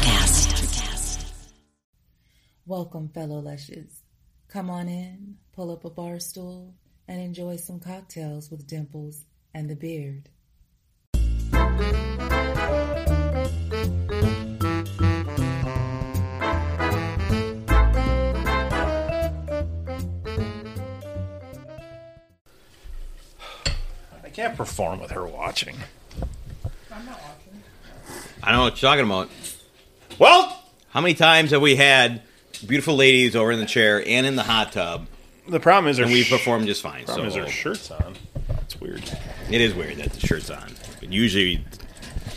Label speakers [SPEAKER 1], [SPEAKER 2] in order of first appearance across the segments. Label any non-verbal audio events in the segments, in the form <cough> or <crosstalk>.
[SPEAKER 1] NutriCast.
[SPEAKER 2] Welcome, fellow Lushes. Come on in, pull up a bar stool, and enjoy some cocktails with Dimples and the Beard.
[SPEAKER 3] I can't perform with her watching.
[SPEAKER 4] I don't know what you're talking about.
[SPEAKER 3] Well,
[SPEAKER 4] How many times have we had beautiful ladies over in the chair and in the hot tub,
[SPEAKER 3] the problem is her
[SPEAKER 4] and we
[SPEAKER 3] sh-
[SPEAKER 4] performed just fine?
[SPEAKER 3] problem
[SPEAKER 4] So
[SPEAKER 3] is her shirts on. It's weird.
[SPEAKER 4] it is weird that the shirt's on. But usually,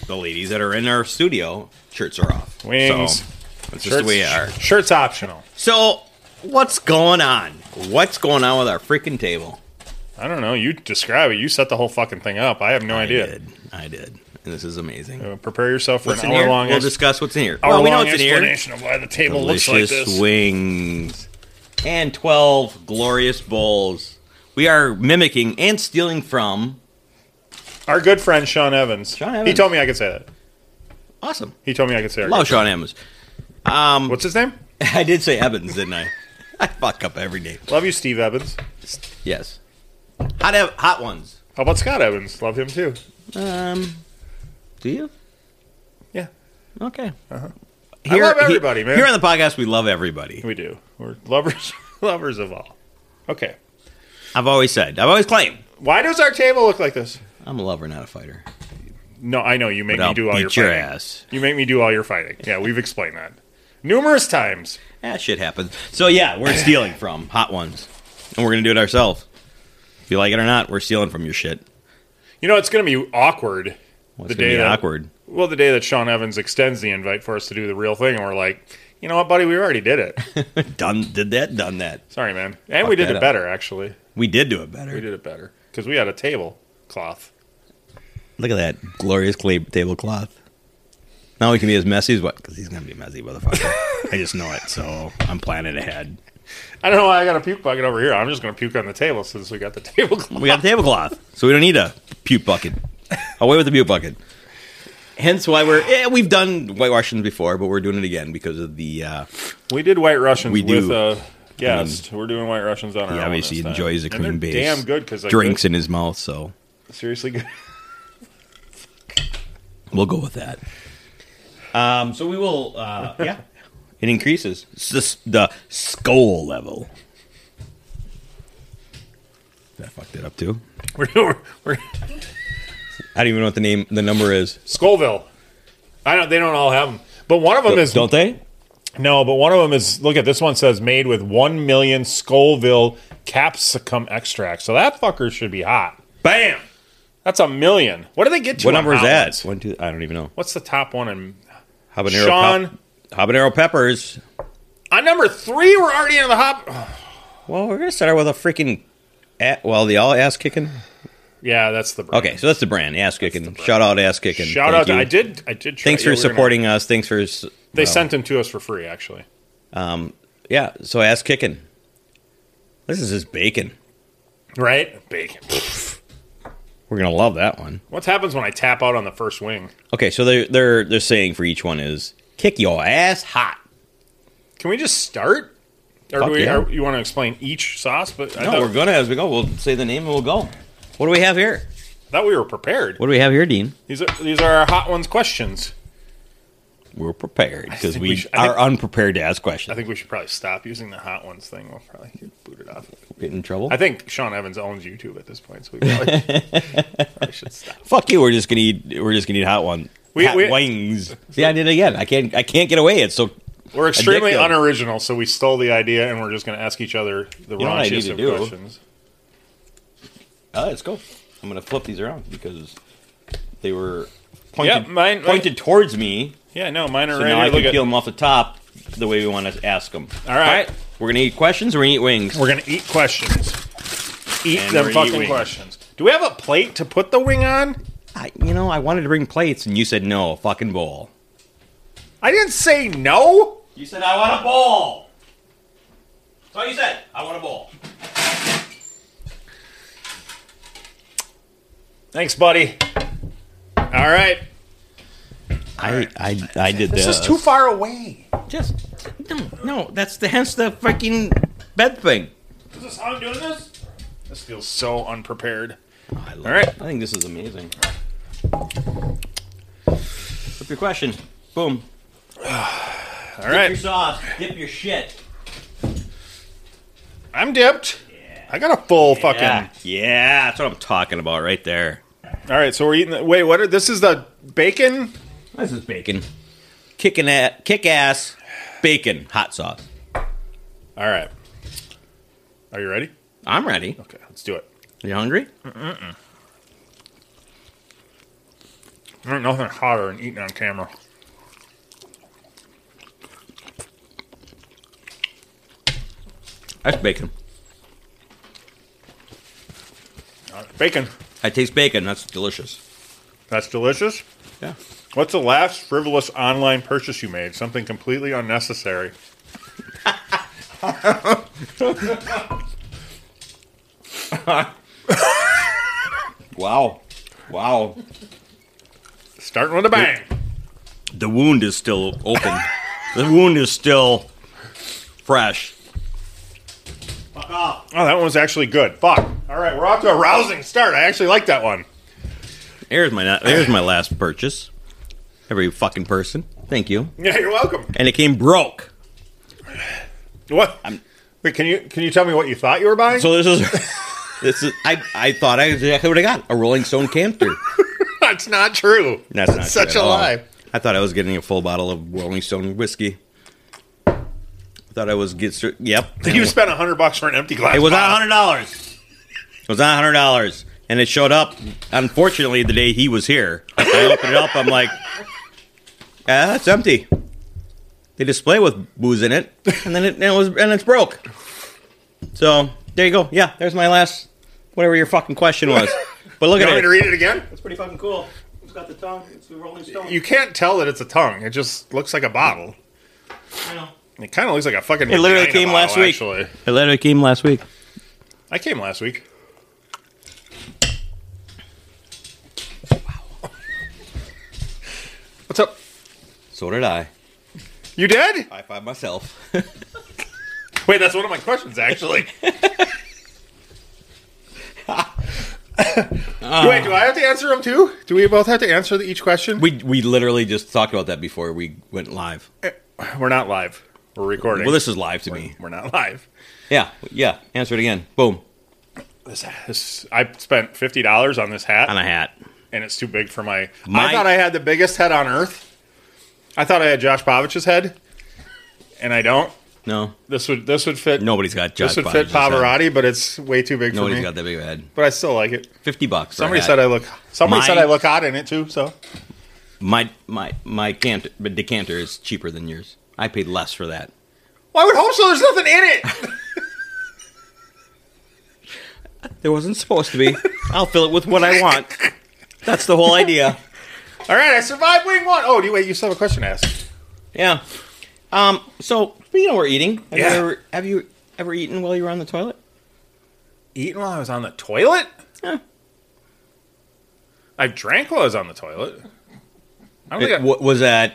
[SPEAKER 4] the ladies that are in our studio shirts are off.
[SPEAKER 3] Wings.
[SPEAKER 4] So that's just the way it are.
[SPEAKER 3] Shirts optional.
[SPEAKER 4] So what's going on? What's going on with our freaking table?
[SPEAKER 3] I don't know. You describe it. You set the whole fucking thing up. I have no idea.
[SPEAKER 4] I did. I did. And this is amazing.
[SPEAKER 3] Uh, prepare yourself for
[SPEAKER 4] What's
[SPEAKER 3] an
[SPEAKER 4] in here?
[SPEAKER 3] hour long
[SPEAKER 4] We'll discuss what's in here.
[SPEAKER 3] hour
[SPEAKER 4] well, we know
[SPEAKER 3] long
[SPEAKER 4] what's in here.
[SPEAKER 3] explanation of why the table looks
[SPEAKER 4] delicious
[SPEAKER 3] like this.
[SPEAKER 4] wings and 12 glorious bowls we are mimicking and stealing from
[SPEAKER 3] Our good friend Sean Evans.
[SPEAKER 4] Sean
[SPEAKER 3] He
[SPEAKER 4] Evans.
[SPEAKER 3] told me I could say that.
[SPEAKER 4] awesome
[SPEAKER 3] He told me I could say. our
[SPEAKER 4] love
[SPEAKER 3] good-
[SPEAKER 4] sean evans
[SPEAKER 3] What's his name?
[SPEAKER 4] <laughs> i did say evans didn't i <laughs> i fuck up every day
[SPEAKER 3] Love you, Steve Evans.
[SPEAKER 4] yes hot ev- hot ones
[SPEAKER 3] How about Scott Evans? Love him too.
[SPEAKER 4] um do you
[SPEAKER 3] Yeah,
[SPEAKER 4] okay uh-huh.
[SPEAKER 3] love everybody, man.
[SPEAKER 4] Here on the podcast, we love everybody.
[SPEAKER 3] we do. We're lovers, <laughs> lovers of all. Okay.
[SPEAKER 4] I've always said, I've always claimed,
[SPEAKER 3] Why does our table look like this?
[SPEAKER 4] I'm a lover, not a fighter.
[SPEAKER 3] No, I know you make
[SPEAKER 4] But I'll
[SPEAKER 3] me do all
[SPEAKER 4] beat
[SPEAKER 3] your,
[SPEAKER 4] your
[SPEAKER 3] fighting.
[SPEAKER 4] ass.
[SPEAKER 3] You make me do all your fighting. Yeah, we've explained that numerous times.
[SPEAKER 4] That shit happens. So yeah, we're stealing from hot ones, and we're gonna do it ourselves. If you like it or not, we're stealing from your shit.
[SPEAKER 3] You know, it's going to be awkward
[SPEAKER 4] Well,
[SPEAKER 3] the
[SPEAKER 4] it's gonna
[SPEAKER 3] day
[SPEAKER 4] be
[SPEAKER 3] that,
[SPEAKER 4] awkward.
[SPEAKER 3] Well, the day that Sean Evans extends the invite for us to do the real thing, and we're like, you know what, buddy, we already did
[SPEAKER 4] <laughs>
[SPEAKER 3] it.
[SPEAKER 4] Done did that. Done that.
[SPEAKER 3] Sorry, man. And we did it
[SPEAKER 4] that up.
[SPEAKER 3] better, actually.
[SPEAKER 4] We did do it
[SPEAKER 3] We
[SPEAKER 4] better.
[SPEAKER 3] did it better because we had a table cloth.
[SPEAKER 4] Look at that glorious clay tablecloth. Now we can be as messy as what? Because he's gonna be messy,
[SPEAKER 3] <laughs>
[SPEAKER 4] motherfucker. I just know it. So I'm planning ahead.
[SPEAKER 3] I don't know why I got a puke bucket over here. I'm just going to puke on the table since we got the <laughs> table cloth.
[SPEAKER 4] We got a tablecloth, so we don't need a puke bucket. Away with the puke bucket. Hence why we're eh, we've done whitewashing before, but we're doing it again because of the uh,
[SPEAKER 3] We did White Russians
[SPEAKER 4] We
[SPEAKER 3] with
[SPEAKER 4] do.
[SPEAKER 3] a guest. We're doing White Russians on our
[SPEAKER 4] he
[SPEAKER 3] own
[SPEAKER 4] obviously
[SPEAKER 3] this time.
[SPEAKER 4] enjoys the
[SPEAKER 3] And they're
[SPEAKER 4] cream base
[SPEAKER 3] Damn good because
[SPEAKER 4] drinks in his mouth. So
[SPEAKER 3] Seriously <laughs> good.
[SPEAKER 4] We'll go with that. Um, so we will, uh, yeah. <laughs> It increases it's the, s- the skull level. I fucked it up too.
[SPEAKER 3] We're, we're, we're
[SPEAKER 4] I don't even know what the name, the number is.
[SPEAKER 3] Scoville. I don't. They don't all have them, but one of them is
[SPEAKER 4] Don't they?
[SPEAKER 3] no. But one of them is look at this one says made with one million Scoville capsicum extract. So that fucker should be hot. Bam. That's a million. What do they get to?
[SPEAKER 4] What
[SPEAKER 3] on
[SPEAKER 4] number is
[SPEAKER 3] hot
[SPEAKER 4] that?
[SPEAKER 3] ones?
[SPEAKER 4] One, two. I don't even know.
[SPEAKER 3] What's the top one? And
[SPEAKER 4] Habanero.
[SPEAKER 3] Sean.
[SPEAKER 4] pop- habanero peppers.
[SPEAKER 3] on number three, we're already in the hop.
[SPEAKER 4] Well, we're gonna start with a freaking. a well, the all ass kicking.
[SPEAKER 3] Yeah, that's the brand.
[SPEAKER 4] Okay, so that's the brand ass kicking. Shout out ass kicking.
[SPEAKER 3] Shout
[SPEAKER 4] Thank
[SPEAKER 3] out. to
[SPEAKER 4] you.
[SPEAKER 3] I did. I did. Try,
[SPEAKER 4] Thanks
[SPEAKER 3] yeah,
[SPEAKER 4] for
[SPEAKER 3] we were gonna-
[SPEAKER 4] supporting um, us. Thanks for. s-
[SPEAKER 3] They
[SPEAKER 4] well, um,
[SPEAKER 3] sent them to us for free, actually.
[SPEAKER 4] Yeah, so ass kicking. This is just bacon.
[SPEAKER 3] Right? Bacon.
[SPEAKER 4] We're gonna love that one.
[SPEAKER 3] What happens when I tap out on the first wing?
[SPEAKER 4] Okay, so they're they're they're saying for each one is kick your ass hot.
[SPEAKER 3] Can we just start? Or
[SPEAKER 4] Fuck
[SPEAKER 3] do we,
[SPEAKER 4] yeah.
[SPEAKER 3] or you want to explain each sauce? But I
[SPEAKER 4] No,
[SPEAKER 3] thought,
[SPEAKER 4] we're gonna as we go. We'll say the name and we'll go. What do we have here?
[SPEAKER 3] thought we were prepared.
[SPEAKER 4] What do we have here, Dean?
[SPEAKER 3] These are these are our hot ones questions.
[SPEAKER 4] We're prepared because
[SPEAKER 3] think
[SPEAKER 4] we,
[SPEAKER 3] we should- I
[SPEAKER 4] are
[SPEAKER 3] think-
[SPEAKER 4] unprepared to
[SPEAKER 3] I
[SPEAKER 4] ask questions.
[SPEAKER 3] think we should probably stop using the hot ones thing. We'll probably get booted off.
[SPEAKER 4] Get in trouble.
[SPEAKER 3] I think Sean Evans owns YouTube at this point, so we
[SPEAKER 4] <laughs>
[SPEAKER 3] probably, probably should stop.
[SPEAKER 4] Fuck you. We're just gonna eat. We're just gonna eat hot one.
[SPEAKER 3] We-
[SPEAKER 4] hot
[SPEAKER 3] we-
[SPEAKER 4] wings. See, I did it again. I can't. I can't get away. It's so.
[SPEAKER 3] We're extremely
[SPEAKER 4] Addictive.
[SPEAKER 3] unoriginal, so we stole the idea, and we're just going to ask each other the
[SPEAKER 4] You know what I need
[SPEAKER 3] raunchiest
[SPEAKER 4] to
[SPEAKER 3] of
[SPEAKER 4] do?
[SPEAKER 3] questions.
[SPEAKER 4] Uh, let's go. I'm gonna flip these around because they were
[SPEAKER 3] Yeah,
[SPEAKER 4] pointed
[SPEAKER 3] mine-
[SPEAKER 4] pointed towards me.
[SPEAKER 3] Yeah, no, mine are
[SPEAKER 4] So
[SPEAKER 3] right
[SPEAKER 4] now
[SPEAKER 3] here.
[SPEAKER 4] I
[SPEAKER 3] Look
[SPEAKER 4] can
[SPEAKER 3] at-
[SPEAKER 4] peel them off the top the way we want to ask them.
[SPEAKER 3] All right.
[SPEAKER 4] We're gonna eat questions. Or we're gonna eat wings.
[SPEAKER 3] We're gonna eat questions. Eat
[SPEAKER 4] And
[SPEAKER 3] them
[SPEAKER 4] we're
[SPEAKER 3] fucking
[SPEAKER 4] eating.
[SPEAKER 3] questions. Do we have a plate to put the wing on?
[SPEAKER 4] I, you know, I wanted to bring plates, and you said no, a fucking bowl.
[SPEAKER 3] I didn't say no.
[SPEAKER 4] You said I want a bowl. That's all you said. I want a bowl.
[SPEAKER 3] Thanks, buddy. All right.
[SPEAKER 4] I I, I, I did uh,
[SPEAKER 3] This
[SPEAKER 4] this.
[SPEAKER 3] is too far away.
[SPEAKER 4] Just no, no. That's the hence the fucking bed thing.
[SPEAKER 3] Is this how I'm doing this? This feels so unprepared.
[SPEAKER 4] I love
[SPEAKER 3] All right.
[SPEAKER 4] I think this is amazing. Flip your question. Boom.
[SPEAKER 3] All right.
[SPEAKER 4] sauce. Dip your shit.
[SPEAKER 3] I'm dipped. I got a full
[SPEAKER 4] Yeah.
[SPEAKER 3] fucking.
[SPEAKER 4] yeah, that's what I'm talking about right there.
[SPEAKER 3] All right, so we're eating. The, wait, what? Are, this is the bacon.
[SPEAKER 4] This is bacon. Kicking at kick ass bacon hot sauce.
[SPEAKER 3] All right. Are you ready?
[SPEAKER 4] I'm ready.
[SPEAKER 3] Okay, let's do it.
[SPEAKER 4] You hungry?
[SPEAKER 3] There ain't nothing hotter than eating on camera.
[SPEAKER 4] That's bacon.
[SPEAKER 3] All right, Bacon.
[SPEAKER 4] I taste bacon. That's delicious.
[SPEAKER 3] That's delicious.
[SPEAKER 4] Yeah.
[SPEAKER 3] What's the last frivolous online purchase you made? Something completely unnecessary.
[SPEAKER 4] Wow. Wow.
[SPEAKER 3] Starting with a bang.
[SPEAKER 4] The wound is still open. <laughs> the wound is still fresh.
[SPEAKER 3] Oh, that one was actually good. Fuck. All right, we're off to a rousing start. I actually like that one. <laughs>
[SPEAKER 4] There's my na- there's my last purchase. Every fucking person. Thank you.
[SPEAKER 3] Yeah, you're welcome.
[SPEAKER 4] And it came broke.
[SPEAKER 3] What? Wait, can you can you tell me what you thought you were buying?
[SPEAKER 4] So this is <laughs> this is I I thought I exactly what I got. A Rolling
[SPEAKER 3] <laughs>
[SPEAKER 4] Stone camphor.
[SPEAKER 3] <laughs> That's not true.
[SPEAKER 4] That's not
[SPEAKER 3] such
[SPEAKER 4] true
[SPEAKER 3] a
[SPEAKER 4] at all.
[SPEAKER 3] lie.
[SPEAKER 4] I thought I was getting a full bottle of Rolling Stone whiskey. I thought I was get yep.
[SPEAKER 3] You spent a hundred bucks for an empty glass.
[SPEAKER 4] It was not
[SPEAKER 3] bottle.
[SPEAKER 4] hundred dollars. It was not hundred dollars, and it showed up. Unfortunately, the day he was here, I opened it up. I'm like, ah, it's empty. They display with booze in it, and then it, and it was and it's broke. So there you go. Yeah, there's my last whatever your fucking question was. But look
[SPEAKER 3] You
[SPEAKER 4] at
[SPEAKER 3] want me to
[SPEAKER 4] it.
[SPEAKER 3] read it again?
[SPEAKER 4] It's pretty fucking cool. It's got the tongue. It's the Rolling Stone.
[SPEAKER 3] You can't tell that it's a tongue. It just looks like a bottle.
[SPEAKER 4] I know.
[SPEAKER 3] It kind of looks like a fucking.
[SPEAKER 4] It literally
[SPEAKER 3] vagina
[SPEAKER 4] came
[SPEAKER 3] bottle,
[SPEAKER 4] last week.
[SPEAKER 3] Actually,
[SPEAKER 4] It literally came last week.
[SPEAKER 3] I came last week. What's up?
[SPEAKER 4] So did I.
[SPEAKER 3] You did?
[SPEAKER 4] High five myself.
[SPEAKER 3] Wait, that's one of my questions
[SPEAKER 4] <laughs>
[SPEAKER 3] actually. <laughs> Wait, do I have to answer them too? Do we both have to answer each question?
[SPEAKER 4] we we literally just talked about that before we went live.
[SPEAKER 3] We're not live. We're recording.
[SPEAKER 4] Well, this is live to me.
[SPEAKER 3] We're not live.
[SPEAKER 4] Yeah, yeah. Answer it again. Boom.
[SPEAKER 3] This, this, I spent fifty dollars on this hat,
[SPEAKER 4] On a hat.
[SPEAKER 3] and it's too big for my, I
[SPEAKER 4] My-
[SPEAKER 3] thought I had the biggest head on earth. I thought I had Josh Pavich's head, and I don't.
[SPEAKER 4] No,
[SPEAKER 3] This would this would fit.
[SPEAKER 4] nobody's got Josh.
[SPEAKER 3] this would fit
[SPEAKER 4] Bona's head.
[SPEAKER 3] Pavarotti, but it's way too big
[SPEAKER 4] Nobody's
[SPEAKER 3] for me.
[SPEAKER 4] got that big of a head.
[SPEAKER 3] but I still like it.
[SPEAKER 4] Fifty bucks. for a
[SPEAKER 3] Somebody
[SPEAKER 4] hat.
[SPEAKER 3] said I look. Somebody said
[SPEAKER 4] My-
[SPEAKER 3] I look hot in it too. So
[SPEAKER 4] my my my canter, but decanter is cheaper than yours. I paid less for that.
[SPEAKER 3] well, I would hope so. There's nothing in <laughs> it.
[SPEAKER 4] There wasn't supposed to be. <laughs> I'll fill it with what I want. That's the whole idea.
[SPEAKER 3] All right, I survived wing one. Oh, do you, wait, you still have a question to ask?
[SPEAKER 4] Yeah. Um. So you know we're eating. Have,
[SPEAKER 3] Yeah.
[SPEAKER 4] you ever, have you ever eaten while you were on the toilet?
[SPEAKER 3] Eating while I was on the toilet.
[SPEAKER 4] Yeah.
[SPEAKER 3] I drank while I was on the toilet. I don't think I-
[SPEAKER 4] It- wa- was that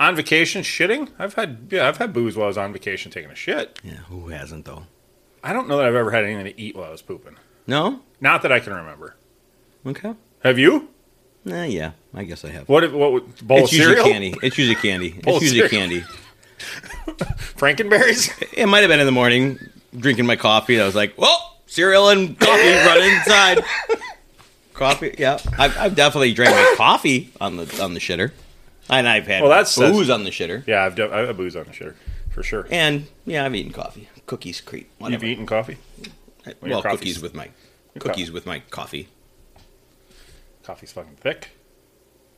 [SPEAKER 3] on vacation shitting. I've had yeah, I've had booze while I was on vacation taking a shit.
[SPEAKER 4] Yeah, who hasn't though?
[SPEAKER 3] I don't know that I've ever had anything to eat while I was pooping.
[SPEAKER 4] No?
[SPEAKER 3] Not that I can remember.
[SPEAKER 4] Okay.
[SPEAKER 3] Have you?
[SPEAKER 4] Nah, yeah, I guess I have.
[SPEAKER 3] What? if- What? would- Bowl
[SPEAKER 4] it's
[SPEAKER 3] of
[SPEAKER 4] usually
[SPEAKER 3] cereal?
[SPEAKER 4] candy. It's usually candy.
[SPEAKER 3] Bowl of
[SPEAKER 4] It's usually
[SPEAKER 3] cereal.
[SPEAKER 4] candy.
[SPEAKER 3] <laughs> Frankenberries. <laughs>
[SPEAKER 4] It might have been in the morning, drinking my coffee. and I was like, well, cereal and <laughs> coffee run inside. coffee, yeah. I've, I've definitely drank my coffee on the on the shitter, and I've had
[SPEAKER 3] Well, that's- that's-
[SPEAKER 4] booze on the shitter.
[SPEAKER 3] yeah, I've done, I have booze on the shitter for sure.
[SPEAKER 4] And yeah, I've eaten coffee, cookies, creep,
[SPEAKER 3] You've
[SPEAKER 4] whatever. Uh,
[SPEAKER 3] eaten coffee. your
[SPEAKER 4] well,
[SPEAKER 3] coffee's-
[SPEAKER 4] cookies with my
[SPEAKER 3] co-
[SPEAKER 4] cookies with my coffee.
[SPEAKER 3] Coffee's fucking thick.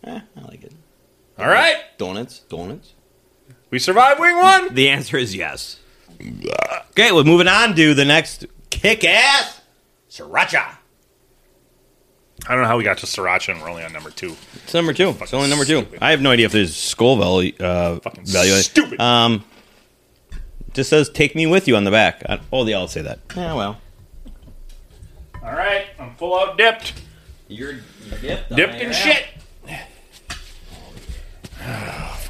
[SPEAKER 4] Eh, I like it.
[SPEAKER 3] All right,
[SPEAKER 4] Donuts, donuts.
[SPEAKER 3] we survived wing one.
[SPEAKER 4] The answer is yes. Okay, well, moving on to the next kick ass sriracha.
[SPEAKER 3] I don't know how we got to sriracha and we're only on number two.
[SPEAKER 4] It's number two. It's only number two. I have no idea if there's Scoville uh,
[SPEAKER 3] Fucking
[SPEAKER 4] value.
[SPEAKER 3] stupid.
[SPEAKER 4] Um, just says "Take me with you" on the back. I, oh, they all say that. Yeah, well,
[SPEAKER 3] All right, I'm full out dipped,
[SPEAKER 4] you're dipped.
[SPEAKER 3] dipped in shit.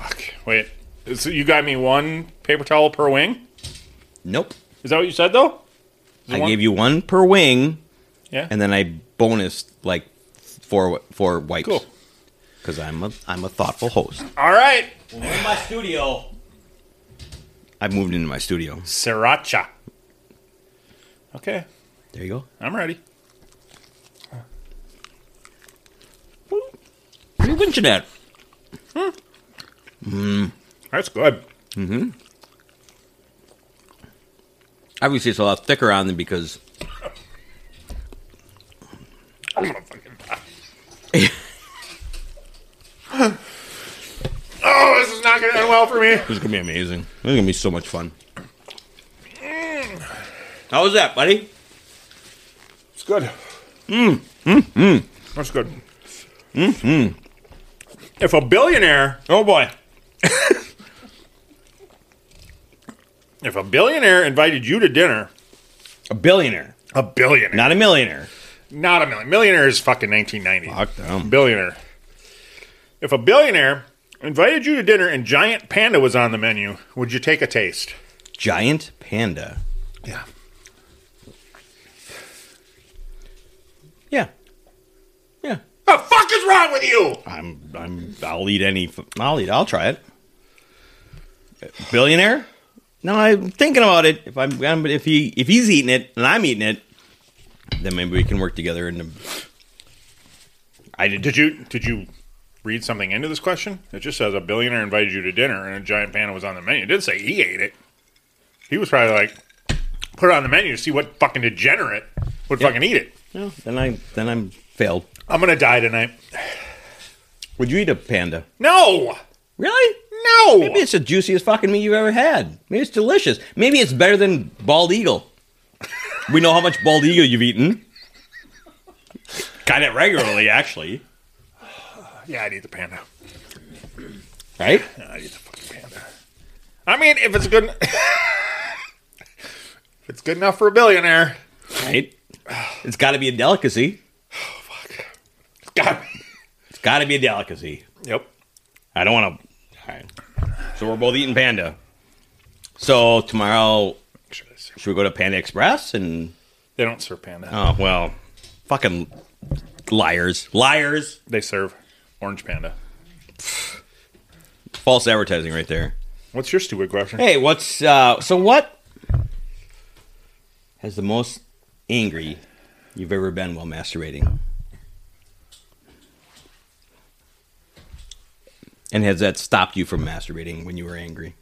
[SPEAKER 3] <sighs> Wait, so you got me one paper towel per wing?
[SPEAKER 4] Nope.
[SPEAKER 3] Is that what you said though?
[SPEAKER 4] I
[SPEAKER 3] one?
[SPEAKER 4] gave you one per wing,
[SPEAKER 3] Yeah.
[SPEAKER 4] and then I bonus like four four wipes.
[SPEAKER 3] Cool.
[SPEAKER 4] Because I'm a I'm a thoughtful host.
[SPEAKER 3] All right,
[SPEAKER 4] in my studio. I moved into my studio.
[SPEAKER 3] sriracha. Okay,
[SPEAKER 4] There you go.
[SPEAKER 3] I'm ready.
[SPEAKER 4] What are you winching at?
[SPEAKER 3] That's good.
[SPEAKER 4] Obviously, it's a lot thicker on them because
[SPEAKER 3] I'm gonna fucking die. oh, this is not gonna end well for me.
[SPEAKER 4] it's gonna be amazing. It's gonna be so much fun. How was that, buddy?
[SPEAKER 3] It's good. Mmm. Mmm. Mmm. That's good. Mmm. If a billionaire, oh boy. <laughs> if a billionaire invited you to dinner,
[SPEAKER 4] A billionaire,
[SPEAKER 3] a billionaire, not,
[SPEAKER 4] not a millionaire.
[SPEAKER 3] a million. Millionaire is fucking 1990.
[SPEAKER 4] Fuck them.
[SPEAKER 3] Billionaire. If a billionaire invited you to dinner and giant panda was on the menu, would you take a taste?
[SPEAKER 4] Giant panda.
[SPEAKER 3] Yeah.
[SPEAKER 4] Yeah. Yeah.
[SPEAKER 3] The fuck is wrong with you?
[SPEAKER 4] I'm. I'm. I'll eat any. f- I'll eat. I'll try it. Billionaire? No, I'm thinking about it. If I'm, I'm if he if he's eating it and I'm eating it, then maybe we can work together. And
[SPEAKER 3] I did. Did you did you read something into this question? It just says a billionaire invited you to dinner and a giant panda was on the menu. It didn't say he ate it. He was probably like, put it on the menu to see what fucking degenerate would fucking eat it.
[SPEAKER 4] no, then I then I'm failed.
[SPEAKER 3] I'm gonna die tonight.
[SPEAKER 4] Would you eat a panda?
[SPEAKER 3] No,
[SPEAKER 4] Really?
[SPEAKER 3] no.
[SPEAKER 4] Maybe it's the juiciest fucking meat you've ever had. Maybe it's delicious. Maybe it's better than bald eagle. <laughs> we know how much bald eagle you've eaten. Kind of regularly, actually.
[SPEAKER 3] yeah, I'd eat the panda.
[SPEAKER 4] Right?
[SPEAKER 3] I'd eat the fucking panda. I mean, if it's good, <laughs> if it's good enough for a billionaire,
[SPEAKER 4] Right? It's got to be a delicacy.
[SPEAKER 3] God.
[SPEAKER 4] It's got to be a delicacy.
[SPEAKER 3] Yep.
[SPEAKER 4] I don't want to. So we're both eating panda. So tomorrow, should we go to Panda Express? And
[SPEAKER 3] They don't serve panda.
[SPEAKER 4] oh well, fucking liars, liars,
[SPEAKER 3] They serve orange panda.
[SPEAKER 4] false advertising right there.
[SPEAKER 3] What's your stupid question?
[SPEAKER 4] Hey, what's uh, so what has the most angry you've ever been while masturbating? And has that stopped you from masturbating when you were angry?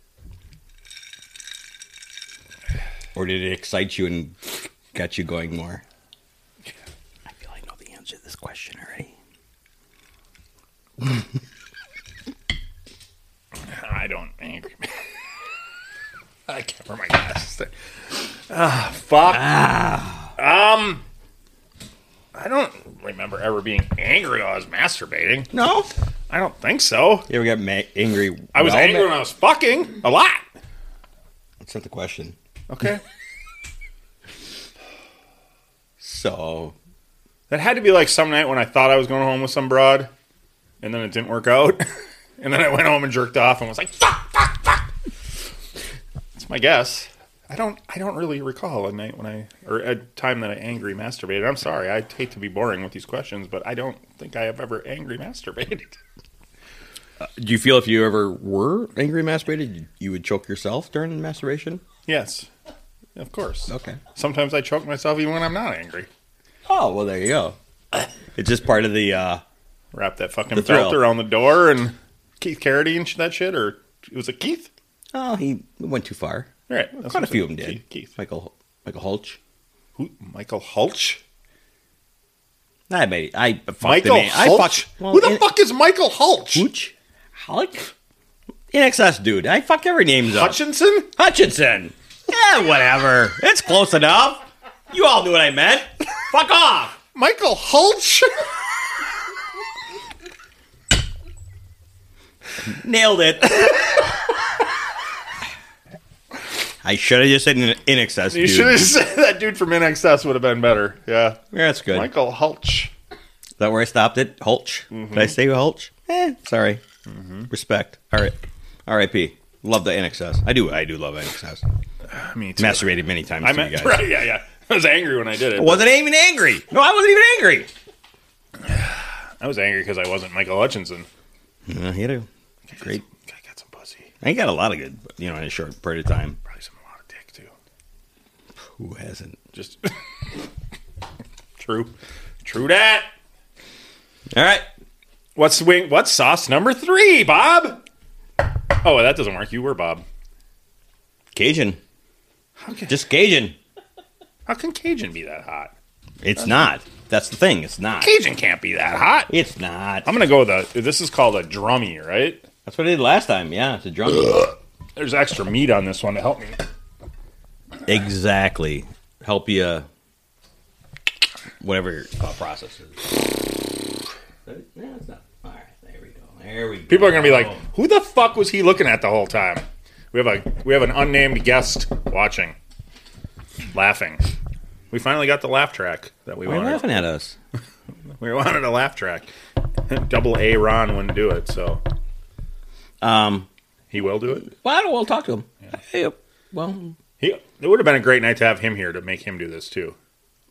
[SPEAKER 4] Or did it excite you and got you going more? I feel I know the answer to this question already.
[SPEAKER 3] I don't angry. I can't wear my glasses. There. Ah, fuck. Um, I don't remember ever being angry while I was masturbating.
[SPEAKER 4] No?
[SPEAKER 3] I don't think so.
[SPEAKER 4] You ever got ma- angry?
[SPEAKER 3] I was
[SPEAKER 4] while
[SPEAKER 3] angry
[SPEAKER 4] ma-
[SPEAKER 3] when I was fucking a lot.
[SPEAKER 4] That's not the question.
[SPEAKER 3] Okay,
[SPEAKER 4] So,
[SPEAKER 3] that had to be like some night when I thought I was going home with some broad, and then it didn't work out, <laughs> and then I went home and jerked off and was like, fuck, fuck, fuck. That's my guess. I don't. I don't really recall a night when I or a time that I angry masturbated. I'm sorry. I hate to be boring with these questions, but I don't think I have ever angry masturbated. <laughs>
[SPEAKER 4] Do you feel if you ever were angry masturbated, you- you would choke yourself during masturbation?
[SPEAKER 3] yes, of course.
[SPEAKER 4] Okay.
[SPEAKER 3] Sometimes I choke myself even when I'm not angry.
[SPEAKER 4] Oh well, there you go. It's just part of the. uh
[SPEAKER 3] Wrap that fucking
[SPEAKER 4] The
[SPEAKER 3] belt
[SPEAKER 4] thrill.
[SPEAKER 3] around the door and Keith Carradine and sh- that shit, or was it Keith?
[SPEAKER 4] Oh, he went too far.
[SPEAKER 3] All right, that's
[SPEAKER 4] Quite a
[SPEAKER 3] what
[SPEAKER 4] few of
[SPEAKER 3] I'm
[SPEAKER 4] them
[SPEAKER 3] saying.
[SPEAKER 4] did.
[SPEAKER 3] Keith, Keith.
[SPEAKER 4] Michael Michael Hulch.
[SPEAKER 3] Who, Michael Hulch.
[SPEAKER 4] I made I fucked
[SPEAKER 3] Michael
[SPEAKER 4] the name.
[SPEAKER 3] Hulch?
[SPEAKER 4] I fucked. well,
[SPEAKER 3] Who the
[SPEAKER 4] in-
[SPEAKER 3] fuck is Michael Hulch?
[SPEAKER 4] Hulch? Hulk? In excess, dude. I fuck every name's up.
[SPEAKER 3] Hutchinson?
[SPEAKER 4] Hutchinson. Yeah, whatever. It's close enough. You all knew what I meant. fuck off.
[SPEAKER 3] Michael Hulch? <laughs>
[SPEAKER 4] Nailed it. <laughs> I should have just said in, in excess,
[SPEAKER 3] you
[SPEAKER 4] dude.
[SPEAKER 3] should have said <laughs> that dude from NXS would have been better. Yeah.
[SPEAKER 4] Yeah, that's good.
[SPEAKER 3] Michael Hulch.
[SPEAKER 4] Is that Mm-hmm. where I stopped it? Hulch. Did I say Hulch? Eh, sorry. Respect. All right. R.I.P. Love the NXS. I do. I do love NXS.
[SPEAKER 3] Me too.
[SPEAKER 4] Masturbated many times
[SPEAKER 3] I
[SPEAKER 4] to you
[SPEAKER 3] meant <laughs>
[SPEAKER 4] guys.
[SPEAKER 3] right. Yeah, yeah. I was angry when I did
[SPEAKER 4] I
[SPEAKER 3] it.
[SPEAKER 4] <laughs> wasn't even angry. No, I wasn't even angry.
[SPEAKER 3] I was angry because I wasn't Michael Hutchinson.
[SPEAKER 4] Yeah, you do. Great.
[SPEAKER 3] I got some pussy.
[SPEAKER 4] I got a lot of good, you know, in a short period of time.
[SPEAKER 3] Probably some a lot of dick too.
[SPEAKER 4] Who hasn't?
[SPEAKER 3] Just <laughs> true, true that.
[SPEAKER 4] All right.
[SPEAKER 3] What's wing? What's sauce number three, Bob? Oh, that doesn't work. You were Bob.
[SPEAKER 4] Cajun.
[SPEAKER 3] Okay.
[SPEAKER 4] Just Cajun.
[SPEAKER 3] How can Cajun be that hot?
[SPEAKER 4] It's not. That's the thing. It's not.
[SPEAKER 3] Cajun can't be that hot.
[SPEAKER 4] It's not.
[SPEAKER 3] I'm gonna go with a. This is called a drummy, right?
[SPEAKER 4] That's what I did last time. Yeah, it's a drum.
[SPEAKER 3] There's extra meat on this one to help me.
[SPEAKER 4] exactly. Help you. Uh, whatever your thought process is. Yeah, it's not. All right. There we go. There we go.
[SPEAKER 3] People are gonna be like, "Who the fuck was he looking at the whole time?" We have a we have an unnamed guest watching, laughing. We finally got the laugh track that we
[SPEAKER 4] Why are you
[SPEAKER 3] wanted.
[SPEAKER 4] laughing at us?
[SPEAKER 3] We wanted a laugh track. <laughs> Double A Ron wouldn't do it, so
[SPEAKER 4] Um.
[SPEAKER 3] he will do it.
[SPEAKER 4] <laughs> Well, I don't want to talk to him. Hey, well,
[SPEAKER 3] He it would have been a great night to have him here to make him do this too.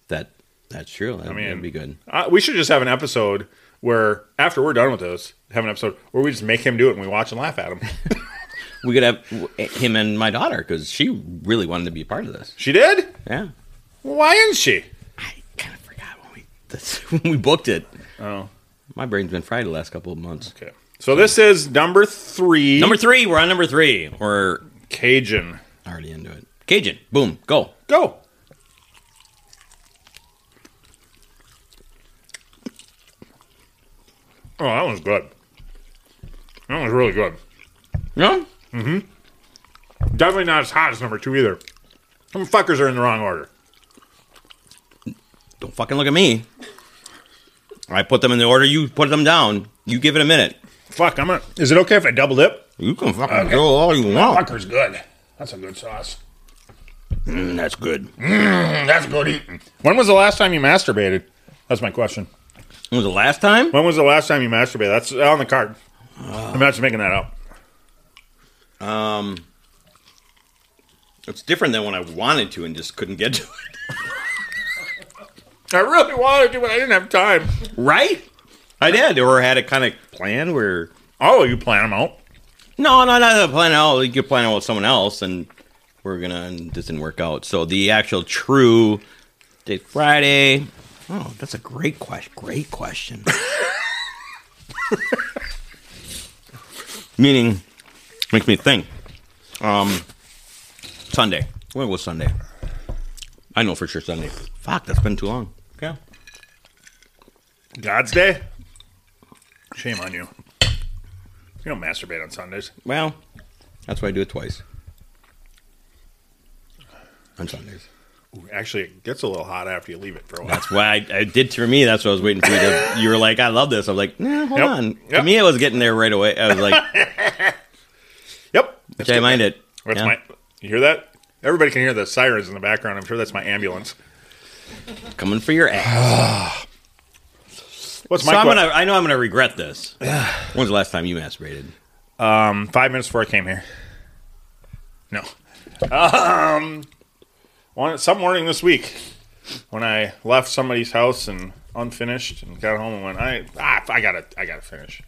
[SPEAKER 4] that that's true. That, I
[SPEAKER 3] mean-
[SPEAKER 4] that'd be good.
[SPEAKER 3] Uh, we should just have an episode where after we're done with this, have an episode where we just make him do it and we watch and laugh at him.
[SPEAKER 4] We could have w- him and my daughter because she really wanted to be a part of this.
[SPEAKER 3] she did.
[SPEAKER 4] Yeah.
[SPEAKER 3] Why isn't she?
[SPEAKER 4] I kind of forgot when we that's when we <laughs> booked it.
[SPEAKER 3] Oh,
[SPEAKER 4] My brain's been fried the last couple of months.
[SPEAKER 3] okay. So this is number three.
[SPEAKER 4] Number three, we're on number three. We're
[SPEAKER 3] Cajun.
[SPEAKER 4] already into it. Cajun, boom, go.
[SPEAKER 3] Go. Oh, that one's good. That one's really good.
[SPEAKER 4] No,
[SPEAKER 3] Definitely not as hot as number two either. Some fuckers are in the wrong order.
[SPEAKER 4] don't fucking look at me. I put them in the order you put them down. You give it a minute.
[SPEAKER 3] Fuck, I'm gonna. Is it okay if I double dip?
[SPEAKER 4] You can fucking do all you want.
[SPEAKER 3] Fucker's good. That's a good sauce.
[SPEAKER 4] Mm, that's good. When
[SPEAKER 3] That's good eating. When was the last time you masturbated? That's my question.
[SPEAKER 4] was the last time?
[SPEAKER 3] When was the last time you masturbated? That's on the card. I'm not just making that up.
[SPEAKER 4] It's different than when I wanted to and just couldn't get to it.
[SPEAKER 3] I really wanted to, but I didn't have time.
[SPEAKER 4] Right? I did, or had a kind of plan where
[SPEAKER 3] Oh, you plan them out.
[SPEAKER 4] No, no, not the plan out. You could plan out with someone else, and we're gonna. And this didn't work out. So the actual true date Friday. Oh, that's a great question. Great question. Meaning, makes me think. Um, Sunday. When was Sunday? I know for sure Sunday. Fuck, that's been too long. Yeah.
[SPEAKER 3] God's Day? Shame on you. You don't masturbate on Sundays.
[SPEAKER 4] Well, that's why I do it twice. On Sundays.
[SPEAKER 3] Ooh, actually, it gets a little hot after you leave it for a while.
[SPEAKER 4] That's why I, I did for me. That's what I was waiting for you to. You were like, I love this. I was like, nah, hold
[SPEAKER 3] Yep.
[SPEAKER 4] on.
[SPEAKER 3] Yep.
[SPEAKER 4] To me, I was getting there right away. I
[SPEAKER 3] <laughs>
[SPEAKER 4] was like,
[SPEAKER 3] Yep.
[SPEAKER 4] which I mind it.
[SPEAKER 3] That's
[SPEAKER 4] Yeah.
[SPEAKER 3] my. You hear that? Everybody can hear the sirens in the background. I'm sure that's my ambulance.
[SPEAKER 4] Coming for your ass.
[SPEAKER 3] What's
[SPEAKER 4] so
[SPEAKER 3] my
[SPEAKER 4] I'm
[SPEAKER 3] que-
[SPEAKER 4] gonna, I know I'm going to regret this. When's the last time you masturbated?
[SPEAKER 3] um, five minutes before I came here? No. Um, one, some morning this week when I left somebody's house and unfinished and got home and went, I ah, I gotta I gotta finish.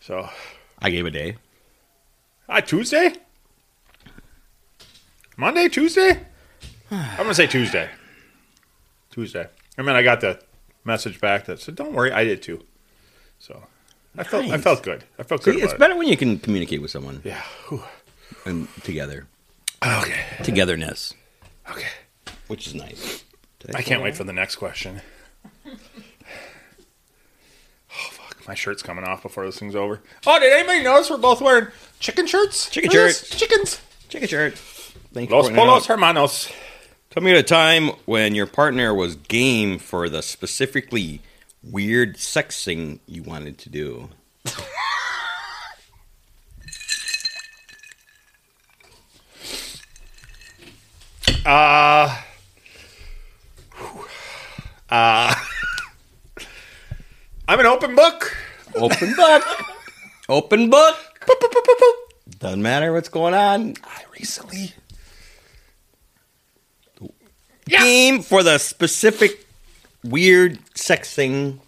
[SPEAKER 3] So,
[SPEAKER 4] I gave a day.
[SPEAKER 3] ah, Tuesday, Monday, Tuesday. I'm gonna say Tuesday. Tuesday. I mean, I got the message back that said, "Don't worry, I did too." So, I felt I
[SPEAKER 4] Nice.
[SPEAKER 3] felt good. I felt good.
[SPEAKER 4] It's
[SPEAKER 3] about it.
[SPEAKER 4] better when you can communicate with someone
[SPEAKER 3] Yeah. whew.
[SPEAKER 4] and together.
[SPEAKER 3] Okay.
[SPEAKER 4] Togetherness,
[SPEAKER 3] Okay.
[SPEAKER 4] which is nice. Did
[SPEAKER 3] I can't wait for the next question. <laughs> Oh fuck, my shirt's coming off before this thing's over. Oh, did anybody notice we're both wearing chicken shirts?
[SPEAKER 4] Chicken
[SPEAKER 3] Look at this,
[SPEAKER 4] shirts.
[SPEAKER 3] Chickens.
[SPEAKER 4] Check a shirt. Thanks
[SPEAKER 3] Los
[SPEAKER 4] for pointing it out.
[SPEAKER 3] polos hermanos.
[SPEAKER 4] Tell me at a time when your partner was game for the specifically weird sex thing you wanted to do.
[SPEAKER 3] I'm an open book.
[SPEAKER 4] Open book. Open book.
[SPEAKER 3] Boop, boop, boop, boop, boop.
[SPEAKER 4] Doesn't matter what's going on.
[SPEAKER 3] I recently.
[SPEAKER 4] Game for the specific weird sex thing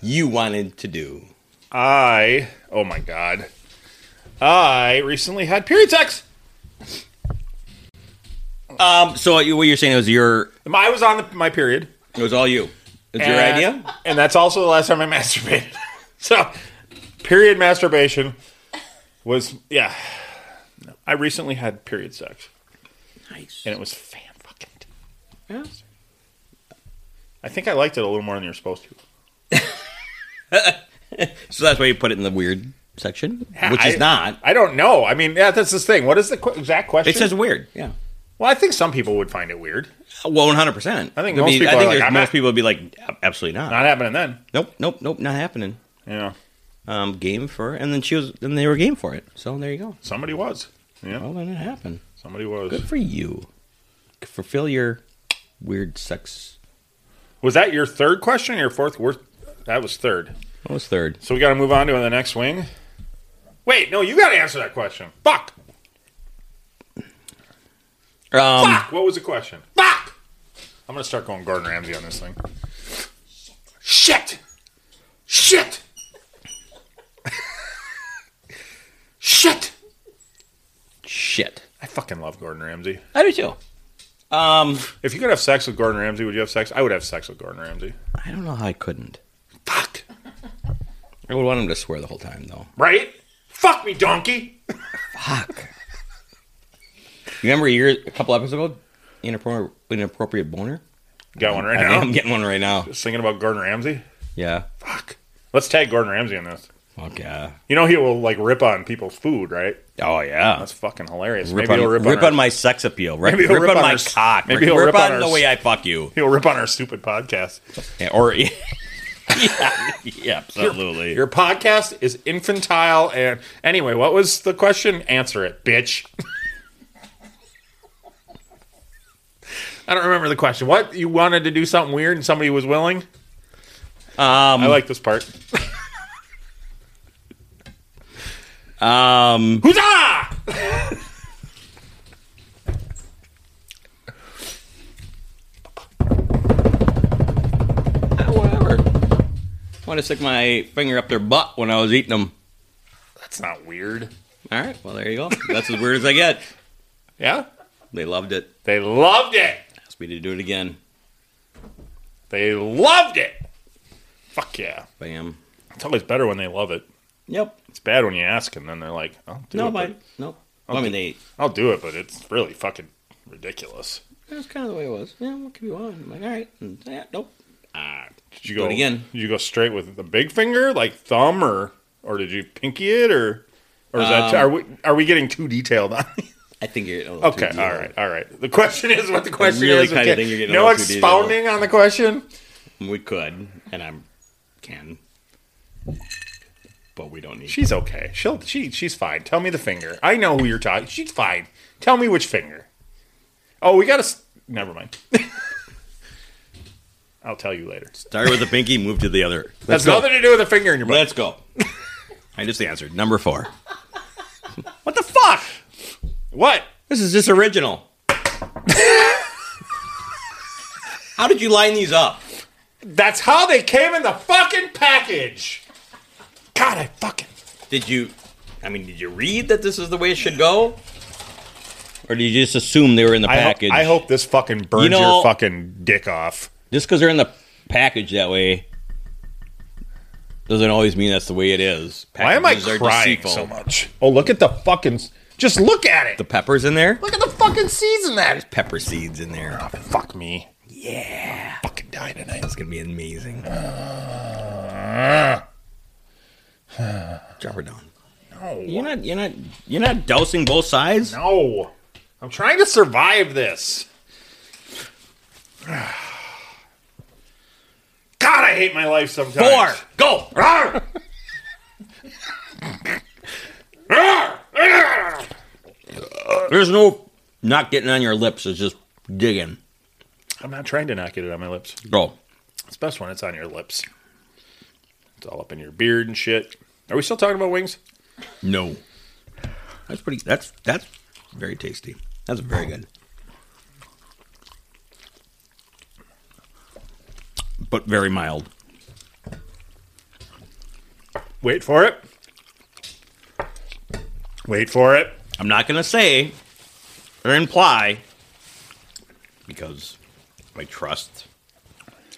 [SPEAKER 4] you wanted to do.
[SPEAKER 3] I. Oh my god. I recently had period sex.
[SPEAKER 4] Um, so what you- what you're saying is your
[SPEAKER 3] I was on the, my period.
[SPEAKER 4] it was all you. It's your
[SPEAKER 3] And-
[SPEAKER 4] idea.
[SPEAKER 3] And that's also the last time I <laughs> masturbated. so, period masturbation was, yeah. No, I recently had period sex.
[SPEAKER 4] Nice.
[SPEAKER 3] And it was fan fucking. I think I liked it a little more than you're supposed to.
[SPEAKER 4] So that's why you put it in the weird section, which
[SPEAKER 3] I-
[SPEAKER 4] is not.
[SPEAKER 3] I don't know. I mean, yeah, that's this thing. What is the qu- exact question?
[SPEAKER 4] It says weird. Yeah.
[SPEAKER 3] well, I think some people would find it weird.
[SPEAKER 4] Well, 100. percent
[SPEAKER 3] I think most people are like,
[SPEAKER 4] there's-
[SPEAKER 3] I'm
[SPEAKER 4] most
[SPEAKER 3] not-
[SPEAKER 4] people would be like, "Ab- absolutely not.
[SPEAKER 3] Not happening then.
[SPEAKER 4] Nope, nope, nope, not happening.
[SPEAKER 3] Yeah,
[SPEAKER 4] Um, game for, and then she was, and they were game for it. So there you go.
[SPEAKER 3] somebody was. Yeah,
[SPEAKER 4] Well, then it happened.
[SPEAKER 3] somebody was.
[SPEAKER 4] Good for you. Fulfill your weird sex.
[SPEAKER 3] Was that your third question? Or your fourth? Worth? That was third.
[SPEAKER 4] What was third?
[SPEAKER 3] So we got to move on to the next wing. Wait, no, you got to answer that question. Fuck.
[SPEAKER 4] Um,
[SPEAKER 3] Fuck. What was the question? Fuck. I'm gonna start going Gordon Ramsay on this thing. Shit. Shit. Shit.
[SPEAKER 4] shit.
[SPEAKER 3] I fucking love Gordon Ramsay.
[SPEAKER 4] I do too. Um,
[SPEAKER 3] If you could have sex with Gordon Ramsay, would you have sex? I would have sex with Gordon Ramsay.
[SPEAKER 4] I don't know how I couldn't.
[SPEAKER 3] Fuck.
[SPEAKER 4] I would want him to swear the whole time though.
[SPEAKER 3] Right? Fuck me, donkey.
[SPEAKER 4] Fuck. you remember a year, a couple episodes ago, inappropriate, inappropriate boner?
[SPEAKER 3] Got one right
[SPEAKER 4] I
[SPEAKER 3] now.
[SPEAKER 4] am getting one right now.
[SPEAKER 3] Just thinking about Gordon Ramsay.
[SPEAKER 4] Yeah.
[SPEAKER 3] Fuck. Let's tag Gordon Ramsay in this.
[SPEAKER 4] Fuck yeah.
[SPEAKER 3] You know he will like rip on people's food, right?
[SPEAKER 4] Oh yeah.
[SPEAKER 3] That's fucking hilarious.
[SPEAKER 4] Rip,
[SPEAKER 3] maybe
[SPEAKER 4] on,
[SPEAKER 3] he'll rip, on,
[SPEAKER 4] rip on,
[SPEAKER 3] our-
[SPEAKER 4] my sex appeal. Rip,
[SPEAKER 3] Maybe he'll
[SPEAKER 4] rip
[SPEAKER 3] rip
[SPEAKER 4] on,
[SPEAKER 3] on
[SPEAKER 4] my
[SPEAKER 3] our-
[SPEAKER 4] cock.
[SPEAKER 3] maybe
[SPEAKER 4] Rip-
[SPEAKER 3] he'll
[SPEAKER 4] rip,
[SPEAKER 3] rip on
[SPEAKER 4] on,
[SPEAKER 3] our-
[SPEAKER 4] the way I
[SPEAKER 3] <laughs>
[SPEAKER 4] fuck you.
[SPEAKER 3] <laughs> He'll rip on our stupid podcast.
[SPEAKER 4] Yeah,
[SPEAKER 3] <laughs>
[SPEAKER 4] or yeah, yeah, absolutely.
[SPEAKER 3] Your podcast is infantile and anyway, what was the question? Answer it, bitch. <laughs> I don't remember the question. What? You wanted to do something weird and somebody was willing?
[SPEAKER 4] um,
[SPEAKER 3] I like this <laughs> part.
[SPEAKER 4] um,
[SPEAKER 3] Huzzah!
[SPEAKER 4] whatever. Want to stick my finger up their butt when I was eating them?
[SPEAKER 3] That's not weird.
[SPEAKER 4] All right, well there you go. That's as weird as I get.
[SPEAKER 3] Yeah?
[SPEAKER 4] They loved it.
[SPEAKER 3] They loved it.
[SPEAKER 4] Asked me to do it again.
[SPEAKER 3] They loved it. Fuck yeah.
[SPEAKER 4] Bam.
[SPEAKER 3] It's always better when they love it.
[SPEAKER 4] Yep.
[SPEAKER 3] It's bad when you ask and then they're like, I'll do
[SPEAKER 4] No,
[SPEAKER 3] it.
[SPEAKER 4] but no. Well, I mean, they.
[SPEAKER 3] but- I'll do it, but it's really fucking ridiculous.
[SPEAKER 4] That's kind of the way it was. Yeah, what could be on? I'm like, all right, and, yeah, nope. Ah,
[SPEAKER 3] Did you
[SPEAKER 4] Do
[SPEAKER 3] go
[SPEAKER 4] it again.
[SPEAKER 3] Did you go straight with the big finger, like thumb, or or did you pinky it, or or is that
[SPEAKER 4] Um,
[SPEAKER 3] are we are we getting too detailed on?
[SPEAKER 4] I think you're. a little too
[SPEAKER 3] okay,
[SPEAKER 4] deep.
[SPEAKER 3] all right, all right. The question is what the question
[SPEAKER 4] really
[SPEAKER 3] is.
[SPEAKER 4] kinda
[SPEAKER 3] okay?
[SPEAKER 4] think you're getting a
[SPEAKER 3] no
[SPEAKER 4] little too detailed.
[SPEAKER 3] expounding on the question.
[SPEAKER 4] We could, and I'm can, but we don't need.
[SPEAKER 3] She's okay. She'll she she's fine. Tell me the finger. I know who you're talking. She's fine. Tell me which finger. Oh, we gotta. s- Never mind. <laughs> I'll tell you later.
[SPEAKER 4] Start with the pinky, move to the other.
[SPEAKER 3] That's
[SPEAKER 4] Let's go.
[SPEAKER 3] nothing to do with a finger in your butt.
[SPEAKER 4] Let's go. <laughs> I just answered number four. what the fuck?
[SPEAKER 3] What?
[SPEAKER 4] This is just original. How did you line these up?
[SPEAKER 3] That's how they came in the fucking package. God, I fucking.
[SPEAKER 4] Did you? I mean, did you read that this is the way it should go, or did you just assume they were in the
[SPEAKER 3] I, ho-
[SPEAKER 4] package?
[SPEAKER 3] I hope this fucking burns
[SPEAKER 4] You know-
[SPEAKER 3] your fucking dick off.
[SPEAKER 4] just because they're in the package that way doesn't always mean that's the way it is.
[SPEAKER 3] Why am I
[SPEAKER 4] Packages are
[SPEAKER 3] crying
[SPEAKER 4] deceitful.
[SPEAKER 3] so much? Oh, look at the fucking. s- Just look at it.
[SPEAKER 4] The peppers in there?
[SPEAKER 3] look at the fucking season that.
[SPEAKER 4] Pepper seeds in there.
[SPEAKER 3] Oh, fuck me. Yeah. fucking die tonight.
[SPEAKER 4] That's gonna be amazing. Drop her down.
[SPEAKER 3] <sighs> No.
[SPEAKER 4] You're not. You're not. You're not dousing both sides.
[SPEAKER 3] No. I'm trying to survive this. <sighs> God, I hate my life sometimes.
[SPEAKER 4] Four. Go.
[SPEAKER 3] Arr! Arr! Arr!
[SPEAKER 4] There's no not getting on your lips. It's just digging.
[SPEAKER 3] I'm not trying to not get it on my lips.
[SPEAKER 4] Go.
[SPEAKER 3] It's best when it's on your lips. It's all up in your beard and shit. Are we still talking about wings?
[SPEAKER 4] No. That's pretty. That's that's very tasty. That's very good. But very mild.
[SPEAKER 3] Wait for it. Wait for it.
[SPEAKER 4] I'm not gonna say or imply because I trust.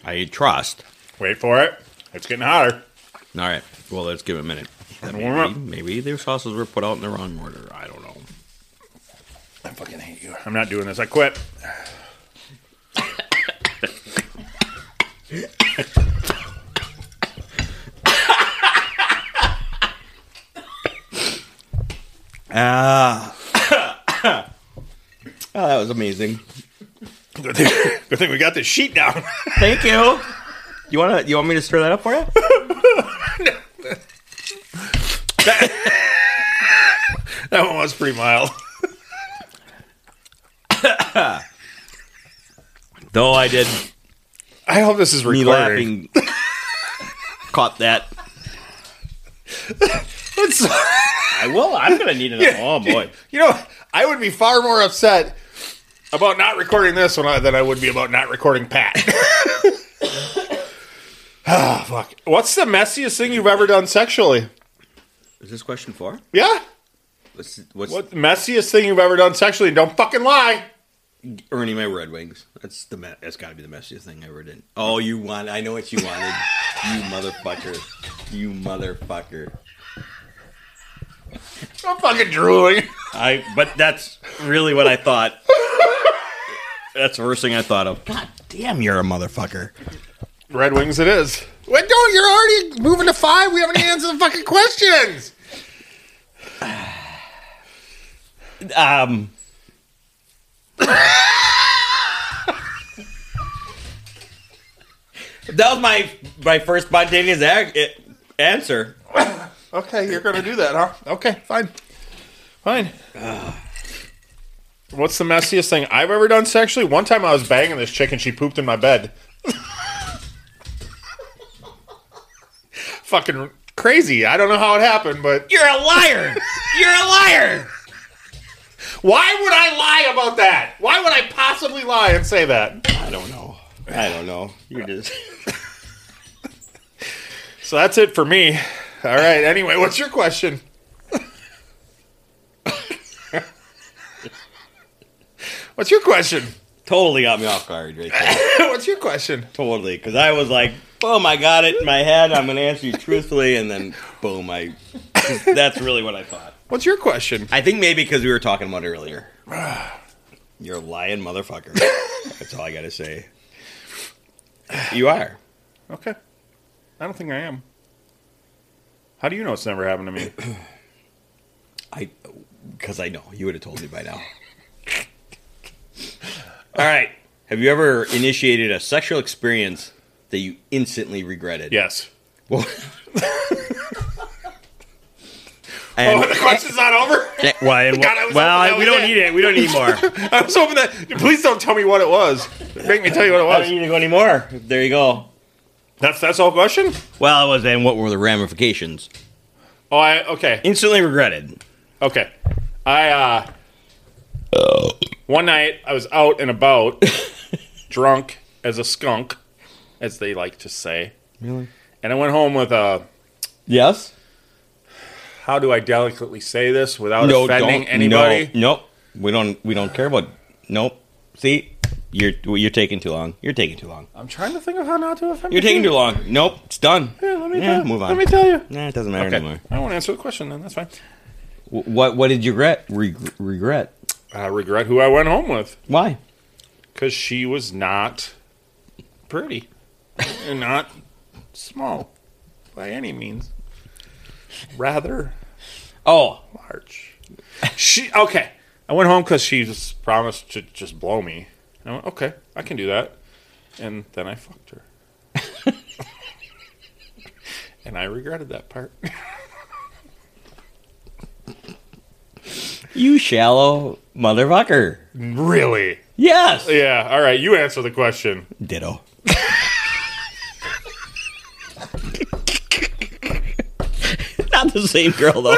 [SPEAKER 4] I trust.
[SPEAKER 3] Wait for it. It's getting hotter.
[SPEAKER 4] All right. Well, let's give it a minute.
[SPEAKER 3] Warm up.
[SPEAKER 4] Maybe, maybe their sauces were put out in the wrong order. I don't know.
[SPEAKER 3] I fucking hate you. I'm not doing this. I quit.
[SPEAKER 4] Ah. <coughs> oh, that was amazing.
[SPEAKER 3] Good thing, good thing we got this sheet down. <laughs>
[SPEAKER 4] Thank you. You wanna? You want me to stir that up for you?
[SPEAKER 3] that one was pretty mild.
[SPEAKER 4] Though I did.
[SPEAKER 3] <laughs> I hope this is
[SPEAKER 4] Me
[SPEAKER 3] recording.
[SPEAKER 4] laughing caught that. <laughs>
[SPEAKER 3] I'm sorry.
[SPEAKER 4] I will. I'm gonna need it. Oh boy.
[SPEAKER 3] You know, I would be far more upset about not recording this one than I would be about not recording Pat. <laughs> Ah, fuck. What's the messiest thing you've ever done sexually?
[SPEAKER 4] Is this question four?
[SPEAKER 3] Yeah.
[SPEAKER 4] What's, what's
[SPEAKER 3] What messiest thing you've ever done sexually? Don't fucking lie.
[SPEAKER 4] Ernie? My Red Wings. That's the. Me- that's got to be the messiest thing I ever did. Oh, you want? I know what you wanted. you motherfucker. You motherfucker.
[SPEAKER 3] I'm fucking drooling. <laughs>
[SPEAKER 4] I but that's really what I thought. that's the worst thing I thought of. God damn, you're a motherfucker.
[SPEAKER 3] Red Wings it is. Wait, don't. You're already moving to five. We haven't even answered the fucking questions.
[SPEAKER 4] Um That was my my first spontaneous ag- i- answer.
[SPEAKER 3] Okay, you're gonna do that, huh? Okay, fine, fine. What's the messiest thing I've ever done sexually? One time I was banging this chick and she pooped in my bed. <laughs> Fucking crazy. I don't know how it happened, but
[SPEAKER 4] You're a liar. You're a liar.
[SPEAKER 3] why would I lie about that? Why would I possibly lie and say that?
[SPEAKER 4] I don't know. I don't know. You're just
[SPEAKER 3] So that's it for me. All right. Anyway, what's your question? <laughs> what's your question?
[SPEAKER 4] totally got me off guard right there.
[SPEAKER 3] <laughs> what's your question?
[SPEAKER 4] Totally, because I was like, boom, I got it in my head. I'm gonna answer you truthfully, and then boom, I. That's really what I thought.
[SPEAKER 3] What's your question?
[SPEAKER 4] I think maybe because we were talking about it earlier. <sighs> You're a lying motherfucker. That's all I gotta say. You are.
[SPEAKER 3] Okay. I don't think I am. How do you know it's never happened to <coughs> me?
[SPEAKER 4] I, because I know you would have told me by now. All right. Have you ever initiated a sexual experience that you instantly regretted?
[SPEAKER 3] yes.
[SPEAKER 4] Well- and,
[SPEAKER 3] <laughs> Oh, <laughs> the question's not over? <laughs>
[SPEAKER 4] Eh, Well, and
[SPEAKER 3] God, I was
[SPEAKER 4] well,
[SPEAKER 3] hoping that
[SPEAKER 4] we
[SPEAKER 3] was
[SPEAKER 4] don't
[SPEAKER 3] it.
[SPEAKER 4] need it. We don't need
[SPEAKER 3] <laughs>
[SPEAKER 4] more. I
[SPEAKER 3] I was hoping that. Please don't tell me what it was. Make me tell you what it
[SPEAKER 4] don't
[SPEAKER 3] was.
[SPEAKER 4] need to go anymore. There you go.
[SPEAKER 3] That's that's the whole question?
[SPEAKER 4] Well, it was. And what were the ramifications?
[SPEAKER 3] Oh, I. Okay.
[SPEAKER 4] Instantly regretted.
[SPEAKER 3] Okay. I, uh. One night, I was out and <laughs> about, drunk as a skunk, as they like to say.
[SPEAKER 4] Really?
[SPEAKER 3] And I went home with a.
[SPEAKER 4] Yes.
[SPEAKER 3] How do I delicately say this without
[SPEAKER 4] No.
[SPEAKER 3] offending
[SPEAKER 4] Don't.
[SPEAKER 3] anybody?
[SPEAKER 4] No. Nope. We don't. We don't care about. Nope. See, you're you're taking too long. You're taking too long.
[SPEAKER 3] I'm trying to think of how not to offend
[SPEAKER 4] You're taking
[SPEAKER 3] people.
[SPEAKER 4] too long. Nope. It's done.
[SPEAKER 3] Yeah, let me
[SPEAKER 4] Yeah,
[SPEAKER 3] tell,
[SPEAKER 4] move on.
[SPEAKER 3] Let me tell you.
[SPEAKER 4] Nah, it doesn't matter
[SPEAKER 3] Okay.
[SPEAKER 4] anymore.
[SPEAKER 3] I won't answer the question then. That's fine.
[SPEAKER 4] Wh- What What did you regret? Reg- regret.
[SPEAKER 3] I regret who I went home with
[SPEAKER 4] Why?
[SPEAKER 3] because she was not pretty
[SPEAKER 4] <laughs>
[SPEAKER 3] and not small by any means. Rather
[SPEAKER 4] Oh.
[SPEAKER 3] large. She okay. I went home because she just promised to just blow me. And I went okay. I can do that. And then I fucked
[SPEAKER 4] <laughs>
[SPEAKER 3] her. and I regretted that part.
[SPEAKER 4] You shallow motherfucker.
[SPEAKER 3] really?
[SPEAKER 4] Yes.
[SPEAKER 3] Yeah. All right. You answer the question.
[SPEAKER 4] Ditto. <laughs> Not the same girl though.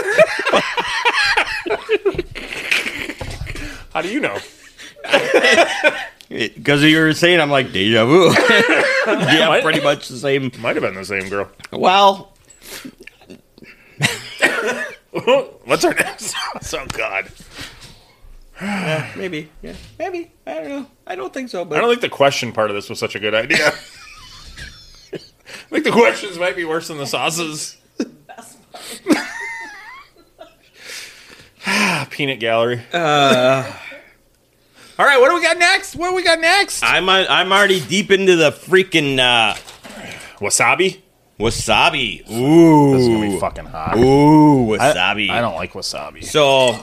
[SPEAKER 3] How do you know?
[SPEAKER 4] Because you were saying, I'm like deja <laughs> vu. yeah, pretty much the same.
[SPEAKER 3] Might have been the same girl.
[SPEAKER 4] Well,
[SPEAKER 3] What's her name? <laughs> oh God,
[SPEAKER 4] maybe, yeah, maybe. I don't know. I don't think so, but
[SPEAKER 3] I don't think the question part of this was such a good idea. <laughs> I think the questions might be worse than the sauces. <laughs> Ah, Peanut gallery. Uh, All right, what do we got next? What do we got next?
[SPEAKER 4] I'm uh, I'm already deep into the freaking uh,
[SPEAKER 3] Wasabi.
[SPEAKER 4] wasabi. Ooh,
[SPEAKER 3] This is gonna be fucking hot.
[SPEAKER 4] ooh, wasabi.
[SPEAKER 3] I don't like wasabi.
[SPEAKER 4] So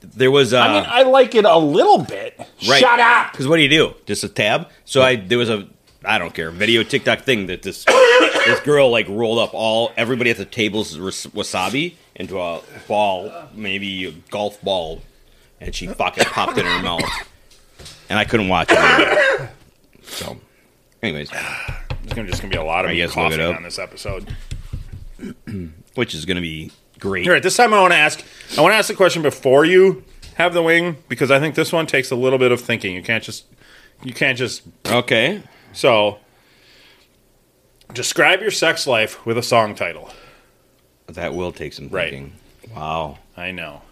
[SPEAKER 4] there was. Uh,
[SPEAKER 3] I mean, I like it a little bit.
[SPEAKER 4] Right.
[SPEAKER 3] Shut up.
[SPEAKER 4] Because what do you do? Just a tab. So I there was a I don't care video TikTok thing that this this girl like rolled up all everybody at the tables was- wasabi into a ball, maybe a golf ball, and she fucking popped it in her mouth, and I couldn't watch it. So, anyways,
[SPEAKER 3] There's gonna- just gonna be a lot of
[SPEAKER 4] I
[SPEAKER 3] me
[SPEAKER 4] guess look it
[SPEAKER 3] coughing
[SPEAKER 4] up.
[SPEAKER 3] on this episode.
[SPEAKER 4] which is gonna be great.
[SPEAKER 3] All right, this time I want to ask. I want to ask the question before you have the wing because I think this one takes a little bit of thinking. You can't just. You can't just.
[SPEAKER 4] Okay.
[SPEAKER 3] So. Describe your sex life with a song title.
[SPEAKER 4] That will take some
[SPEAKER 3] Right.
[SPEAKER 4] thinking. Wow.
[SPEAKER 3] I know.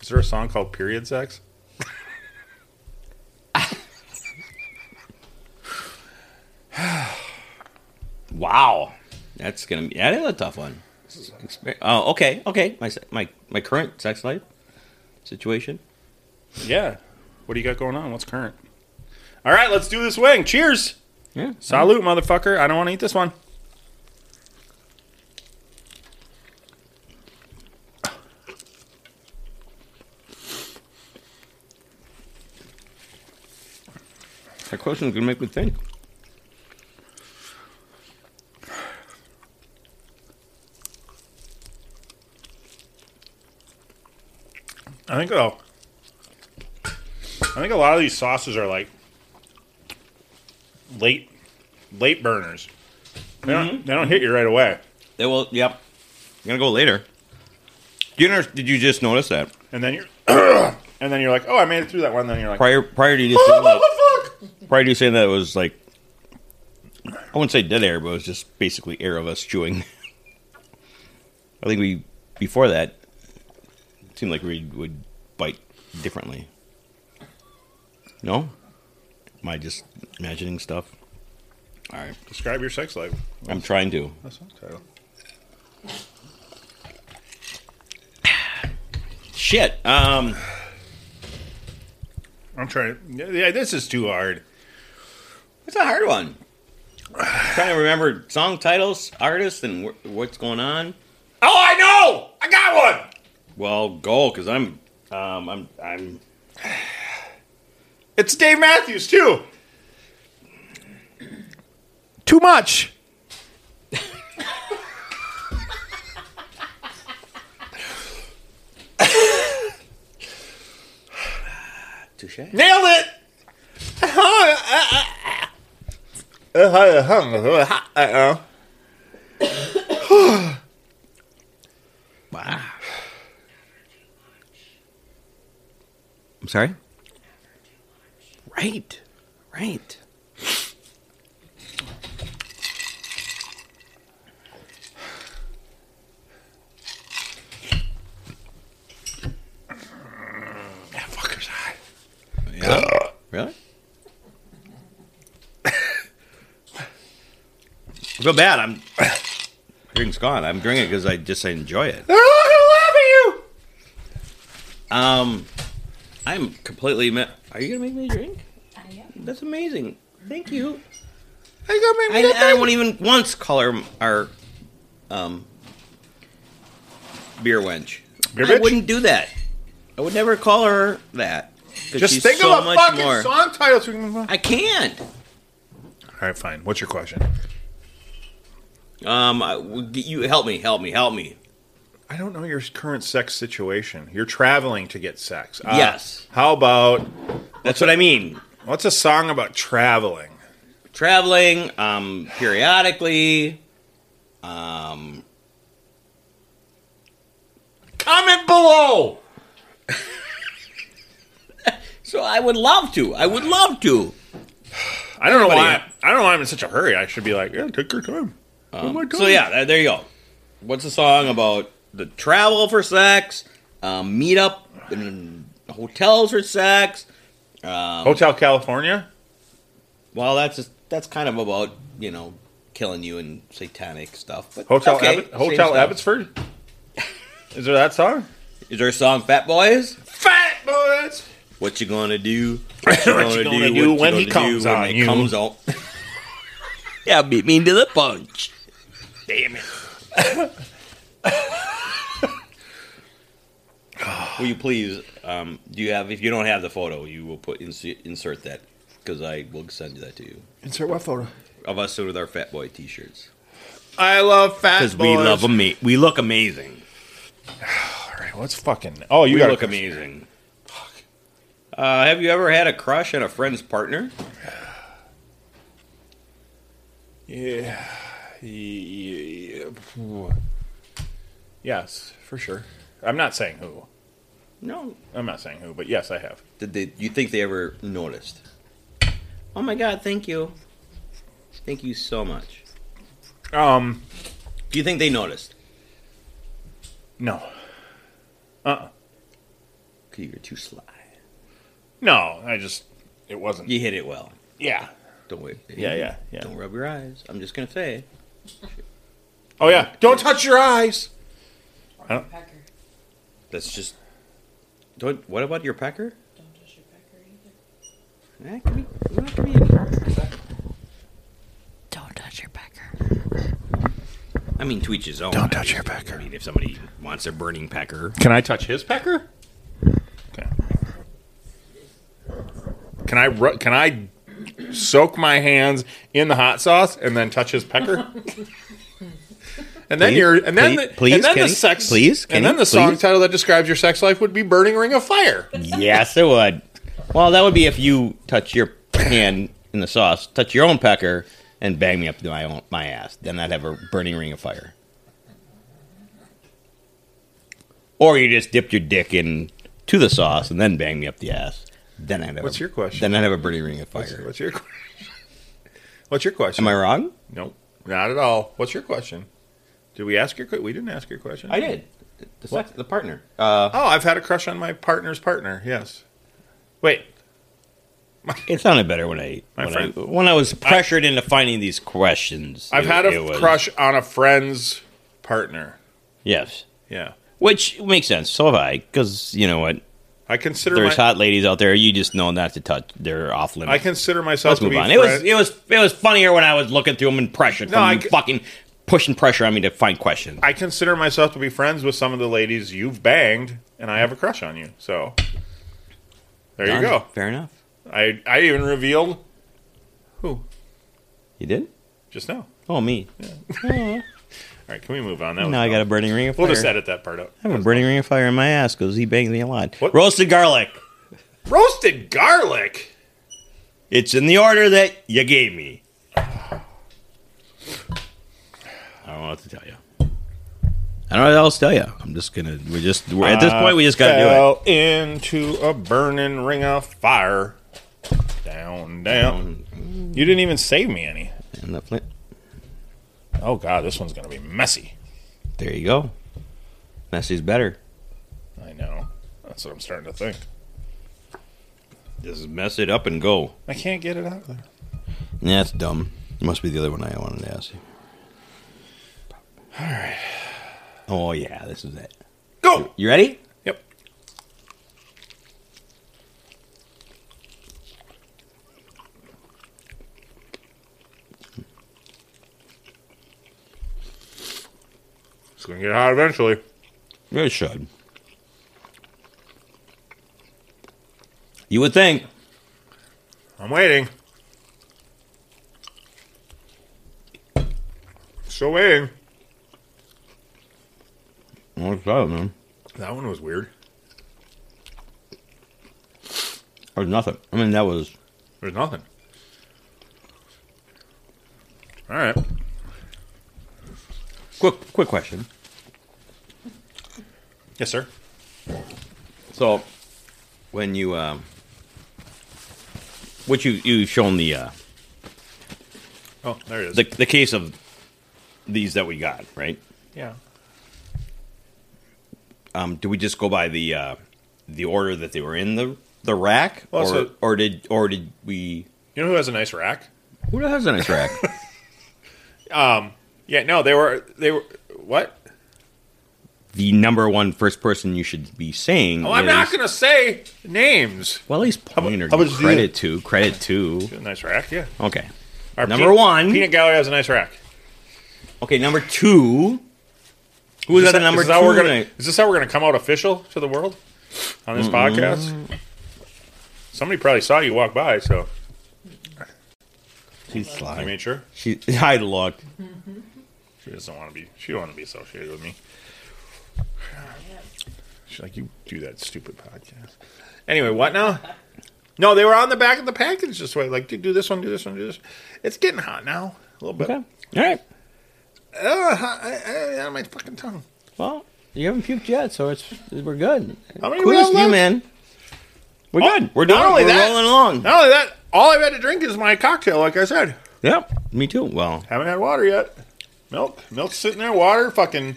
[SPEAKER 3] Is there a song called Period Sex?
[SPEAKER 4] Wow. That's gonna be that is a tough one. Exper- Oh, okay, okay. My se- my my current sex life situation.
[SPEAKER 3] Yeah. What do you got going on? What's current? All right, let's do this wing. Cheers.
[SPEAKER 4] Yeah.
[SPEAKER 3] Salute, motherfucker. I don't want to eat this one.
[SPEAKER 4] That question's gonna make me think.
[SPEAKER 3] I think though, I think a lot of these sauces are like late, late burners. They don't, they don't hit you right away,
[SPEAKER 4] They will. Yep. I'm gonna go later. Do you notice, did you just notice that
[SPEAKER 3] and <coughs> then you're, and then you're like, oh, I made it through that one. Then you're like,
[SPEAKER 4] prior prior to you just saying that, <laughs> prior to you saying that it was like I wouldn't say dead air, but it was just basically air of us chewing. <laughs> I think we before that it seemed like we would bite differently. No, am I just imagining stuff? All right,
[SPEAKER 3] describe your sex life.
[SPEAKER 4] I'm trying to.
[SPEAKER 3] That's the title.
[SPEAKER 4] Shit. Um.
[SPEAKER 3] I'm trying. Yeah, yeah, this is too hard.
[SPEAKER 4] It's a hard one. I'm trying to remember song titles, artists, and wh- what's going on.
[SPEAKER 3] Oh, I know. I got one.
[SPEAKER 4] Well, go because I'm, um, I'm, I'm.
[SPEAKER 3] It's Dave Matthews too. Too much.
[SPEAKER 4] Touche.
[SPEAKER 3] Nailed it! Uh-huh.
[SPEAKER 4] Wow. I'm sorry. Right, right.
[SPEAKER 3] That fucker's hot.
[SPEAKER 4] Yeah. really? I feel bad. I'm. my Drink's gone. I'm drinking because I just I enjoy it.
[SPEAKER 3] They're all gonna laugh at you!
[SPEAKER 4] Um, I'm completely. Me- Are you gonna make me a drink?
[SPEAKER 2] I am.
[SPEAKER 4] That's amazing. Thank you.
[SPEAKER 3] They gonna
[SPEAKER 4] I,
[SPEAKER 3] make me
[SPEAKER 4] I won't even once call her our um beer wench.
[SPEAKER 3] Beer
[SPEAKER 4] I
[SPEAKER 3] bitch?
[SPEAKER 4] wouldn't do that. I would never call her that. 'cause
[SPEAKER 3] Just
[SPEAKER 4] she's
[SPEAKER 3] think
[SPEAKER 4] so
[SPEAKER 3] of a
[SPEAKER 4] much
[SPEAKER 3] fucking
[SPEAKER 4] more.
[SPEAKER 3] song title so we can move on.
[SPEAKER 4] I can't.
[SPEAKER 3] Alright, fine. What's your question?
[SPEAKER 4] Um, I, would- you help me, help me, help me.
[SPEAKER 3] I don't know your current sex situation. You're traveling to get sex. Uh,
[SPEAKER 4] Yes.
[SPEAKER 3] How about
[SPEAKER 4] That's what I mean.
[SPEAKER 3] what's a song about traveling?
[SPEAKER 4] Traveling, um, periodically, um,
[SPEAKER 1] Comment below.
[SPEAKER 4] So I would love to. I would love to.
[SPEAKER 3] I don't know why.
[SPEAKER 4] Everybody-
[SPEAKER 3] I don't know why I'm in such a hurry. I should be like, yeah, take your time. oh my god.
[SPEAKER 4] So yeah, there- there you go. What's the song about the travel for sex, um, meet up in hotels for sex?
[SPEAKER 3] Hotel California.
[SPEAKER 4] Well, that's just, that's kind of about you know killing you and satanic stuff. But
[SPEAKER 3] Hotel
[SPEAKER 4] okay,
[SPEAKER 3] Abbott,
[SPEAKER 4] same
[SPEAKER 3] Hotel
[SPEAKER 4] stuff.
[SPEAKER 3] Abbotsford. Is there that song?
[SPEAKER 4] Is there a song Fat Boys?
[SPEAKER 3] <laughs> Fat boys.
[SPEAKER 4] What you
[SPEAKER 3] <laughs>
[SPEAKER 4] gonna do?
[SPEAKER 3] What you gonna do when he comes
[SPEAKER 4] when
[SPEAKER 3] on
[SPEAKER 4] he
[SPEAKER 3] you?
[SPEAKER 4] comes on? <laughs> yeah, beat me to the punch.
[SPEAKER 3] Damn it.
[SPEAKER 4] Will you please? Um, do you have? If you don't have the photo, you will put insert, insert that because I will send that to you
[SPEAKER 3] Insert what photo?
[SPEAKER 4] of us with our Fat Boy T-shirts
[SPEAKER 3] I love fat boys.
[SPEAKER 4] because we love them. We look amazing.
[SPEAKER 3] All right, let's fucking. Oh, you
[SPEAKER 4] we
[SPEAKER 3] gotta
[SPEAKER 4] look amazing. Uh, have you ever had a crush on a friend's partner?
[SPEAKER 3] Yeah. Yeah. Yes, for sure. I'm not saying who.
[SPEAKER 4] No.
[SPEAKER 3] I'm not saying who, but yes, I have.
[SPEAKER 4] Did they? You think they ever noticed? Oh my God! Thank you. Thank you so much.
[SPEAKER 3] Um,
[SPEAKER 4] Do you think they noticed?
[SPEAKER 3] no,
[SPEAKER 4] Cause you're too sly.
[SPEAKER 3] no. I just it wasn't.
[SPEAKER 4] You hit it well.
[SPEAKER 3] Yeah.
[SPEAKER 4] Don't wait.
[SPEAKER 3] Yeah, yeah, yeah.
[SPEAKER 4] Don't rub your eyes. I'm just gonna say.
[SPEAKER 3] Oh yeah. Don't touch your eyes.
[SPEAKER 2] Or pecker.
[SPEAKER 4] That's just. Don't. What about your Eh, pecker?
[SPEAKER 2] Don't touch your pecker either.
[SPEAKER 4] That could be. That could be any-
[SPEAKER 2] Don't touch your pecker.
[SPEAKER 4] I mean, to each his own.
[SPEAKER 3] Don't touch your
[SPEAKER 4] obviously.
[SPEAKER 3] pecker.
[SPEAKER 4] I mean, if somebody wants a burning pecker,
[SPEAKER 3] Can I touch his pecker? Okay. Can I ru- can I soak my hands in the hot sauce and then touch his pecker? <laughs> And then
[SPEAKER 4] Please,
[SPEAKER 3] your and then
[SPEAKER 4] please,
[SPEAKER 3] the,
[SPEAKER 4] please,
[SPEAKER 3] and then
[SPEAKER 4] Kenny,
[SPEAKER 3] the sex
[SPEAKER 4] please,
[SPEAKER 3] and then
[SPEAKER 4] Kenny,
[SPEAKER 3] the song
[SPEAKER 4] please.
[SPEAKER 3] title that describes your sex life would be "Burning Ring of Fire."
[SPEAKER 4] yes, it would. Well, that would be if you touch your hand in the sauce, touch your own pecker, and bang me up to my own my ass. Then I'd have a burning ring of fire. Or you just dipped your dick in to the sauce and then bang me up the ass. Then I'd have
[SPEAKER 3] What's
[SPEAKER 4] a,
[SPEAKER 3] your question?
[SPEAKER 4] Then I'd have a burning ring of fire.
[SPEAKER 3] What's your What's your question?
[SPEAKER 4] Am I wrong?
[SPEAKER 3] Nope, not at all. What's your question? Did we ask your question? We didn't ask your question.
[SPEAKER 4] did. The, sex, the partner.
[SPEAKER 3] Oh, I've had a crush on my partner's partner. Yes. Wait,
[SPEAKER 4] It sounded better when I
[SPEAKER 3] My
[SPEAKER 4] when,
[SPEAKER 3] friend.
[SPEAKER 4] I, when I was pressured into finding these questions.
[SPEAKER 3] I've
[SPEAKER 4] it-
[SPEAKER 3] had
[SPEAKER 4] it
[SPEAKER 3] a
[SPEAKER 4] was-
[SPEAKER 3] crush on a friend's partner.
[SPEAKER 4] Yes,
[SPEAKER 3] Yeah,
[SPEAKER 4] which makes sense. So have I, because you know what?
[SPEAKER 3] I consider
[SPEAKER 4] There's
[SPEAKER 3] my,
[SPEAKER 4] hot ladies out there. You just know not to touch. They're off limits.
[SPEAKER 3] I consider myself
[SPEAKER 4] Let's
[SPEAKER 3] to
[SPEAKER 4] move
[SPEAKER 3] be.
[SPEAKER 4] on.
[SPEAKER 3] Friend-
[SPEAKER 4] It was it was it was funnier when I was looking through them and pressured.
[SPEAKER 3] No,
[SPEAKER 4] No,
[SPEAKER 3] I
[SPEAKER 4] I
[SPEAKER 3] c-
[SPEAKER 4] fucking pushing pressure on me to find questions.
[SPEAKER 3] I consider myself to be friends with some of the ladies you've banged, and I have a crush on you. So there you go.
[SPEAKER 4] Fair enough.
[SPEAKER 3] I I even revealed who
[SPEAKER 4] You did.
[SPEAKER 3] just now.
[SPEAKER 4] Oh me.
[SPEAKER 3] All right, can we move on? That was
[SPEAKER 4] Now I
[SPEAKER 3] dumb.
[SPEAKER 4] got a burning ring of fire.
[SPEAKER 3] We'll just edit that part out.
[SPEAKER 4] I have a burning ring of fire in my ass because he banged me a lot.
[SPEAKER 3] What?
[SPEAKER 4] Roasted garlic.
[SPEAKER 3] Roasted garlic.
[SPEAKER 4] It's in the order that you gave me. I don't know what to tell you. I don't know what else to tell you. I'm just gonna. We're just. We're, at this point, we just gotta do it.
[SPEAKER 3] Fell into a burning ring of fire. Down, down.
[SPEAKER 4] Mm.
[SPEAKER 3] You didn't even save me any.
[SPEAKER 4] And the flint.
[SPEAKER 3] Oh god, this one's gonna be messy.
[SPEAKER 4] There you go. Messy's better.
[SPEAKER 3] I know. That's what I'm starting to think.
[SPEAKER 4] Just mess it up and go.
[SPEAKER 3] I can't get it out there.
[SPEAKER 4] Yeah, that's dumb. It must be the other one I wanted to ask you. All right. Oh yeah, this is it.
[SPEAKER 3] Go.
[SPEAKER 4] You ready?
[SPEAKER 3] Yep. It's gonna get hot eventually.
[SPEAKER 4] It should. You would think.
[SPEAKER 3] I'm waiting. Still waiting.
[SPEAKER 4] What's up, man?
[SPEAKER 3] That one was weird.
[SPEAKER 4] That was nothing. I mean, that was
[SPEAKER 3] There's nothing. All right.
[SPEAKER 4] quick. Quick question:
[SPEAKER 3] Yes, sir.
[SPEAKER 4] So when you um what you you've shown the uh
[SPEAKER 3] Oh, there it is.
[SPEAKER 4] the, the case of these that we got, right?
[SPEAKER 3] yeah.
[SPEAKER 4] Um do we just go by the uh the order that they were in the the rack
[SPEAKER 3] Well,
[SPEAKER 4] or
[SPEAKER 3] so-
[SPEAKER 4] or did or did we
[SPEAKER 3] You know who has a nice rack?
[SPEAKER 4] Who has a nice rack?
[SPEAKER 3] Yeah, no, they were they were what?
[SPEAKER 4] <laughs> the number one first person you should be saying
[SPEAKER 3] Oh, I'm
[SPEAKER 4] is-
[SPEAKER 3] not gonna say names.
[SPEAKER 4] well, at least point or
[SPEAKER 3] how much do you-
[SPEAKER 4] credit to credit to.
[SPEAKER 3] A nice rack, yeah.
[SPEAKER 4] Okay,
[SPEAKER 3] Our
[SPEAKER 4] Number
[SPEAKER 3] Pe-
[SPEAKER 4] one.
[SPEAKER 3] Peanut Gallery has a nice rack.
[SPEAKER 4] okay. Number two, who was
[SPEAKER 3] Is
[SPEAKER 4] at the
[SPEAKER 3] that-
[SPEAKER 4] number
[SPEAKER 3] is
[SPEAKER 4] two? Mm-hmm.
[SPEAKER 3] that how we're gonna-
[SPEAKER 4] tonight?
[SPEAKER 3] is this how we're going to come out official to the world on this podcast? Somebody probably saw you walk by, so
[SPEAKER 4] She's
[SPEAKER 3] I
[SPEAKER 4] sly.
[SPEAKER 3] made sure
[SPEAKER 4] She, <laughs> I looked.
[SPEAKER 3] she doesn't want to be. She don't want to be associated with me. She's like, you do that stupid podcast. Anyway, what now? No, they were on the back of the package this way. Like, dude, do this one, do this one, do this. It's getting hot now, a little bit.
[SPEAKER 4] Okay. All right.
[SPEAKER 3] Uh, hot, I, I, out of my fucking tongue.
[SPEAKER 4] Well, you haven't puked yet, so it's we're good.
[SPEAKER 3] How many we
[SPEAKER 4] Kudos
[SPEAKER 3] got
[SPEAKER 4] to you,
[SPEAKER 3] left?
[SPEAKER 4] man. We're
[SPEAKER 3] Oh,
[SPEAKER 4] good. We're
[SPEAKER 3] not
[SPEAKER 4] doing.
[SPEAKER 3] only
[SPEAKER 4] We're
[SPEAKER 3] that-
[SPEAKER 4] rolling along.
[SPEAKER 3] Not only that, all I've had to drink is my cocktail. Like I said,
[SPEAKER 4] Yep. Me too. Well,
[SPEAKER 3] Haven't had water yet. Milk. Milk's sitting there. Water. Fucking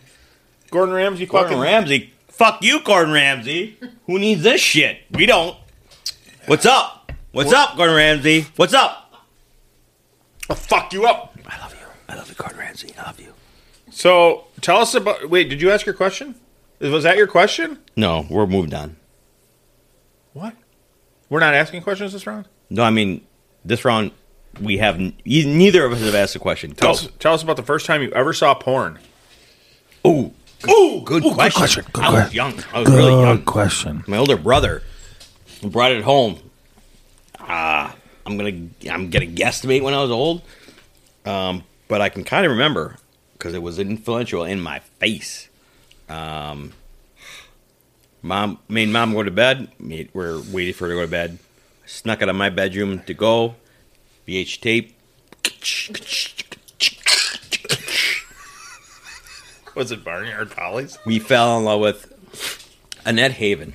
[SPEAKER 3] Gordon Ramsay.
[SPEAKER 4] Gordon
[SPEAKER 3] fucking
[SPEAKER 4] Ramsay. Fuck you, Gordon Ramsay. Who needs this shit? We don't. What's up? What's up, Gordon Ramsay? What's up?
[SPEAKER 3] I'll fuck you up.
[SPEAKER 4] I love you. I love you, Gordon Ramsay. I love you.
[SPEAKER 3] So tell us about. Wait, did you ask your question? Was that your question?
[SPEAKER 4] No, we're moved on.
[SPEAKER 3] What? We're not asking questions this round.
[SPEAKER 4] No, I mean this round we have n- e- neither of us have asked a question.
[SPEAKER 3] Tell,
[SPEAKER 4] Go.
[SPEAKER 3] us, tell us about the first time you ever saw porn.
[SPEAKER 4] Ooh,
[SPEAKER 3] Ooh,
[SPEAKER 4] good question.
[SPEAKER 1] question, good
[SPEAKER 4] I was
[SPEAKER 1] question.
[SPEAKER 4] young. I was really young.
[SPEAKER 1] question.
[SPEAKER 4] My older brother brought it home. Uh, I'm gonna I'm gonna guesstimate when I was old, um, but I can kind of remember because it was influential in my face. Um, mom made mom go to bed. Made, we're waiting for her to go to bed. Snuck out of my bedroom to go. VH tape.
[SPEAKER 3] Was it Barnyard Polly's?
[SPEAKER 4] We fell in love with Annette Haven.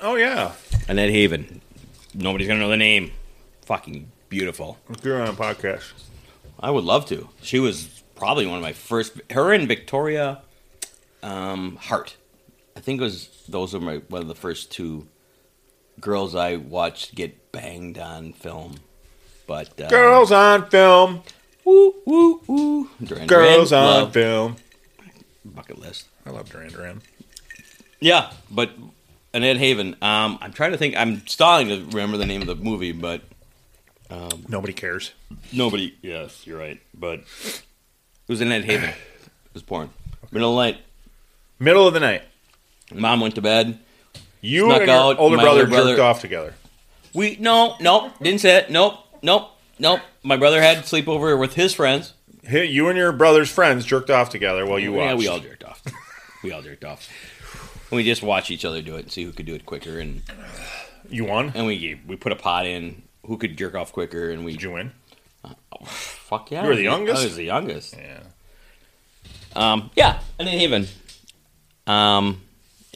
[SPEAKER 3] Oh yeah,
[SPEAKER 4] Annette Haven. Nobody's gonna know the name. Fucking beautiful.
[SPEAKER 3] we are on a podcast.
[SPEAKER 4] I would love to. She was probably one of my first. Her and Victoria um, Hart. I think it was those were my one of the first two girls I watched get banged on film. But uh,
[SPEAKER 3] Girls on film.
[SPEAKER 4] woo, woo, woo. Duran Duran,
[SPEAKER 3] Girls on
[SPEAKER 4] love,
[SPEAKER 3] film.
[SPEAKER 4] bucket list.
[SPEAKER 3] I love Duran Duran.
[SPEAKER 4] Yeah, but Annette Haven. Um, I'm trying to think. I'm stalling to remember the name of the movie, but
[SPEAKER 3] Nobody cares.
[SPEAKER 4] Nobody. Yes, you're right. But it was in Ed Haven. It was porn. Middle of the night.
[SPEAKER 3] Middle of the night.
[SPEAKER 4] Mom went to bed.
[SPEAKER 3] You
[SPEAKER 4] Snuck
[SPEAKER 3] and your
[SPEAKER 4] out,
[SPEAKER 3] older
[SPEAKER 4] my
[SPEAKER 3] brother,
[SPEAKER 4] older brother-
[SPEAKER 3] jerked off together.
[SPEAKER 4] We no, nope, didn't say it. Nope, nope, nope. My brother had sleepover with his friends.
[SPEAKER 3] Hey, You and your brother's friends jerked off together while you watched.
[SPEAKER 4] Yeah, we all jerked <laughs> off. we all jerked off. And we just watched each other do it and see who could do it quicker. And
[SPEAKER 3] You won?
[SPEAKER 4] and we we put a pot in who could jerk off quicker. And we
[SPEAKER 3] Did you win?
[SPEAKER 4] fuck yeah.
[SPEAKER 3] You were the
[SPEAKER 4] I was-
[SPEAKER 3] youngest?
[SPEAKER 4] I was the youngest.
[SPEAKER 3] Yeah.
[SPEAKER 4] Um, yeah, and then Haven. Um,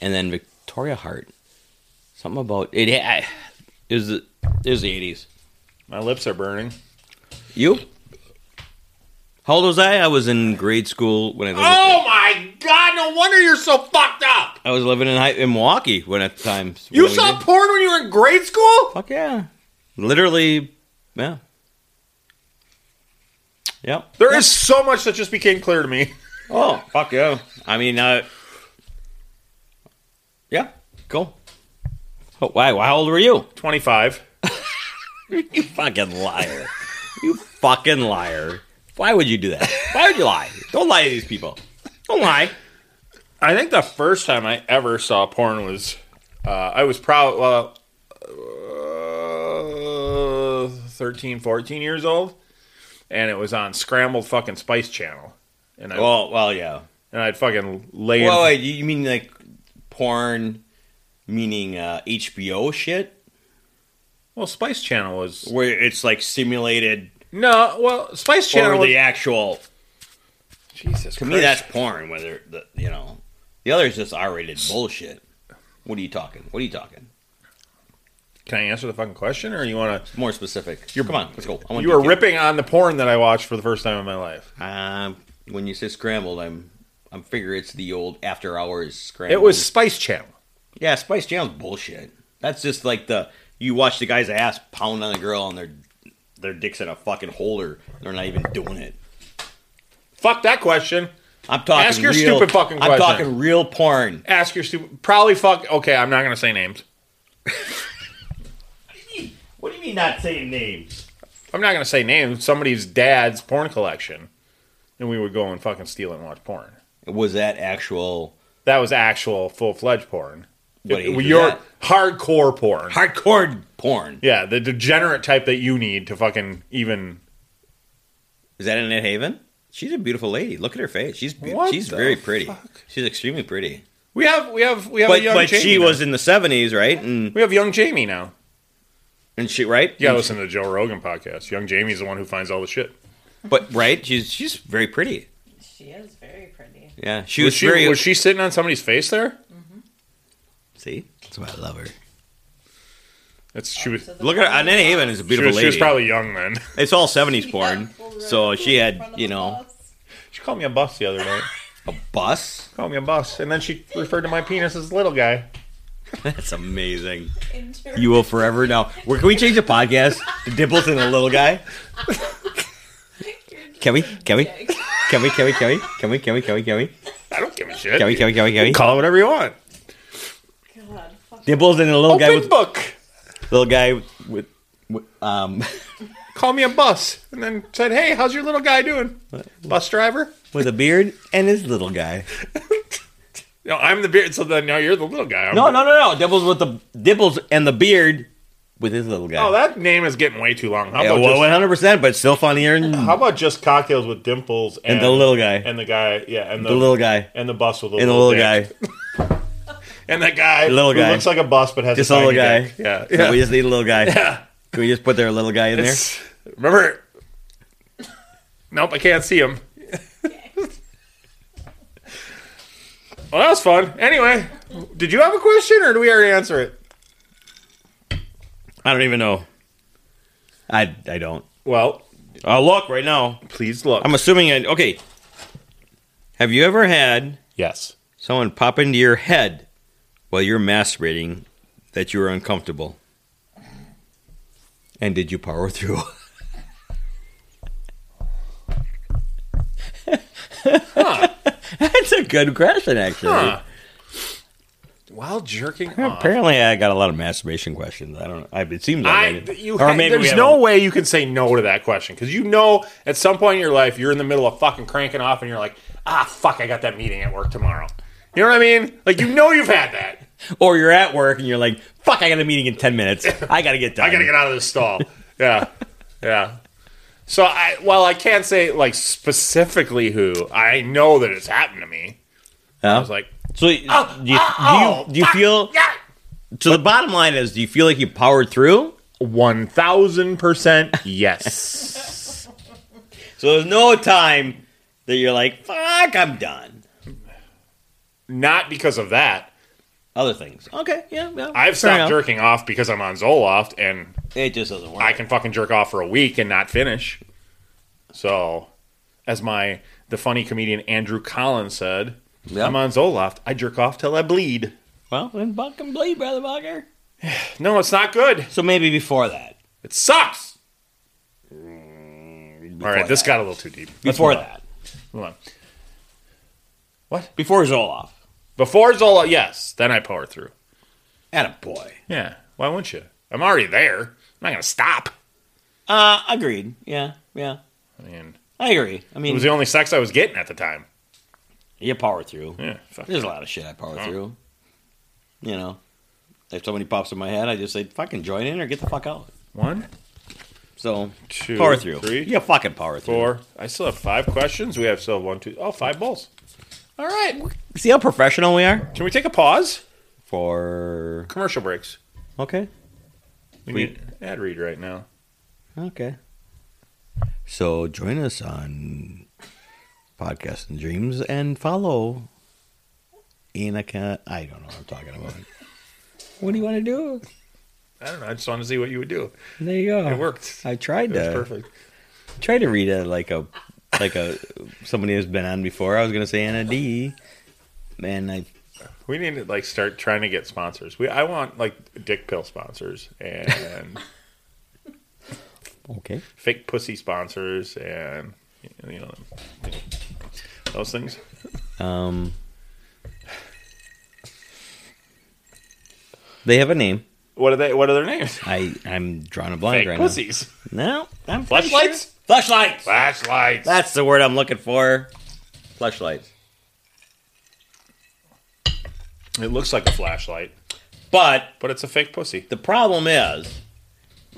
[SPEAKER 4] and then Victoria Hart. Something about it. I, it was the it was the eighties.
[SPEAKER 3] My lips are burning.
[SPEAKER 4] You? How old was I? I was in grade school when I lived.
[SPEAKER 3] Oh my god, no wonder you're so fucked up.
[SPEAKER 4] I was living in, Hi- in Milwaukee when at times.
[SPEAKER 3] You
[SPEAKER 4] when we
[SPEAKER 3] saw
[SPEAKER 4] did-
[SPEAKER 3] porn when you were in grade school?
[SPEAKER 4] Fuck yeah! Literally, yeah. Yep.
[SPEAKER 3] There is so much that just became clear to me.
[SPEAKER 4] Oh fuck yeah! I mean, uh, yeah, cool. Oh, why? How old were you? <laughs>
[SPEAKER 3] 25.
[SPEAKER 4] You fucking liar. You fucking liar. Why would you do that? Why would you lie? Don't lie to these people. Don't lie.
[SPEAKER 3] I think the first time I ever saw porn was uh, I was probably uh, 13, 14 years old, and it was on Scrambled fucking Spice Channel. And I
[SPEAKER 4] Well, well, yeah.
[SPEAKER 3] and I'd fucking lay in
[SPEAKER 4] Well, wait, you you mean like porn, meaning uh, HBO shit,
[SPEAKER 3] Well, Spice Channel was
[SPEAKER 4] where it's like simulated
[SPEAKER 3] no. Well, Spice Channel.
[SPEAKER 4] or the
[SPEAKER 3] was,
[SPEAKER 4] actual.
[SPEAKER 3] Jesus,
[SPEAKER 4] To me, that's porn. Whether the you know, The other is just R-rated bullshit. What are you talking? What are you talking?
[SPEAKER 3] Can I answer the fucking question, or you want to?
[SPEAKER 4] More specific. Come on, let's go. I want
[SPEAKER 3] You were
[SPEAKER 4] detail.
[SPEAKER 3] ripping on the porn that I watched for the first time in my life.
[SPEAKER 4] Um, when you say scrambled, I'm I'm figure it's the old after hours scrambled.
[SPEAKER 3] It was Spice Channel.
[SPEAKER 4] yeah, Spice Channel's bullshit. That's just like the you watch the guy's ass pound on a girl and their their dick's in a fucking holder. They're not even doing it.
[SPEAKER 3] Fuck that question.
[SPEAKER 4] I'm talking.
[SPEAKER 3] Ask your
[SPEAKER 4] real-
[SPEAKER 3] stupid fucking
[SPEAKER 4] I'm
[SPEAKER 3] question.
[SPEAKER 4] talking real porn.
[SPEAKER 3] Ask your stupid. Probably fuck. Okay, I'm not gonna say names.
[SPEAKER 4] What do you mean not saying names?
[SPEAKER 3] I'm not gonna say names. Somebody's dad's porn collection, and we would go and fucking steal and watch porn.
[SPEAKER 4] Was that actual
[SPEAKER 3] That was actual full fledged porn.
[SPEAKER 4] What age was
[SPEAKER 3] Your
[SPEAKER 4] that?
[SPEAKER 3] hardcore porn.
[SPEAKER 4] hardcore porn?
[SPEAKER 3] Yeah, the degenerate type that you need to fucking even.
[SPEAKER 4] Is that in Net Haven? She's a beautiful lady. Look at her face. She's be-
[SPEAKER 3] What
[SPEAKER 4] she's
[SPEAKER 3] the
[SPEAKER 4] very pretty.
[SPEAKER 3] fuck?
[SPEAKER 4] She's extremely pretty.
[SPEAKER 3] We have we have we have a
[SPEAKER 4] But
[SPEAKER 3] young
[SPEAKER 4] but
[SPEAKER 3] Jamie
[SPEAKER 4] she
[SPEAKER 3] now.
[SPEAKER 4] was in the seventies, right? And
[SPEAKER 3] we have young Jamie now.
[SPEAKER 4] and she right?
[SPEAKER 3] You gotta listen to the Joe Rogan podcast. Young Jamie's the one who finds all the shit.
[SPEAKER 4] But right, she's she's very pretty.
[SPEAKER 1] She is very pretty.
[SPEAKER 4] Yeah, she was,
[SPEAKER 3] Was she
[SPEAKER 4] very.
[SPEAKER 3] was she sitting on somebody's face there?
[SPEAKER 4] see, that's why I love her.
[SPEAKER 3] That's she was.
[SPEAKER 1] So the
[SPEAKER 4] Look at her.
[SPEAKER 1] problem
[SPEAKER 4] Anna Haven is a
[SPEAKER 3] She
[SPEAKER 4] beautiful
[SPEAKER 3] was, she
[SPEAKER 4] lady.
[SPEAKER 3] was probably young then.
[SPEAKER 4] it's all seventies porn,
[SPEAKER 1] Yeah, we're
[SPEAKER 4] so
[SPEAKER 1] right
[SPEAKER 4] she
[SPEAKER 1] in
[SPEAKER 4] had
[SPEAKER 1] front of
[SPEAKER 4] you
[SPEAKER 1] the
[SPEAKER 4] know
[SPEAKER 1] bus.
[SPEAKER 3] <laughs> She called me a bus the other night.
[SPEAKER 4] a bus.
[SPEAKER 3] <laughs>
[SPEAKER 4] <laughs>
[SPEAKER 3] called me a bus, and then she referred to my penis as little guy.
[SPEAKER 4] That's amazing.
[SPEAKER 1] In Germany.
[SPEAKER 4] You will forever know. Where can we change the podcast to Dimples and the Little Guy? Can we? Can
[SPEAKER 1] <laughs>
[SPEAKER 4] we? Can we? Can we? Can we? Can we? Can we? Can we? Can we?
[SPEAKER 3] I don't give a shit.
[SPEAKER 4] Can we? Can we? Can we? Can we?
[SPEAKER 3] Call it whatever you want.
[SPEAKER 1] God, fuck.
[SPEAKER 4] Dimples and the little guy
[SPEAKER 3] Open
[SPEAKER 4] with
[SPEAKER 3] book.
[SPEAKER 4] little guy with, with um. <laughs>
[SPEAKER 3] Call me a bus, and then said, "Hey, how's your little guy doing? Bus driver."
[SPEAKER 4] with a beard and his little guy.
[SPEAKER 3] No, I'm the beard. So then now you're the little guy. I'm
[SPEAKER 4] No, no, no, no. Dibbles with the Dibbles and the beard with his little guy.
[SPEAKER 3] Oh, that name is getting way too long. How
[SPEAKER 4] yeah,
[SPEAKER 3] about
[SPEAKER 4] well,
[SPEAKER 3] just,
[SPEAKER 4] one hundred percent, but still funnier. than
[SPEAKER 3] how about just cocktails with dimples and,
[SPEAKER 4] the little guy.
[SPEAKER 3] and the guy? Yeah, and the,
[SPEAKER 4] the little guy
[SPEAKER 3] and the bus with the
[SPEAKER 4] and the
[SPEAKER 3] little,
[SPEAKER 4] little
[SPEAKER 3] dick.
[SPEAKER 4] guy.
[SPEAKER 3] and that guy
[SPEAKER 4] little
[SPEAKER 3] who
[SPEAKER 4] guy.
[SPEAKER 3] looks like a bus but has
[SPEAKER 4] <laughs> Just
[SPEAKER 3] a
[SPEAKER 4] a little
[SPEAKER 3] tiny
[SPEAKER 4] guy.
[SPEAKER 3] dick. Yeah,
[SPEAKER 4] So
[SPEAKER 3] yeah.
[SPEAKER 4] we just need a little guy. Can we just put their little guy in there?
[SPEAKER 3] It's- Remember? nope, I can't see him. well, that was fun. Anyway, did you have a question or do we already answer it?
[SPEAKER 4] I don't even know. I I don't.
[SPEAKER 3] Well,
[SPEAKER 4] Oh look right now.
[SPEAKER 3] please look.
[SPEAKER 4] I'm assuming. I, okay. Have you ever had
[SPEAKER 3] yes.
[SPEAKER 4] someone pop into your head while you're masturbating that you were uncomfortable? And did you power through? <laughs> That's a good question, actually.
[SPEAKER 3] Huh. While jerking off.
[SPEAKER 4] Apparently, I got a lot of masturbation questions. I don't. I, it seems
[SPEAKER 3] I,
[SPEAKER 4] like I,
[SPEAKER 3] you ha- there's
[SPEAKER 4] have
[SPEAKER 3] no
[SPEAKER 4] a-
[SPEAKER 3] way you can say no to that question because you know at some point in your life you're in the middle of fucking cranking off and you're like, ah, fuck, I got that meeting at work tomorrow. You know what I mean? Like you know you've had that.
[SPEAKER 4] or you're at work and you're like, "Fuck! I got a meeting in ten minutes. I gotta get
[SPEAKER 3] <laughs>
[SPEAKER 4] done.
[SPEAKER 3] I gotta get out of this stall. Yeah, yeah. So I, while I can't say like specifically who, I know that it's happened to me.
[SPEAKER 4] Huh?
[SPEAKER 3] I was like,
[SPEAKER 4] so, you- do, you,
[SPEAKER 3] oh,
[SPEAKER 4] do you do you feel?
[SPEAKER 3] yeah,
[SPEAKER 4] So the bottom line is, do you feel like you powered through?
[SPEAKER 3] one thousand percent yes.
[SPEAKER 4] So there's no time that you're like, "Fuck! I'm done."
[SPEAKER 3] Not because of that.
[SPEAKER 4] Other things. Okay. Yeah. yeah
[SPEAKER 3] I've
[SPEAKER 4] fair
[SPEAKER 3] stopped
[SPEAKER 4] enough.
[SPEAKER 3] jerking off because I'm on Zoloft and
[SPEAKER 4] It just doesn't work.
[SPEAKER 3] I can fucking jerk off for a week and not finish. So, as my the funny comedian Andrew Collins said,
[SPEAKER 4] Yeah.
[SPEAKER 3] I'm on Zoloft. I jerk off till I bleed.
[SPEAKER 4] well, then fuck and bleed, brother bugger.
[SPEAKER 3] No, it's not good.
[SPEAKER 4] So maybe before that.
[SPEAKER 3] It sucks.
[SPEAKER 4] Before
[SPEAKER 3] All right, this
[SPEAKER 4] that.
[SPEAKER 3] got a little too deep. Let's
[SPEAKER 4] Before
[SPEAKER 3] move on.
[SPEAKER 4] that.
[SPEAKER 3] Move on.
[SPEAKER 4] Before Zoloff.
[SPEAKER 3] Before Zola, yes. Then I power through.
[SPEAKER 4] At a boy.
[SPEAKER 3] Yeah. Why wouldn't you? I'm already there. I'm not gonna stop.
[SPEAKER 4] Uh, agreed. Yeah. Yeah.
[SPEAKER 3] I mean,
[SPEAKER 4] I agree. I
[SPEAKER 3] it
[SPEAKER 4] mean,
[SPEAKER 3] was the only sex I was getting at the time.
[SPEAKER 4] you power through.
[SPEAKER 3] Yeah. Uh-huh. Fuck.
[SPEAKER 4] There's a lot of shit I power through. You know, if somebody pops in my head, I just say, fucking join in or get the fuck out.
[SPEAKER 3] One,
[SPEAKER 4] So,
[SPEAKER 3] two,
[SPEAKER 4] power through.
[SPEAKER 3] three,
[SPEAKER 4] Yeah, fucking power through.
[SPEAKER 3] four. I still have five questions. We have still one, two, oh, five bowls. All right.
[SPEAKER 4] See how professional we are?
[SPEAKER 3] Can we take a pause?
[SPEAKER 4] For.
[SPEAKER 3] Commercial breaks.
[SPEAKER 4] Okay.
[SPEAKER 3] We
[SPEAKER 4] We-
[SPEAKER 3] need ad read right now.
[SPEAKER 4] Okay. So, join us on Podcast and Dreams and follow Anaconda. I don't know what I'm talking about. what do you want to do?
[SPEAKER 3] I don't know. I just wanted to see what you would do.
[SPEAKER 4] There you go.
[SPEAKER 3] It worked.
[SPEAKER 4] I tried
[SPEAKER 3] It was
[SPEAKER 4] to
[SPEAKER 3] perfect.
[SPEAKER 4] tried to read a like a like a somebody who's been on before. I was gonna say Anna D. Man, I
[SPEAKER 3] We need to like start trying to get sponsors. We I want like dick pill sponsors and
[SPEAKER 4] okay.
[SPEAKER 3] fake pussy sponsors and you know, you know those things.
[SPEAKER 4] Um, they have a name.
[SPEAKER 3] What are they? What are their names?
[SPEAKER 4] I I'm drawing a blind
[SPEAKER 3] Fake
[SPEAKER 4] right
[SPEAKER 3] pussies.
[SPEAKER 4] now. No, I'm pretty
[SPEAKER 3] Flashlights.
[SPEAKER 4] sure- Flashlights.
[SPEAKER 3] Flashlights.
[SPEAKER 4] That's the word I'm looking for. Flashlights.
[SPEAKER 3] It looks like a flashlight,
[SPEAKER 4] But
[SPEAKER 3] but it's a fake pussy.
[SPEAKER 4] the problem is,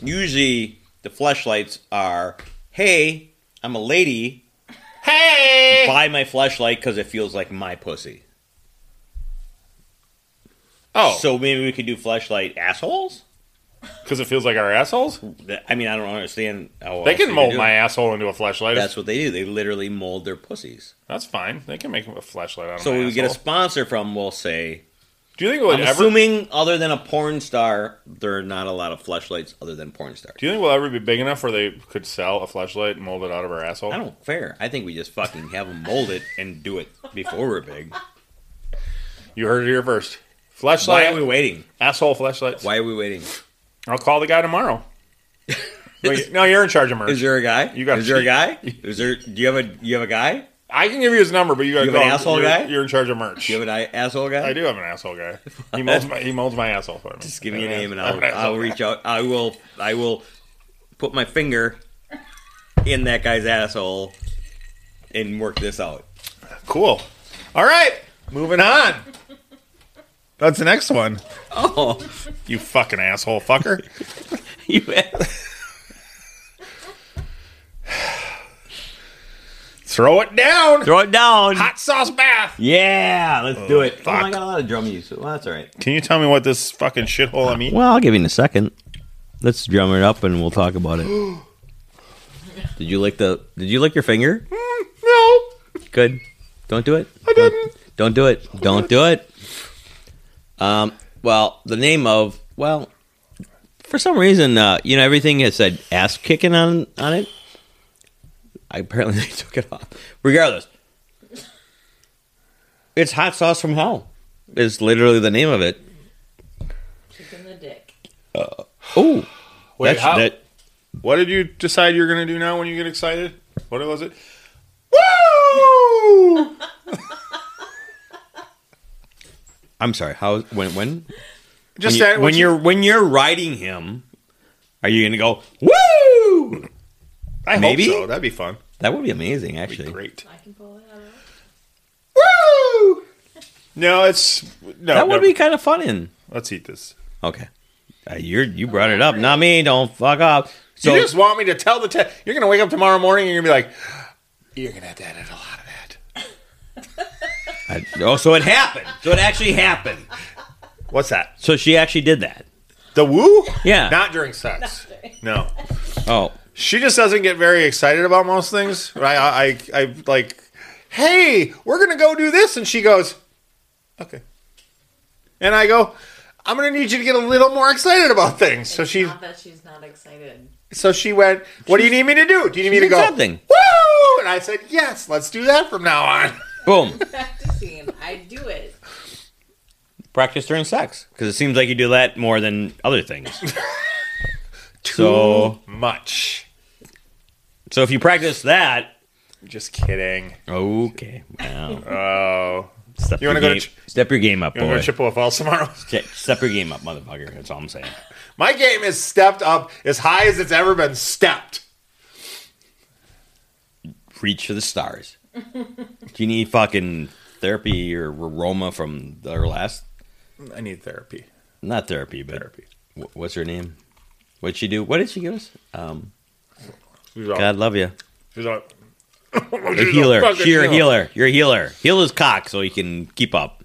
[SPEAKER 4] usually the flashlights are, hey, I'm a lady.
[SPEAKER 3] <laughs> Hey.
[SPEAKER 4] Buy my flashlight because it feels like my pussy.
[SPEAKER 3] Oh,
[SPEAKER 4] So maybe we could do flashlight assholes.
[SPEAKER 3] because it feels like our assholes.
[SPEAKER 4] That- I mean, I don't understand. How
[SPEAKER 3] They
[SPEAKER 4] else
[SPEAKER 3] can
[SPEAKER 4] could
[SPEAKER 3] mold
[SPEAKER 4] do
[SPEAKER 3] my
[SPEAKER 4] it.
[SPEAKER 3] asshole into a flashlight.
[SPEAKER 4] That's
[SPEAKER 3] That's,
[SPEAKER 4] what they do. They literally mold their pussies.
[SPEAKER 3] fine. They can make a flashlight out of
[SPEAKER 4] So
[SPEAKER 3] my
[SPEAKER 4] we would get a
[SPEAKER 3] asshole.
[SPEAKER 4] sponsor from, we'll say.
[SPEAKER 3] Do you think we'll
[SPEAKER 4] I'm
[SPEAKER 3] ever?
[SPEAKER 4] assuming, other than a porn star, there are not a lot of flashlights other than porn stars.
[SPEAKER 3] do you think we'll ever be big enough where they could sell a flashlight molded out of our asshole?
[SPEAKER 4] I don't care. I think we just fucking have them mold it and do it before
[SPEAKER 3] <laughs>
[SPEAKER 4] we're big.
[SPEAKER 3] You heard it here first.
[SPEAKER 4] Why
[SPEAKER 3] Flashlight.
[SPEAKER 4] are we waiting?
[SPEAKER 3] asshole flashlights.
[SPEAKER 4] Why are we waiting?
[SPEAKER 3] I'll call the guy
[SPEAKER 4] <laughs>
[SPEAKER 3] tomorrow. Wait, no, you're in charge of merch.
[SPEAKER 4] Is there a guy?
[SPEAKER 3] You got-
[SPEAKER 4] Is there a guy? Is there? Do you have a? Do you have a guy?
[SPEAKER 3] I can give you his number, but you got to
[SPEAKER 4] You have an
[SPEAKER 3] call him.
[SPEAKER 4] asshole
[SPEAKER 3] you're,
[SPEAKER 4] guy?
[SPEAKER 3] You're in charge of merch.
[SPEAKER 4] Do you have an I- asshole guy?
[SPEAKER 3] I do have an asshole
[SPEAKER 4] <laughs>
[SPEAKER 3] guy. He molds my he molds my asshole for me.
[SPEAKER 4] Just give me
[SPEAKER 3] I'm
[SPEAKER 4] a
[SPEAKER 3] an
[SPEAKER 4] name and
[SPEAKER 3] ass- I'm
[SPEAKER 4] I'll
[SPEAKER 3] an asshole
[SPEAKER 4] I'll
[SPEAKER 3] guy.
[SPEAKER 4] reach out. I will I will put my finger in that guy's asshole and work this out.
[SPEAKER 3] Cool. All right, moving on. That's the next one.
[SPEAKER 4] Oh,
[SPEAKER 3] You fucking asshole fucker.
[SPEAKER 4] <laughs> you
[SPEAKER 3] Throw it down.
[SPEAKER 4] throw it down.
[SPEAKER 3] Hot sauce bath.
[SPEAKER 4] Yeah, let's do it.
[SPEAKER 3] fuck.
[SPEAKER 4] Oh, I got a lot of drum use. Well, that's all right.
[SPEAKER 3] Can you tell me what this fucking shithole I'm eating?
[SPEAKER 4] Well, I'll give you in a second. Let's drum it up and we'll talk about <gasps> it. Did you lick the? Did you lick your finger?
[SPEAKER 3] No,
[SPEAKER 4] Good. Don't do it.
[SPEAKER 3] I didn't.
[SPEAKER 4] Don't do it. Don't do it. Um, well, the name of well, for some reason, uh, you know, everything has said ass kicking on on it. I apparently <laughs> they took it off. Regardless, it's hot sauce from hell. Is literally the name of it.
[SPEAKER 1] Chicken the dick.
[SPEAKER 4] Oh,
[SPEAKER 3] Wait, how- What did you decide you're gonna do now when you get excited? What was it? Woo!
[SPEAKER 4] I'm sorry. How when when
[SPEAKER 3] Just
[SPEAKER 4] when, you,
[SPEAKER 3] that
[SPEAKER 4] when
[SPEAKER 3] you-
[SPEAKER 4] you're when you're riding him, are you gonna go woo?
[SPEAKER 3] I hope
[SPEAKER 4] maybe?
[SPEAKER 3] so. That'd be fun.
[SPEAKER 4] That would be amazing,
[SPEAKER 3] That'd be
[SPEAKER 4] actually.
[SPEAKER 3] great.
[SPEAKER 1] I can pull that out.
[SPEAKER 3] Woo! No, it's no.
[SPEAKER 4] That would
[SPEAKER 3] never-
[SPEAKER 4] be kind of fun. In
[SPEAKER 3] Let's eat this.
[SPEAKER 4] Okay. Uh, you're, you brought it up, not me. Don't fuck up. So
[SPEAKER 3] you just want me to tell the test. You're gonna wake up tomorrow morning and you're gonna be like, you're gonna have to edit a lot of that.
[SPEAKER 4] I- oh, so it happened. So it actually happened.
[SPEAKER 3] What's that?
[SPEAKER 4] So she actually did that.
[SPEAKER 3] The woo?
[SPEAKER 4] Yeah.
[SPEAKER 3] Not during sex. No.
[SPEAKER 4] oh,
[SPEAKER 3] She just doesn't get very excited about most things. I, I, I, I like, hey, we're gonna go do this, and she goes, okay. And I go, I'm gonna need you to get a little more excited about things. So
[SPEAKER 1] It's
[SPEAKER 3] she,
[SPEAKER 1] Not that she's not excited.
[SPEAKER 3] so she went. What do you need me to do? Do you need me to
[SPEAKER 4] she did
[SPEAKER 3] go?
[SPEAKER 4] something.
[SPEAKER 3] Woo! And I said, yes. Let's do that from now on. <laughs>
[SPEAKER 4] boom.
[SPEAKER 1] Practicing. I do it.
[SPEAKER 4] Practice during sex because it seems like you do that more than other things. so,
[SPEAKER 3] Much.
[SPEAKER 4] so if you practice that,
[SPEAKER 3] Just kidding.
[SPEAKER 4] okay. Wow.
[SPEAKER 3] <laughs> Oh.
[SPEAKER 4] Step
[SPEAKER 3] You
[SPEAKER 4] your
[SPEAKER 3] wanna go to
[SPEAKER 4] game-
[SPEAKER 3] Ch-
[SPEAKER 4] step your game up,
[SPEAKER 3] I'm going
[SPEAKER 4] boy.
[SPEAKER 3] to Chippewa Falls tomorrow. <laughs>
[SPEAKER 4] Ste- step your game up, motherfucker. That's all I'm saying.
[SPEAKER 3] My game is stepped up as high as it's ever been stepped.
[SPEAKER 4] Reach for the stars. do you need fucking therapy or aroma from their last
[SPEAKER 3] I need therapy.
[SPEAKER 4] not therapy, but
[SPEAKER 3] Therapy.
[SPEAKER 4] wh- what's her name? What'd she do? What did she give us? Um,
[SPEAKER 3] She's all-
[SPEAKER 4] God love you.
[SPEAKER 3] she's all-
[SPEAKER 4] You're Oh, a
[SPEAKER 3] she's
[SPEAKER 4] healer.
[SPEAKER 3] fucking
[SPEAKER 4] You're a healer. You're a healer. Heal his cock so he can keep up.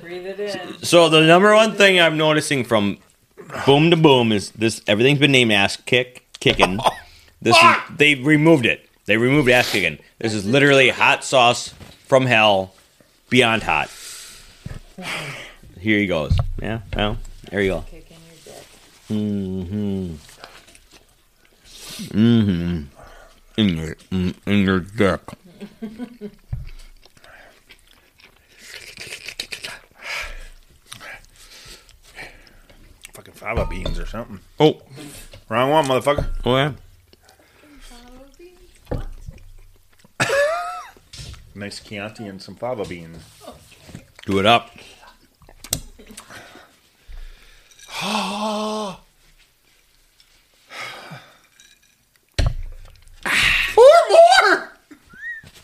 [SPEAKER 1] Breathe it in.
[SPEAKER 4] So the number one thing I'm noticing from boom to Oh, boom is this. Everything's been named ass kick kicking. This is,
[SPEAKER 3] Fuck!
[SPEAKER 4] they removed it. They removed Askigan. This is literally hot sauce from hell, beyond hot. Here he goes. Yeah, well, there you go.
[SPEAKER 1] Kicking your dick.
[SPEAKER 4] In your, in, in your dick.
[SPEAKER 3] Fucking fava beans or something.
[SPEAKER 4] Oh,
[SPEAKER 3] Wrong one, motherfucker.
[SPEAKER 4] oh yeah.
[SPEAKER 3] Nice Chianti and some fava beans.
[SPEAKER 4] Do it up.
[SPEAKER 3] Four more.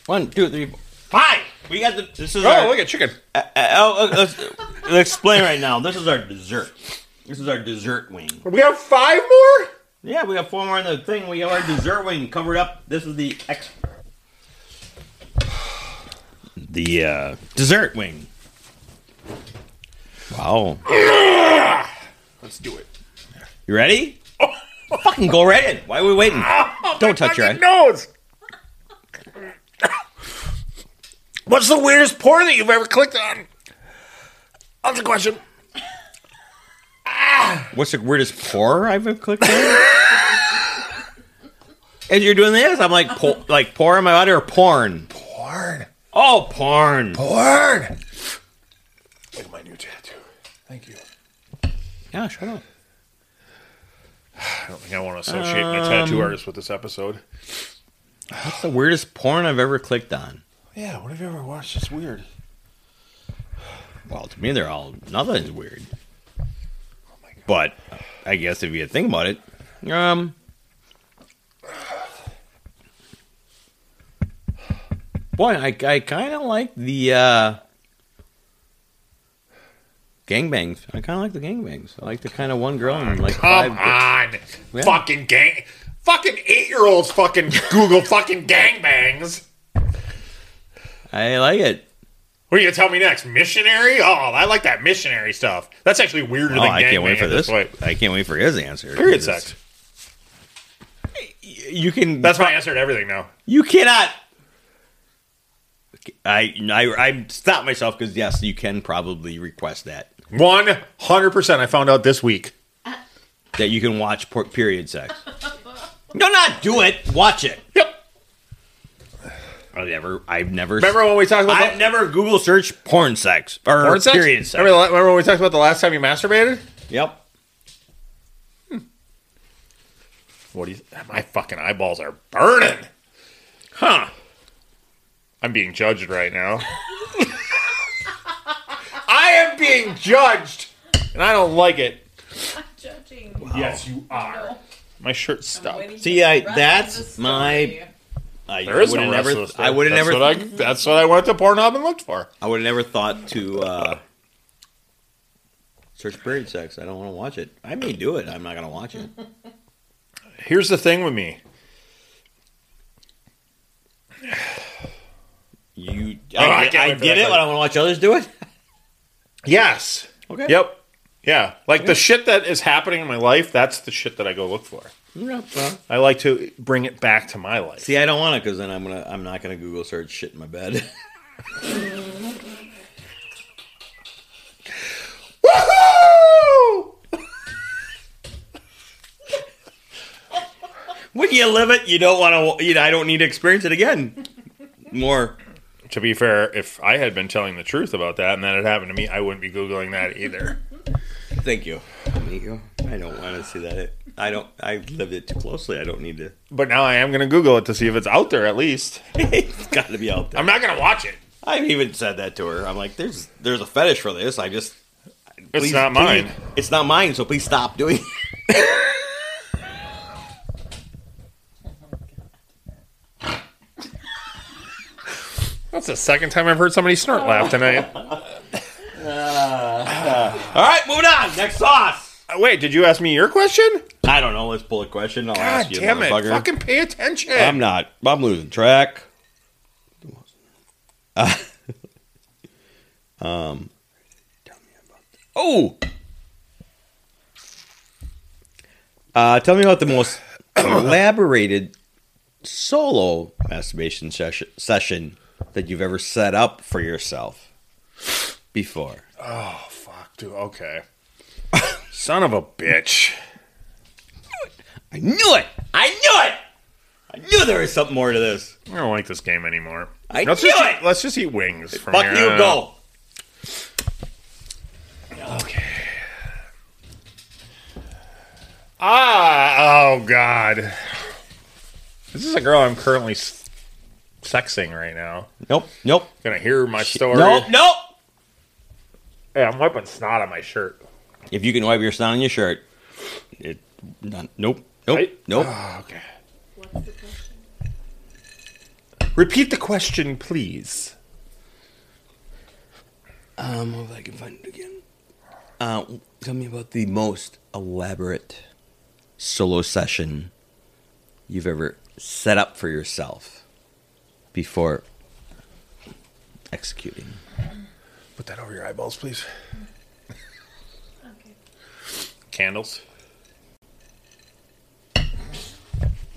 [SPEAKER 4] One, two, three, four.
[SPEAKER 3] Five.
[SPEAKER 4] We got the. This is
[SPEAKER 3] Oh,
[SPEAKER 4] our.
[SPEAKER 3] look at chicken.
[SPEAKER 4] uh, oh, uh, let's, let's explain right now. This is our dessert. This is our dessert wing.
[SPEAKER 3] We have five more.
[SPEAKER 4] Yeah, we got four more in the thing. We have our dessert wing covered up. This is the ex. The uh, dessert wing. Wow.
[SPEAKER 3] Let's do it.
[SPEAKER 4] You <laughs> ready? Fucking go right in. Why are we waiting? Don't touch your
[SPEAKER 3] Fucking
[SPEAKER 4] eye.
[SPEAKER 3] nose. What's the weirdest porn that you've ever clicked on? That's a question.
[SPEAKER 4] What's the weirdest pour I've ever clicked on? As you're doing this, I'm like, po- like pour in my body or porn?
[SPEAKER 3] Porn.
[SPEAKER 4] Oh, porn.
[SPEAKER 3] Porn. Look at my new tattoo. Thank you.
[SPEAKER 4] Yeah, shut up.
[SPEAKER 3] I don't think I want to associate my tattoo artist with this episode.
[SPEAKER 4] What's the weirdest porn I've ever clicked on?
[SPEAKER 3] Yeah, what have you ever watched? It's weird.
[SPEAKER 4] Well, to me, they're all nothing's weird.
[SPEAKER 3] my God.
[SPEAKER 4] But I guess if you think about it, um, boy, I, I kind of like the uh, gangbangs. I kind of like the gangbangs. I like the kind of one girl and like
[SPEAKER 3] Come
[SPEAKER 4] five.
[SPEAKER 3] on. Fucking gang. Fucking eight year olds fucking Google fucking gangbangs.
[SPEAKER 4] I like it.
[SPEAKER 3] What are you gonna tell me next? Missionary? Oh, I like that missionary stuff. That's actually weirder
[SPEAKER 4] Oh,
[SPEAKER 3] than
[SPEAKER 4] I can't wait
[SPEAKER 3] gangbang
[SPEAKER 4] for
[SPEAKER 3] at
[SPEAKER 4] this.
[SPEAKER 3] point.
[SPEAKER 4] I can't wait for his answer.
[SPEAKER 3] Period
[SPEAKER 4] Just-
[SPEAKER 3] sex.
[SPEAKER 4] You can.
[SPEAKER 3] That's my answer to everything now.
[SPEAKER 4] You cannot. I I, I stopped myself because yes, you can probably request that
[SPEAKER 3] One hundred percent. I found out this week.
[SPEAKER 4] that you can watch por- period sex. no, not do it. Watch it.
[SPEAKER 3] Yep.
[SPEAKER 4] I never. I've never.
[SPEAKER 3] Remember when we talked about
[SPEAKER 4] I've
[SPEAKER 3] the-
[SPEAKER 4] never Google search porn sex or
[SPEAKER 3] porn sex?
[SPEAKER 4] period sex.
[SPEAKER 3] Remember, the, remember when we talked about the last time you masturbated?
[SPEAKER 4] Yep.
[SPEAKER 3] What do you? My fucking eyeballs are burning. Huh? I'm being judged right now. <laughs> I am being judged, and I don't like it.
[SPEAKER 1] Judging.
[SPEAKER 3] Yes, you are. My shirt's stuck.
[SPEAKER 1] When you
[SPEAKER 4] See, I-
[SPEAKER 1] run
[SPEAKER 4] that's
[SPEAKER 1] the story,
[SPEAKER 4] my- I
[SPEAKER 3] There is
[SPEAKER 4] would've
[SPEAKER 3] no
[SPEAKER 4] never.
[SPEAKER 3] never,
[SPEAKER 4] I would have never.
[SPEAKER 3] What I, that's what I went to Pornhub and looked for.
[SPEAKER 4] I would have never thought to uh, search period sex. I don't want to watch it. I may do it. I'm not going to watch it.
[SPEAKER 3] Here's the thing with me.
[SPEAKER 4] You,
[SPEAKER 3] Oh,
[SPEAKER 4] I,
[SPEAKER 3] I
[SPEAKER 4] get,
[SPEAKER 3] can't
[SPEAKER 4] I
[SPEAKER 3] wait for
[SPEAKER 4] get
[SPEAKER 3] that
[SPEAKER 4] it, but
[SPEAKER 3] part.
[SPEAKER 4] I want to watch others do it. <laughs>
[SPEAKER 3] Yes.
[SPEAKER 4] Okay.
[SPEAKER 3] Yep. Yeah. Like the shit that is happening in my life, that's the shit that I go look for.
[SPEAKER 4] Yeah, well.
[SPEAKER 3] I like to bring it back to my life.
[SPEAKER 4] See, I don't want to because then I'm gonna, I'm not gonna Google search shit in my bed. <laughs>
[SPEAKER 3] Woohoo!
[SPEAKER 4] <laughs> when you live it, you don't want to. You know, I don't need to experience it again. More.
[SPEAKER 3] To be fair, if I had been telling the truth about that and that had happened to me, I wouldn't be Googling that either.
[SPEAKER 4] Thank you. Thank you. I don't want to see that. I don't. I lived it too closely. I don't need to. <laughs>
[SPEAKER 3] But now I am going to Google it to see if it's out there at least.
[SPEAKER 4] it's got to be out there.
[SPEAKER 3] I'm not going to watch it.
[SPEAKER 4] I've even said that to her. I'm like, there's, there's a fetish for this. I just.
[SPEAKER 3] It's
[SPEAKER 4] please-
[SPEAKER 3] not
[SPEAKER 4] please-
[SPEAKER 3] mine.
[SPEAKER 4] it's not mine. So please stop doing. <laughs> it.
[SPEAKER 3] That's the second time I've heard somebody snort laugh
[SPEAKER 4] <laughs>
[SPEAKER 3] tonight. Uh,
[SPEAKER 4] All right, moving on. Next sauce.
[SPEAKER 3] Uh, Wait, did you ask me your question?
[SPEAKER 4] I don't know. Let's pull a question. I'll
[SPEAKER 3] God
[SPEAKER 4] ask you,
[SPEAKER 3] damn it.
[SPEAKER 4] motherfucker.
[SPEAKER 3] Fucking pay attention.
[SPEAKER 4] I'm not. I'm losing track. <laughs> Uh, um. Oh. Uh, tell me about the most elaborated solo masturbation session, session that you've ever set up for yourself before?
[SPEAKER 3] Oh fuck, dude. Okay. Son of a bitch.
[SPEAKER 4] I knew it! I knew it! I knew there was something more to this.
[SPEAKER 3] I don't like this game anymore.
[SPEAKER 4] I
[SPEAKER 3] let's
[SPEAKER 4] knew
[SPEAKER 3] just
[SPEAKER 4] it!
[SPEAKER 3] Eat, let's just eat wings. From uh,
[SPEAKER 4] Fuck
[SPEAKER 3] here
[SPEAKER 4] you,
[SPEAKER 3] on out.
[SPEAKER 4] go.
[SPEAKER 3] Ah, oh god. This is a girl I'm currently s- sexing right now.
[SPEAKER 4] Nope, nope,
[SPEAKER 3] Gonna hear my story.
[SPEAKER 4] nope, nope.
[SPEAKER 3] Yeah, I'm wiping snot on my shirt.
[SPEAKER 4] If you can wipe your snot on your shirt, it, not, nope, nope,
[SPEAKER 3] Right?
[SPEAKER 4] nope.
[SPEAKER 3] Ah, okay.
[SPEAKER 1] What's the question?
[SPEAKER 3] Repeat the question, please.
[SPEAKER 4] Um, if I can find it again. Uh, tell me about the most elaborate solo session you've ever set up for yourself before executing.
[SPEAKER 3] Put that over your eyeballs, please.
[SPEAKER 1] Okay.
[SPEAKER 3] Candles.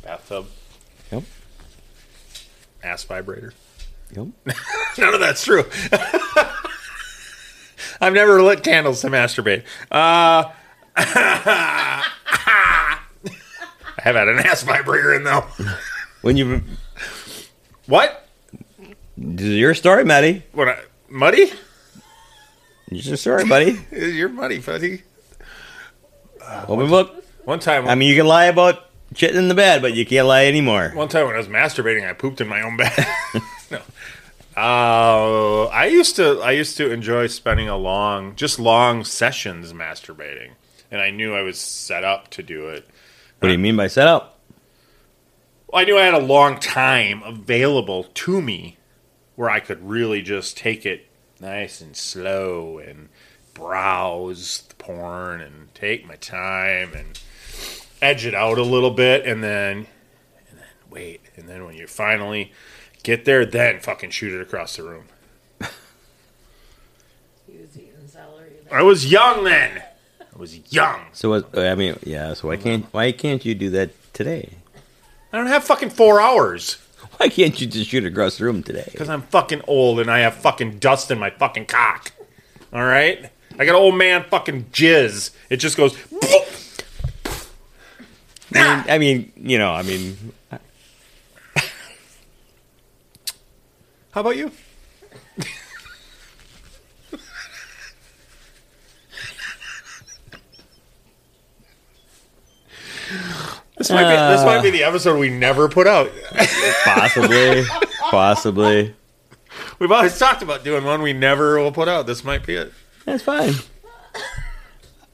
[SPEAKER 3] Bathtub.
[SPEAKER 4] Yep.
[SPEAKER 3] Ass vibrator.
[SPEAKER 4] Yep.
[SPEAKER 3] None of that's true. <laughs> I've never lit candles to masturbate. Uh, <laughs> I have had an ass vibrator in though.
[SPEAKER 4] <laughs> When you
[SPEAKER 3] What?
[SPEAKER 4] this is your story, Matty.
[SPEAKER 3] What? I, muddy?
[SPEAKER 4] This is your story, <laughs> buddy.
[SPEAKER 3] You're muddy, fuzzy.
[SPEAKER 4] Open book.
[SPEAKER 3] One time,
[SPEAKER 4] I mean, you can lie about shitting in the bed, but you can't lie anymore.
[SPEAKER 3] one time when I was masturbating, I pooped in my own bed. <laughs> no. Uh, I used to I used to enjoy spending a long, just long sessions masturbating, and I knew I was set up to do it.
[SPEAKER 4] What do you mean by set up?
[SPEAKER 3] Well, I knew I had a long time available to me where I could really just take it nice and slow and browse the porn and take my time and edge it out a little bit and then and then wait and then when you finally get there then fucking shoot it across the room.
[SPEAKER 1] He was eating celery.
[SPEAKER 3] I was young then. I was young.
[SPEAKER 4] So what, I mean, yeah. So why can't why can't you do that today? <laughs>
[SPEAKER 3] I don't have fucking 4 hours
[SPEAKER 4] Why can't you just shoot across the room today?
[SPEAKER 3] cuz I'm fucking old and I have fucking dust in my fucking cock. All right? I got old man fucking jizz. It just goes
[SPEAKER 4] I mean, I mean, you know, I mean,
[SPEAKER 3] How about you? this might be
[SPEAKER 4] uh,
[SPEAKER 3] this might be the episode we never put out.
[SPEAKER 4] possibly, possibly.
[SPEAKER 3] We've always talked about doing one we never will put out. This might be it.
[SPEAKER 4] That's fine.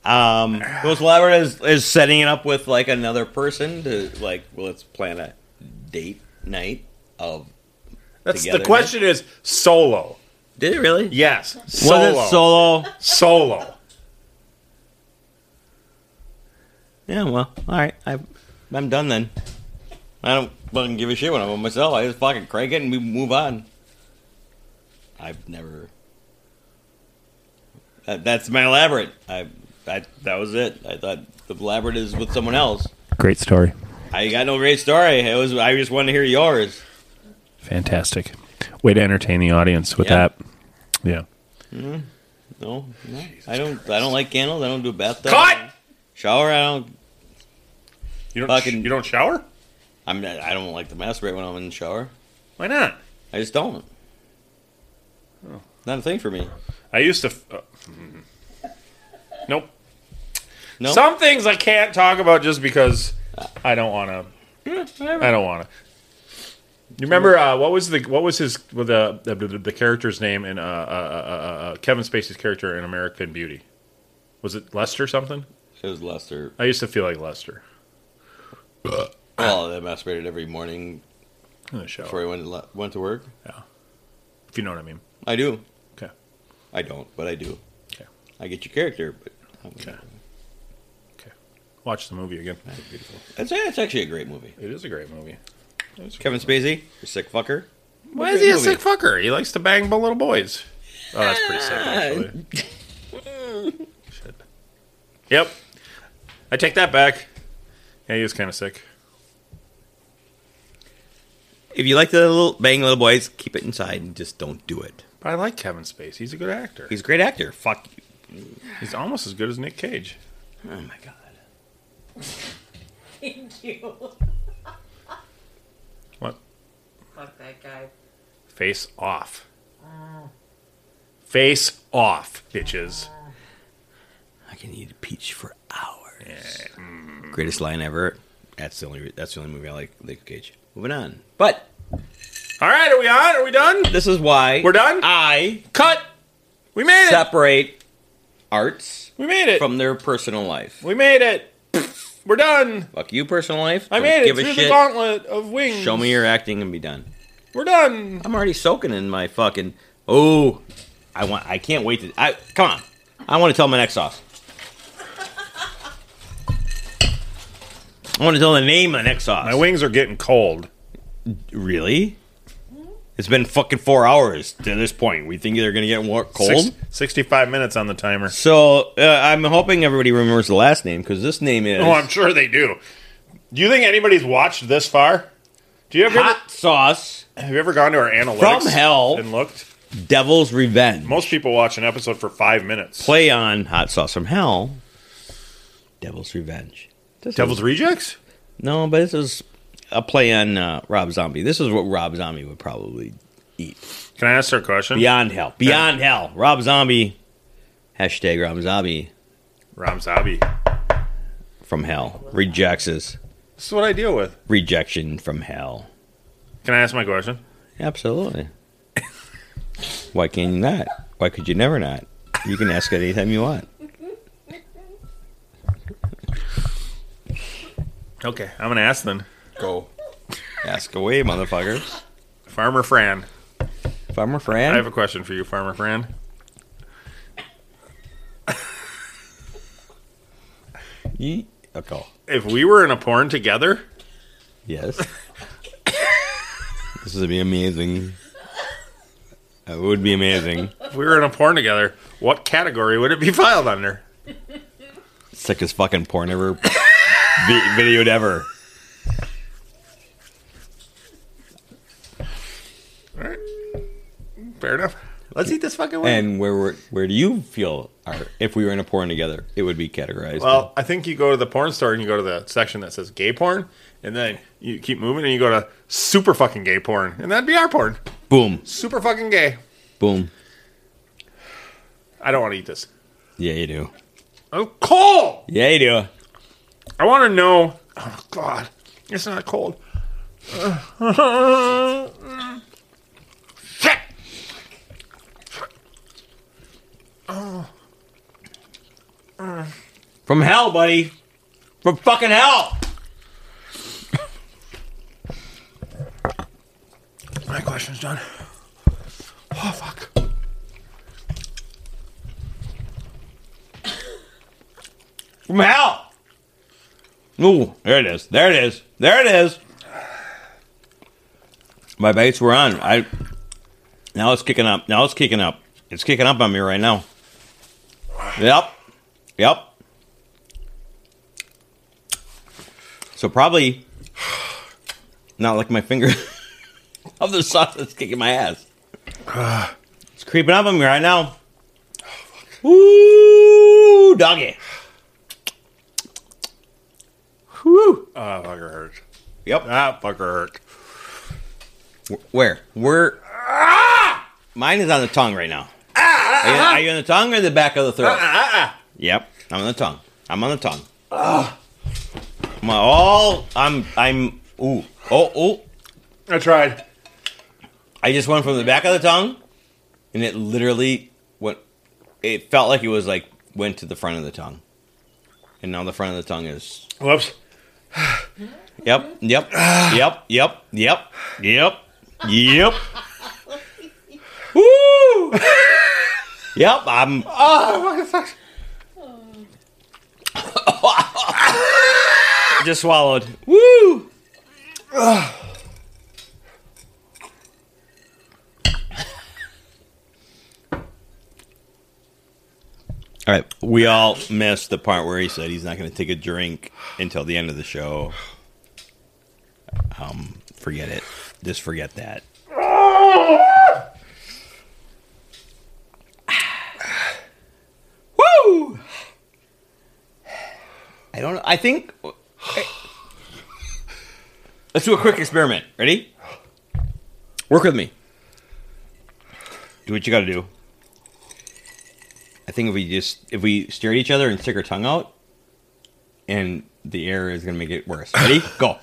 [SPEAKER 4] Um, most elaborate is, is setting it up with like another person to like, well, let's plan a date night of.
[SPEAKER 3] That's
[SPEAKER 4] Together,
[SPEAKER 3] the question is solo.
[SPEAKER 4] Did it really?
[SPEAKER 3] Yes,
[SPEAKER 4] Was
[SPEAKER 3] solo.
[SPEAKER 4] it solo?
[SPEAKER 3] solo.
[SPEAKER 4] Yeah. Well, all right. I, I'm done then. I don't fucking give a shit when I'm on myself. I just fucking crank it and we move on. I've never. That, that's my elaborate. I, I that was it. I thought the elaborate is with someone else.
[SPEAKER 5] Great story.
[SPEAKER 4] I got no great story. It was I just wanted to hear yours.
[SPEAKER 5] Fantastic. Way to entertain the audience with
[SPEAKER 4] Yeah.
[SPEAKER 5] that. Yeah.
[SPEAKER 4] No, no. I don't. I don't like candles. I don't do bathtub.
[SPEAKER 3] Cut.
[SPEAKER 4] Shower. I don't.
[SPEAKER 3] You don't.
[SPEAKER 4] Fucking-
[SPEAKER 3] you don't shower?
[SPEAKER 4] I'm. not- I don't like to masturbate when I'm in the shower.
[SPEAKER 3] Why not?
[SPEAKER 4] I just don't. Not a thing for me.
[SPEAKER 3] I used to. f- Uh, mm. nope.
[SPEAKER 4] No?
[SPEAKER 3] Some things I can't talk about just because I don't want to. I don't want to. You remember uh, what was the what was his well, the, the the the character's name in uh, uh, uh, uh, uh, Kevin Spacey's character in American Beauty? Was it Lester something?
[SPEAKER 4] It was Lester.
[SPEAKER 3] I used to feel like Lester
[SPEAKER 4] Oh, I masturbated every morning
[SPEAKER 3] in the shower.
[SPEAKER 4] before I went to, le- went to work.
[SPEAKER 3] If you know what I mean.
[SPEAKER 4] I do.
[SPEAKER 3] Okay.
[SPEAKER 4] I don't, but I do.
[SPEAKER 3] Okay.
[SPEAKER 4] I get your character, but
[SPEAKER 3] Okay. Okay. Watch the movie again.
[SPEAKER 4] It's, it's actually a great movie.
[SPEAKER 3] It is a great movie. It's a
[SPEAKER 4] Kevin Spacey, you sick fucker.
[SPEAKER 3] Why is he a
[SPEAKER 4] movie.
[SPEAKER 3] sick fucker? He likes to bang bu- little boys. Oh, that's pretty sick, actually.
[SPEAKER 4] Ah. <laughs>
[SPEAKER 3] Shit. Yep. I take that back. Yeah, he is kind of sick.
[SPEAKER 4] if you like the little bang little boys, keep it inside and just don't do it.
[SPEAKER 3] But I like Kevin Spacey. He's a good actor.
[SPEAKER 4] He's a great actor. Fuck you.
[SPEAKER 3] He's almost as good as Nick Cage.
[SPEAKER 4] Oh my god.
[SPEAKER 1] <laughs> Thank you.
[SPEAKER 3] What?
[SPEAKER 1] Fuck that guy.
[SPEAKER 3] Face off. Face off, bitches.
[SPEAKER 4] I can eat a peach for hours.
[SPEAKER 3] Mm.
[SPEAKER 4] Greatest line ever. That's the only. That's the only movie I like. Nick Cage. Moving on. But
[SPEAKER 3] All right, are we on? Are we done?
[SPEAKER 4] this is why
[SPEAKER 3] We're done?
[SPEAKER 4] I
[SPEAKER 3] Cut. We made it.
[SPEAKER 4] separate arts
[SPEAKER 3] We made it.
[SPEAKER 4] from their personal life.
[SPEAKER 3] we made it. We're done.
[SPEAKER 4] Fuck you, personal life.
[SPEAKER 3] I
[SPEAKER 4] Don't
[SPEAKER 3] made it
[SPEAKER 4] give a
[SPEAKER 3] through the
[SPEAKER 4] shit.
[SPEAKER 3] gauntlet of wings.
[SPEAKER 4] Show me your acting and be done.
[SPEAKER 3] We're done.
[SPEAKER 4] I'm already soaking in my fucking. Oh, I want. I can't wait to. I come on. I want to tell my next sauce. I want to tell the name of the next sauce.
[SPEAKER 3] My wings are getting cold.
[SPEAKER 4] Really? It's been fucking four hours to this point. We think they're gonna get more cold.
[SPEAKER 3] Six- 65 minutes on the timer.
[SPEAKER 4] So uh, I'm hoping everybody remembers the last name because this name is
[SPEAKER 3] Oh, I'm sure they do. Do you think anybody's watched this far? Do you ever
[SPEAKER 4] hot sauce
[SPEAKER 3] have you ever gone to our analytics
[SPEAKER 4] From hell.
[SPEAKER 3] and looked?
[SPEAKER 4] Devil's Revenge.
[SPEAKER 3] Most people watch an episode for five minutes.
[SPEAKER 4] Play on hot sauce from hell. Devil's Revenge. This
[SPEAKER 3] Devil's
[SPEAKER 4] is-
[SPEAKER 3] Rejects.
[SPEAKER 4] no, but this is a play on uh, Rob Zombie. This is what Rob Zombie would probably eat.
[SPEAKER 3] Can I ask her a question?
[SPEAKER 4] Beyond hell. Beyond hell. Rob Zombie. Hashtag Rob Zombie
[SPEAKER 3] Ram Zabi.
[SPEAKER 4] from hell rejects us.
[SPEAKER 3] This is what I deal with.
[SPEAKER 4] Rejection from hell.
[SPEAKER 3] Can I ask my question?
[SPEAKER 4] <laughs> Absolutely. Why can you not? Why could you never not? You can ask it anytime you want.
[SPEAKER 3] Okay, I'm gonna ask then.
[SPEAKER 4] Go. Ask away, motherfuckers.
[SPEAKER 3] Farmer Fran,
[SPEAKER 4] Farmer
[SPEAKER 3] I have
[SPEAKER 4] Fran.
[SPEAKER 3] a question for you, Farmer Fran.
[SPEAKER 4] Ye- A call.
[SPEAKER 3] If we were in a porn together,
[SPEAKER 4] Yes. this would be amazing. It would be amazing.
[SPEAKER 3] if we were in a porn together, what category would it be filed under?
[SPEAKER 4] Sickest fucking porn ever vi- videoed ever.
[SPEAKER 3] All right, fair enough. Let's eat this fucking wing.
[SPEAKER 4] And where were, where do you feel are, if we were in a porn together, it would be categorized?
[SPEAKER 3] Well, I think you go to the porn store and you go to the section that says gay porn, and then you keep moving and you go to super fucking gay porn, and that'd be our porn.
[SPEAKER 4] boom,
[SPEAKER 3] Super fucking gay.
[SPEAKER 4] boom.
[SPEAKER 3] I don't want to eat this.
[SPEAKER 4] Yeah, you do.
[SPEAKER 3] Oh, cold.
[SPEAKER 4] Yeah, you do.
[SPEAKER 3] I want to know. Oh God, it's not cold. <laughs> Shit.
[SPEAKER 4] From hell, buddy. From fucking hell.
[SPEAKER 3] My question's done. Oh fuck.
[SPEAKER 4] From hell. Ooh, there it is. There it is. There it is. My baits were on. I now it's kicking up. Now it's kicking up. It's kicking up on me right now. Yep. Yep. So probably not like my finger <laughs> of the sauce that's kicking my ass. It's creeping up on me right now. Ooh, doggy. Whew.
[SPEAKER 3] Ah, fucker hurt.
[SPEAKER 4] Yep.
[SPEAKER 3] That fucker hurt.
[SPEAKER 4] Uh, Where? Where? Mine is on the tongue right now. Are you, are you on the tongue or the back of the throat?
[SPEAKER 3] Uh-uh. Ah,
[SPEAKER 4] Yep, I'm on the tongue. I'm on the tongue. I'm all. I'm. I'm. Ooh. Oh. Oh.
[SPEAKER 3] ah. I tried.
[SPEAKER 4] I just went from the back of the tongue, and it literally went. It felt like it was like went to the front of the tongue, and now the front of the tongue is.
[SPEAKER 3] Whoops.
[SPEAKER 4] Yep. <sighs> Yep. yep. Yep. Yep. Yep. Yep. <laughs> Woo! Ah, yep, I'm. <laughs> just swallowed. Woo! All right, we all missed the part where he said he's not going to take a drink until the end of the show. Um, Forget it. Just forget that. Woo! I don't. I think. Let's do a quick experiment. Ready? Work with me. Do what you got to do. I think if we just if we stare at each other and stick our tongue out, and the air is gonna make it worse. Ready? Go.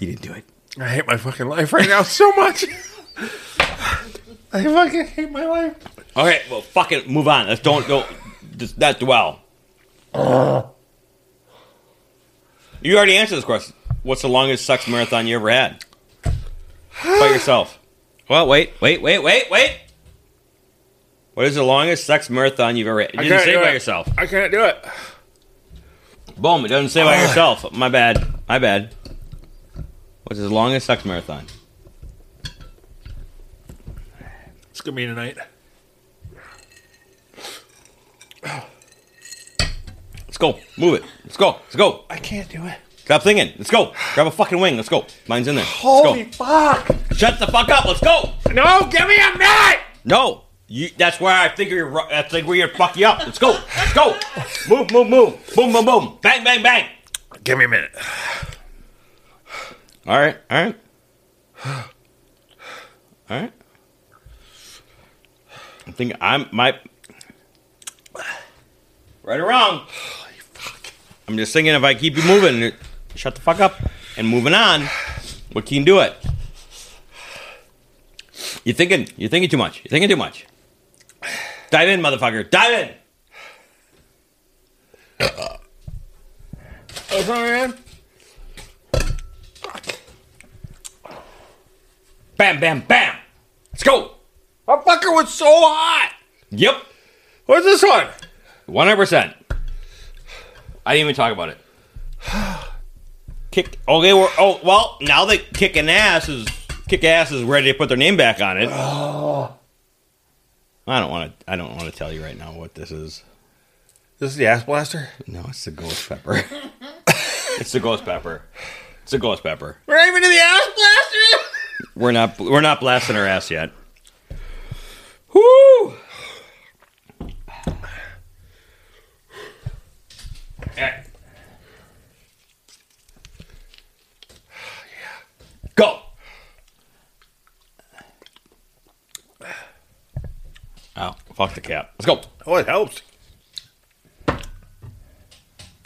[SPEAKER 4] you didn't do it.
[SPEAKER 3] I hate my fucking life right now so much. I fucking hate my life.
[SPEAKER 4] All right, well, fucking move on. Let's don't don't just not dwell. You already answered this question. What's the longest sex marathon you ever had? By yourself. Well, wait, wait, wait, wait, wait. What is the longest sex marathon you've ever had? You
[SPEAKER 3] I
[SPEAKER 4] didn't
[SPEAKER 3] can't
[SPEAKER 4] say
[SPEAKER 3] do
[SPEAKER 4] by
[SPEAKER 3] it.
[SPEAKER 4] yourself.
[SPEAKER 3] I can't do it.
[SPEAKER 4] Boom, it doesn't say by yourself. My bad. My bad. What's his longest sex marathon?
[SPEAKER 3] It's gonna be tonight.
[SPEAKER 4] Let's go. Move it. Let's go. Let's go.
[SPEAKER 3] I can't do it.
[SPEAKER 4] Stop thinking. Let's go. Grab a fucking wing. Let's go. Mine's in there. Let's
[SPEAKER 3] Holy
[SPEAKER 4] go.
[SPEAKER 3] fuck!
[SPEAKER 4] Shut the fuck up. Let's go.
[SPEAKER 3] No, give me a minute.
[SPEAKER 4] No, you, that's where I think you're. ru- I think we're gonna fuck you up. Let's go. Let's go. Move, move, move. Boom, boom, boom. Bang, bang, bang.
[SPEAKER 3] Give me a minute.
[SPEAKER 4] All right, all right, all right. I think I'm my. Right or wrong. I'm just thinking if I keep you moving, it- shut the fuck up and moving on, we can do it. You're thinking, you're thinking too much. You're thinking too much. Dive in, motherfucker. Dive in.
[SPEAKER 3] That's all, man.
[SPEAKER 4] Bam, bam, bam. Let's go.
[SPEAKER 3] My fucker was so hot.
[SPEAKER 4] Yep.
[SPEAKER 3] What's this one?
[SPEAKER 4] 100%. I didn't even talk about it. Kick. Okay, we're. Oh, well, now that kicking ass is. Kick ass is ready to put their name back on it. I don't want to. I don't want to tell you right now what this is.
[SPEAKER 3] This is the ass blaster.
[SPEAKER 4] No, it's the ghost pepper. <laughs> it's the ghost pepper. It's the ghost pepper.
[SPEAKER 3] We're not even to the ass blaster. yet.
[SPEAKER 4] We're not. We're not blasting her ass yet. Whoo! Go. Oh, fuck the cap. Let's go.
[SPEAKER 3] Oh, it helps.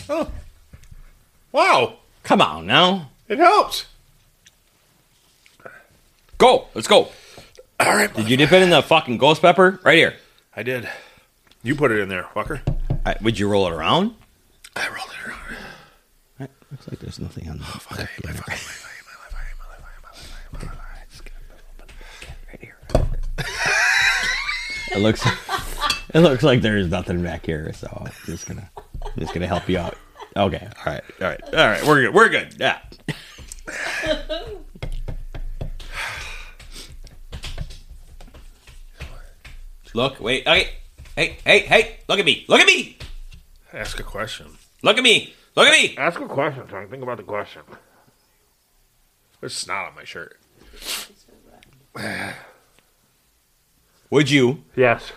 [SPEAKER 3] Oh. Wow.
[SPEAKER 4] Come on now.
[SPEAKER 3] It helps.
[SPEAKER 4] Go. Let's go.
[SPEAKER 3] All right.
[SPEAKER 4] Did you dip it in the fucking ghost pepper? Right here.
[SPEAKER 3] I did. You put it in there, fucker.
[SPEAKER 4] I, would you roll it around?
[SPEAKER 3] I rolled it around.
[SPEAKER 4] Looks like there's nothing on the oh, fuck, It looks it looks like there's nothing back here, so I'm just gonna I'm just gonna help you out. Okay, all right, all right, all right. We're good. We're good. Yeah. Look, wait, okay. Hey, hey, hey, look at me. Look at me.
[SPEAKER 3] Ask a question.
[SPEAKER 4] Look at me. Look at me.
[SPEAKER 3] Ask a question, Tony. Think about the question. There's snot on my shirt.
[SPEAKER 4] Would you?
[SPEAKER 3] Yes.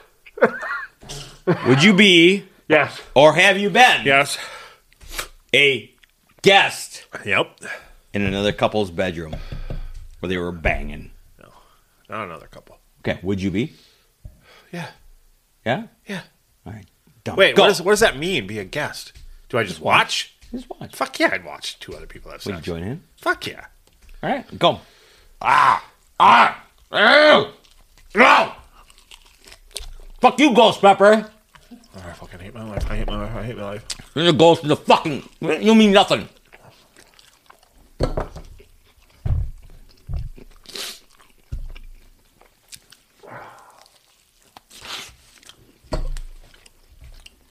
[SPEAKER 4] Would you be
[SPEAKER 3] Yes.
[SPEAKER 4] or have you been
[SPEAKER 3] Yes.
[SPEAKER 4] a guest
[SPEAKER 3] Yep.
[SPEAKER 4] in another couple's bedroom where they were banging?
[SPEAKER 3] Not another couple.
[SPEAKER 4] Okay, would you be?
[SPEAKER 3] Yeah.
[SPEAKER 4] Yeah.
[SPEAKER 3] Yeah.
[SPEAKER 4] All right. Dumb.
[SPEAKER 3] Wait,
[SPEAKER 4] Go.
[SPEAKER 3] what, is, what does that mean? Be a guest? Do I just watch?
[SPEAKER 4] Just watch.
[SPEAKER 3] Fuck yeah, I'd watch two other people have
[SPEAKER 4] Would you
[SPEAKER 3] sex.
[SPEAKER 4] join in?
[SPEAKER 3] Fuck yeah.
[SPEAKER 4] All right. Go.
[SPEAKER 3] Ah! Ew! No!
[SPEAKER 4] Fuck you, Ghost Pepper.
[SPEAKER 3] I fucking hate my life. I hate my life. I hate my life.
[SPEAKER 4] You're a ghost in the fucking. You mean nothing.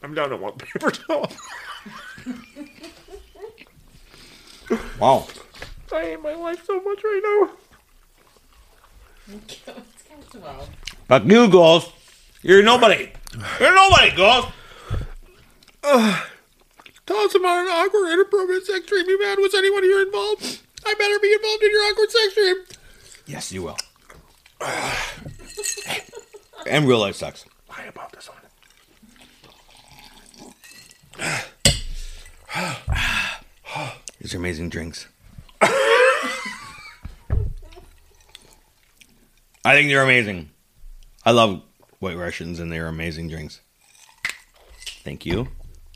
[SPEAKER 3] I'm down to one paper towel.
[SPEAKER 4] Wow.
[SPEAKER 3] I hate my life so much right now.
[SPEAKER 1] Well,
[SPEAKER 4] Fuck you, Ghost. You're nobody. You're nobody, Ghost.
[SPEAKER 3] Uh, Tell us about an awkward, inappropriate sex dream you had. Was anyone here involved? I better be involved in your awkward sex dream.
[SPEAKER 4] Yes, you will. <sighs> and real life sucks.
[SPEAKER 3] Lie about this one.
[SPEAKER 4] These are amazing drinks. I think they're amazing. I love White Russians and they're amazing drinks. Thank you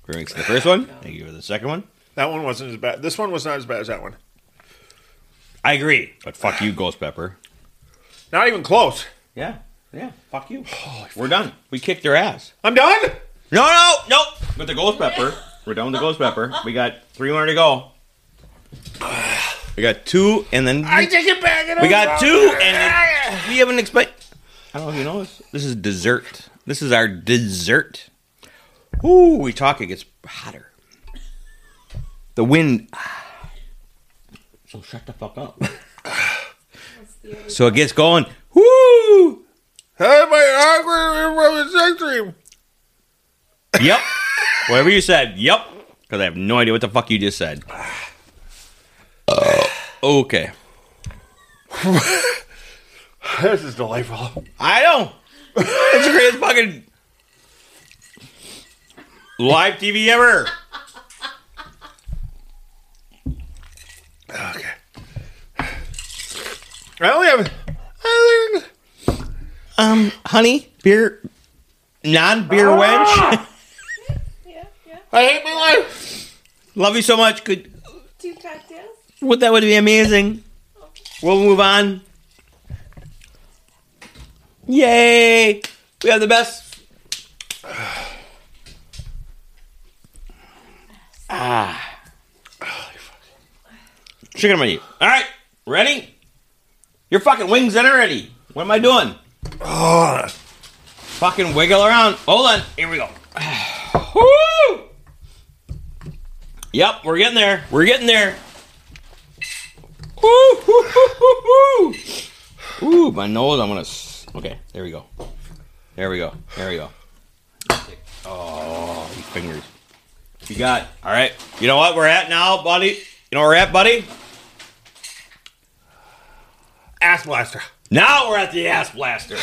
[SPEAKER 4] for mixing the first one. Thank you for the second one.
[SPEAKER 3] That one wasn't as bad. This one was not as bad as that one.
[SPEAKER 4] I agree. But fuck you, Ghost Pepper.
[SPEAKER 3] Not even close.
[SPEAKER 4] Yeah. Yeah. Fuck you. We're done. We kicked their ass.
[SPEAKER 3] I'm done.
[SPEAKER 4] No, no, no. With the ghost pepper. We're done with the ghost pepper. We got three more to go. We got two, and then
[SPEAKER 3] I take it back. and
[SPEAKER 4] we
[SPEAKER 3] I'm
[SPEAKER 4] got
[SPEAKER 3] out.
[SPEAKER 4] two, and it- we haven't explained. I don't know if you know this. This is dessert. This is our dessert. Ooh, we talk. It gets hotter. The wind. So shut the fuck up. so it gets going. Woo!
[SPEAKER 3] Had my awkward, inappropriate sex dream.
[SPEAKER 4] Yep. Whatever you said. Yep. Because I have no idea what the fuck you just said. okay.
[SPEAKER 3] This is delightful.
[SPEAKER 4] I know. It's the greatest fucking live TV ever.
[SPEAKER 3] Okay. I only have. I think-
[SPEAKER 4] Um, honey, beer, non-beer wench.
[SPEAKER 6] Yeah, yeah.
[SPEAKER 3] I hate my life.
[SPEAKER 4] Love you so much. Could
[SPEAKER 6] Two cocktails.
[SPEAKER 4] would that would be amazing? We'll move on. Yay! We have the best. ah. Chicken money. All right, ready? Your fucking wings in already. What am I doing?
[SPEAKER 3] Oh,
[SPEAKER 4] Fucking wiggle around. Hold on. Here we go. <sighs> Woo! Yep, we're getting there. We're getting there. Woo, woo, woo, woo, woo. Ooh, my nose. I'm gonna. s- Okay, there we go. There we go. There we go. Oh, these fingers. You got. All right. You know what we're at now, buddy? You know where we're at, buddy?
[SPEAKER 3] ass blaster.
[SPEAKER 4] Now we're at the ass blaster.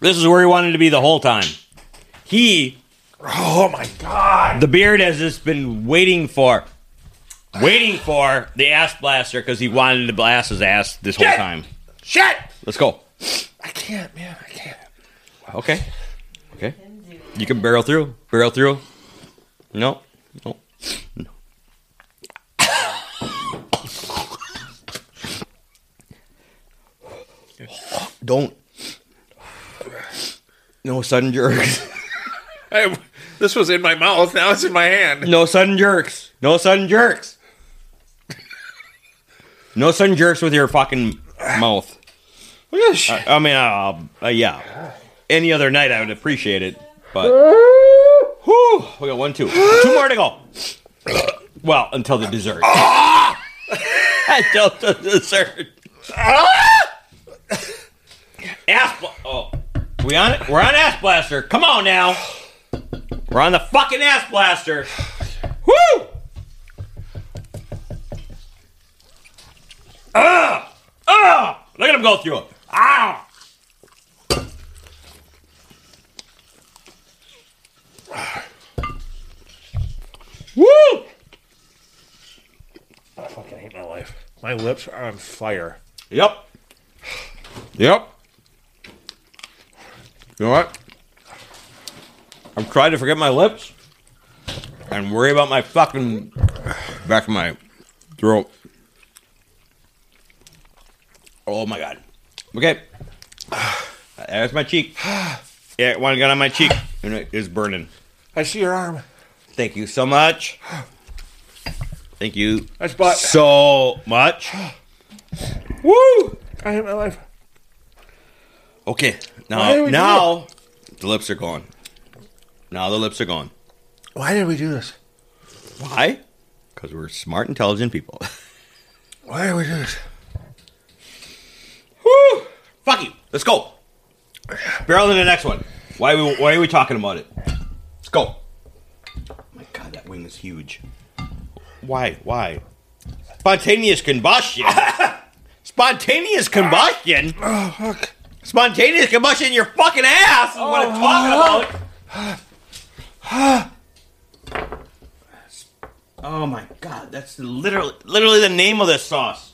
[SPEAKER 4] This is where he wanted to be the whole time. He,
[SPEAKER 3] Oh my god.
[SPEAKER 4] the beard, has just been waiting for, waiting for the ass blaster because he wanted to blast his ass this whole
[SPEAKER 3] Shit.
[SPEAKER 4] time.
[SPEAKER 3] Shit.
[SPEAKER 4] Let's go.
[SPEAKER 3] I can't, man. I can't.
[SPEAKER 4] Okay. Okay. You can barrel through. Barrel through. No. No. No. <coughs> Don't. No sudden jerks.
[SPEAKER 3] I, this was in my mouth. Now it's in my hand.
[SPEAKER 4] No sudden jerks. No sudden jerks. No sudden jerks with your fucking mouth.
[SPEAKER 3] Look at this shit.
[SPEAKER 4] I mean, uh, uh, yeah. Any other night, I would appreciate it. But Whew, we got one, two, two more to go. Well, until the dessert. <laughs> until the dessert. ass. Bla- oh, we on it? We're on ass blaster. Come on now. We're on the fucking ass blaster. Woo! Ah! Look at him go through it. Ow! Woo!
[SPEAKER 3] I fucking hate my life. My lips are on fire.
[SPEAKER 4] Yep. Yep. You know what? I'm trying to forget my lips and worry about my fucking back of my throat. Oh my god. Okay. <sighs> There's my cheek. Yeah, one got on my cheek and it is burning.
[SPEAKER 3] I see your arm.
[SPEAKER 4] Thank you so much. Thank you
[SPEAKER 3] That's butt.
[SPEAKER 4] so much. Woo!
[SPEAKER 3] I hate my life.
[SPEAKER 4] Okay,
[SPEAKER 3] Why do
[SPEAKER 4] now
[SPEAKER 3] we do
[SPEAKER 4] now the lips are gone. Now the lips are gone.
[SPEAKER 3] Why did we do this?
[SPEAKER 4] Why? Because we're smart, intelligent people. <laughs>
[SPEAKER 3] Why did we do this?
[SPEAKER 4] Woo! Fuck you. Let's go. Barrel to the next one. Why are we Why are we talking about it? Let's go. My God, that wing is huge. Why? Why? Spontaneous <laughs> combustion. Spontaneous combustion. Spontaneous combustion in your fucking ass is what I'm talking about. <sighs> Oh my god, that's literally literally the name of this sauce.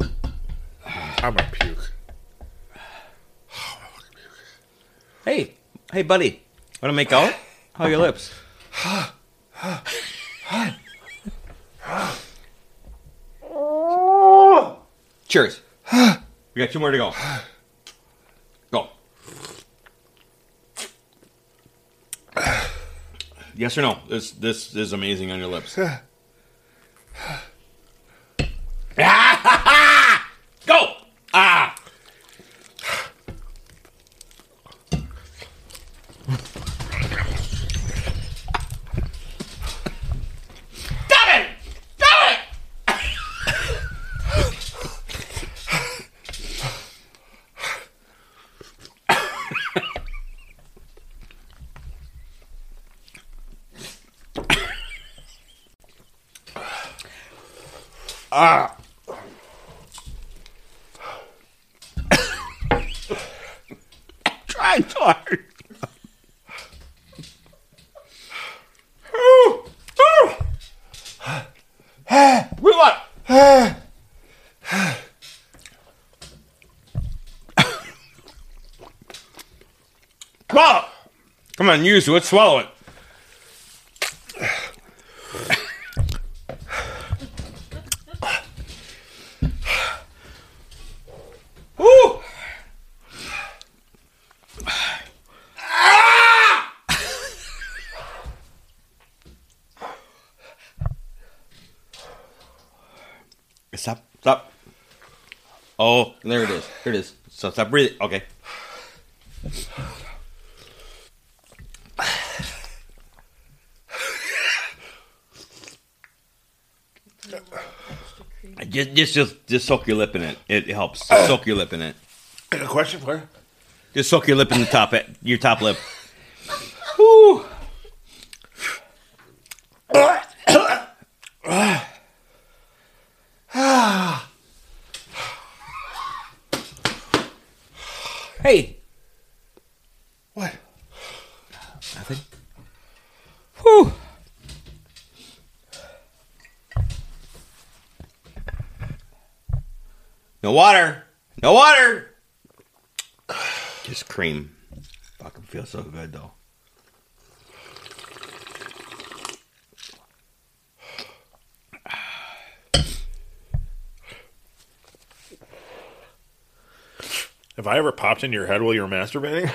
[SPEAKER 3] I'm gonna puke.
[SPEAKER 4] Hey, hey, buddy. Want to make out? How are your lips? Cheers. We got two more to go. Go. Yes or no? This this is amazing on your lips. go. Ah. Damn it! Damn it! trying hard. Breathe <sighs> out. Swallow. Come on, use it. Swallow it. Woo! Stop. Stop. Oh, there it is. There it is. So stop breathing. Okay. Just, just, just, just soak your lip in it. It helps. <coughs> soak your lip in it.
[SPEAKER 3] Got a question for you?
[SPEAKER 4] Just soak your lip in the top, eh, your top lip. Hey,
[SPEAKER 3] What?
[SPEAKER 4] nothing. Whew. No water. No water. Just cream. Fucking feels so good though.
[SPEAKER 3] Have I ever popped into your head while you were <laughs> masturbating?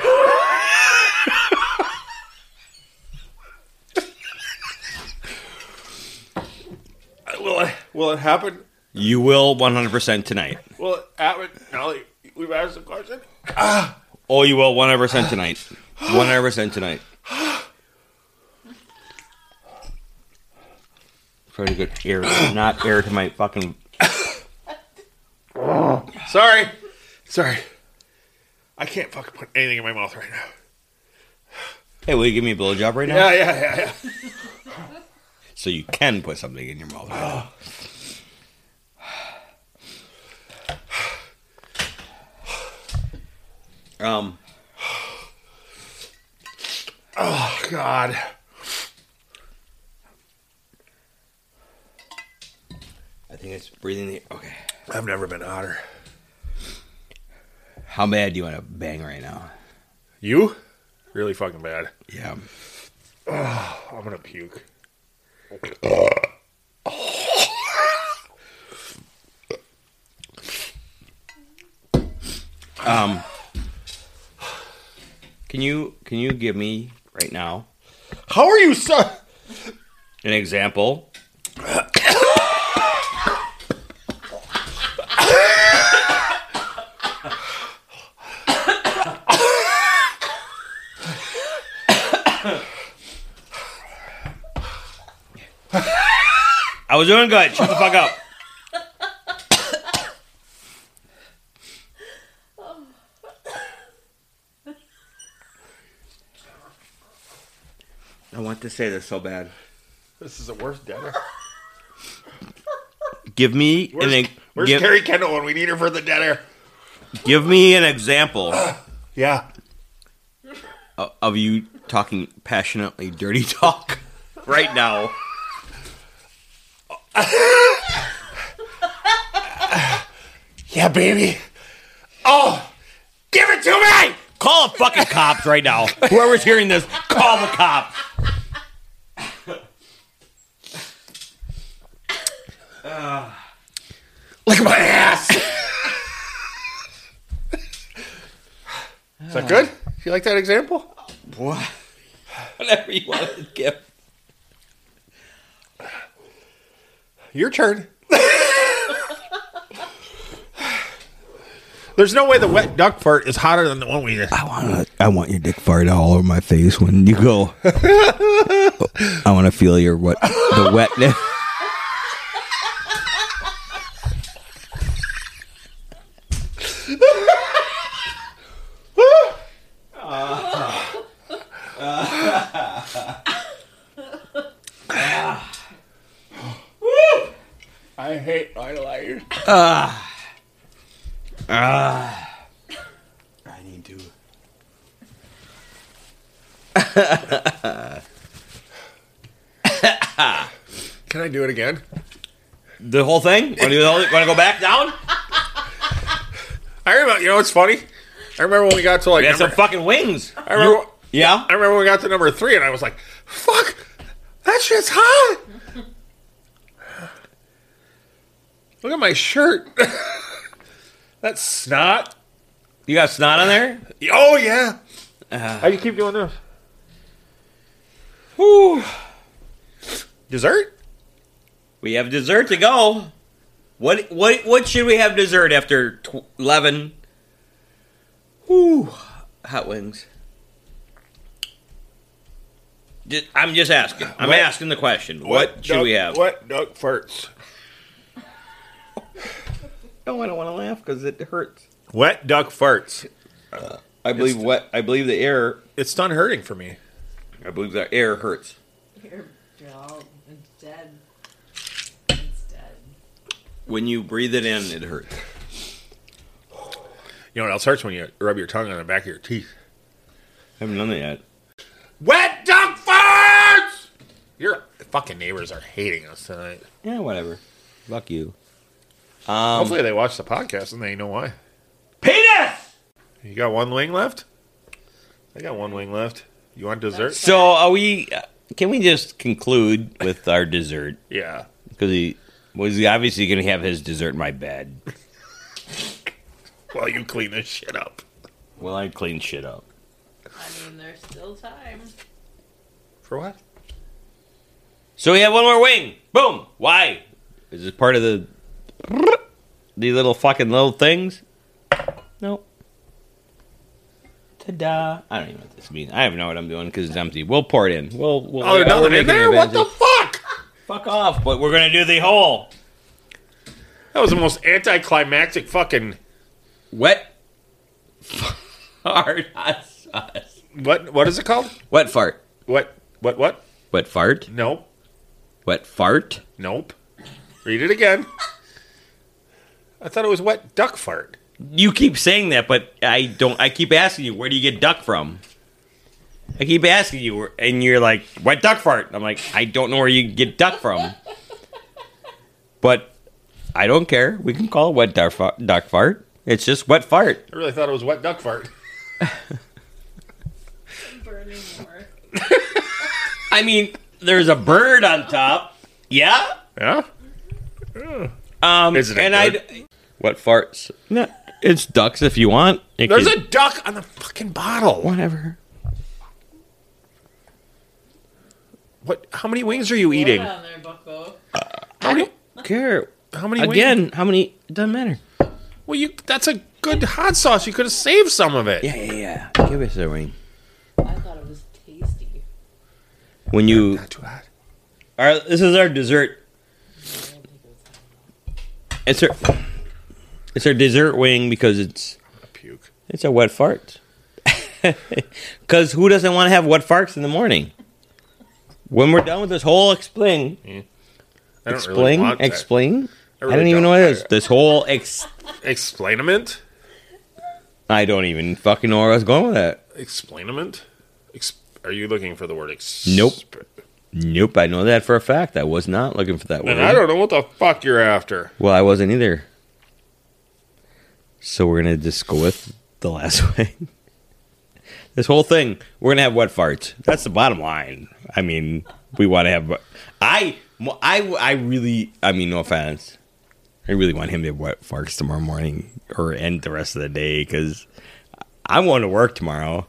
[SPEAKER 3] will I, will it happen?
[SPEAKER 4] You will 100% tonight.
[SPEAKER 3] Will it happen now that we've asked the question?
[SPEAKER 4] Oh, you will 100% tonight. 100% tonight. Try to get air, <coughs> not air to my fucking.
[SPEAKER 3] Sorry. Sorry. I can't fucking put anything in my mouth right now.
[SPEAKER 4] Hey, will you give me a blowjob right now?
[SPEAKER 3] Yeah, yeah, yeah, yeah.
[SPEAKER 4] So you can put something in your mouth. right <gasps> now. um,
[SPEAKER 3] Oh, God.
[SPEAKER 4] I think it's breathing the. Okay.
[SPEAKER 3] I've never been hotter.
[SPEAKER 4] How bad do you want to bang right now?
[SPEAKER 3] You? Really fucking bad.
[SPEAKER 4] Yeah.
[SPEAKER 3] I'm gonna puke.
[SPEAKER 4] Can you can you give me right now
[SPEAKER 3] How are you, son?
[SPEAKER 4] an example I was doing good. Shut the fuck up. I want to say this so bad.
[SPEAKER 3] This is the worst debtor.
[SPEAKER 4] Give me
[SPEAKER 3] Where's,
[SPEAKER 4] an
[SPEAKER 3] where's
[SPEAKER 4] give,
[SPEAKER 3] Carrie Kendall when we need her for the debtor?
[SPEAKER 4] give me an example
[SPEAKER 3] Yeah.
[SPEAKER 4] o- of you talking passionately dirty talk <laughs> right now.
[SPEAKER 3] Yeah, baby. Oh, give it to me!
[SPEAKER 4] Call the fucking cops right now. Whoever's hearing this, call the cops. <laughs>
[SPEAKER 3] Look at my ass. Is that good? You like that example?
[SPEAKER 4] What? Whatever you want to give.
[SPEAKER 3] Your turn. <laughs> There's no way the wet duck part is hotter than the one we did.
[SPEAKER 7] I want to. I want your dick fart all over my face when you go. <laughs> I want to feel your what the wetness.
[SPEAKER 3] I hate my life.
[SPEAKER 4] I need to.
[SPEAKER 3] Can I do it again?
[SPEAKER 4] <laughs> The whole thing? Want to go back down?
[SPEAKER 3] I remember. You know what's funny? I remember when we got to like.
[SPEAKER 4] We got some
[SPEAKER 3] Number,
[SPEAKER 4] fucking wings.
[SPEAKER 3] I, remember,
[SPEAKER 4] Yeah.
[SPEAKER 3] I remember when we got to number three, and I was like, "Fuck, that shit's hot." Look at my shirt. <laughs> That's snot.
[SPEAKER 4] You got snot on there?
[SPEAKER 3] Oh yeah. How you keep doing this? Dessert?
[SPEAKER 4] We have dessert to go. What what what should we have dessert after tw- eleven? Whew. hot wings. Ju- I'm just asking. I'm
[SPEAKER 3] What-
[SPEAKER 4] asking the question. What, should
[SPEAKER 3] duck-
[SPEAKER 4] we have?
[SPEAKER 3] What duck farts?
[SPEAKER 4] No, I don't want to laugh because it hurts.
[SPEAKER 3] Wet duck farts.
[SPEAKER 4] I believe what I believe the air.
[SPEAKER 3] It's done hurting for me.
[SPEAKER 4] I believe the air hurts.
[SPEAKER 1] Your dog is dead. It's dead.
[SPEAKER 4] When you breathe it in, it hurts.
[SPEAKER 3] You know what else hurts when you rub your tongue on the back of your teeth?
[SPEAKER 4] I haven't done that yet.
[SPEAKER 3] Wet duck farts! Your fucking neighbors are hating us tonight.
[SPEAKER 4] Yeah, whatever. Fuck you.
[SPEAKER 3] Hopefully they watch the podcast and they know why.
[SPEAKER 4] Penis.
[SPEAKER 3] You got one wing left? I got one wing left. You want dessert?
[SPEAKER 4] So are we? uh, Can we just conclude with our dessert?
[SPEAKER 3] Yeah.
[SPEAKER 4] Because he was he obviously going to have his dessert in my bed.
[SPEAKER 3] Well, you clean this shit up.
[SPEAKER 4] Well, I clean shit up.
[SPEAKER 1] I mean, there's still time.
[SPEAKER 3] For what?
[SPEAKER 4] So we have one more wing. Boom. Why? Is this part of the the little fucking little things? Nope. Ta-da! I don't even know what this means. I don't even know what I'm doing because it's empty. We'll pour it in. We'll. we'll
[SPEAKER 3] Oh, there's
[SPEAKER 4] we'll
[SPEAKER 3] nothing
[SPEAKER 4] make
[SPEAKER 3] in
[SPEAKER 4] it
[SPEAKER 3] there? What the
[SPEAKER 4] eventually.
[SPEAKER 3] fuck?
[SPEAKER 4] Fuck off! But we're gonna do the whole
[SPEAKER 3] That was the most anticlimactic fucking
[SPEAKER 4] wet <laughs> fart <laughs> hot sauce.
[SPEAKER 3] what what is it called?
[SPEAKER 4] Wet fart.
[SPEAKER 3] What what what?
[SPEAKER 4] Wet fart.
[SPEAKER 3] Nope.
[SPEAKER 4] Wet fart.
[SPEAKER 3] Nope. Read it again. I thought it was wet duck fart.
[SPEAKER 4] You keep saying that, but I don't. I keep asking you, where do you get duck from? I keep asking you, and you're like, "What duck fart?" I'm like, I don't know where you get duck from, but I don't care. We can call it wet duck fa- duck fart. It's just wet fart.
[SPEAKER 3] I really thought it was wet duck fart.
[SPEAKER 1] Burning more.
[SPEAKER 4] I mean, there's a bird on top. Yeah.
[SPEAKER 3] Yeah?
[SPEAKER 4] Um.
[SPEAKER 3] Isn't it
[SPEAKER 4] and
[SPEAKER 3] good?
[SPEAKER 4] I wet farts. No, it's ducks if you want. It
[SPEAKER 3] There's
[SPEAKER 4] could-
[SPEAKER 3] a duck on the fucking bottle.
[SPEAKER 4] whatever.
[SPEAKER 3] What how many wings are you eating?
[SPEAKER 1] Hold on there, Bucko.
[SPEAKER 3] How many,
[SPEAKER 4] Care
[SPEAKER 3] how many wings-
[SPEAKER 4] again? How many? It doesn't matter.
[SPEAKER 3] Well you that's a good hot sauce. You could have saved some of it.
[SPEAKER 4] Yeah, yeah, yeah. Give us a ring.
[SPEAKER 1] I thought it was tasty.
[SPEAKER 4] When you
[SPEAKER 3] Not too hot.
[SPEAKER 4] Our this is our dessert. It's our it's our dessert wing because it's
[SPEAKER 3] Puke.
[SPEAKER 4] it's a <laughs> wet fart. Because who doesn't want to have wet farts in the morning? When we're done with this whole explain,
[SPEAKER 3] I don't really
[SPEAKER 4] explain,
[SPEAKER 3] want that.
[SPEAKER 4] explain. I,
[SPEAKER 3] really
[SPEAKER 4] don't
[SPEAKER 3] don't.
[SPEAKER 4] even know what it is. This whole ex.
[SPEAKER 3] Explainament?
[SPEAKER 4] I don't even fucking know where I was going with that.
[SPEAKER 3] Explainament? Ex- are you looking for the word ex-
[SPEAKER 4] Nope. Nope, I know that for a fact. I was not looking for that word.
[SPEAKER 3] And I don't know what the fuck you're after.
[SPEAKER 4] Well, I wasn't either. So we're gonna just go with the last <laughs> one. this whole thing, we're gonna have wet farts. That's the bottom line. I mean, we want to have. I, I, I really. I mean, no offense. I really want him to have wet farts tomorrow morning or end the rest of the day because I'm going to work tomorrow.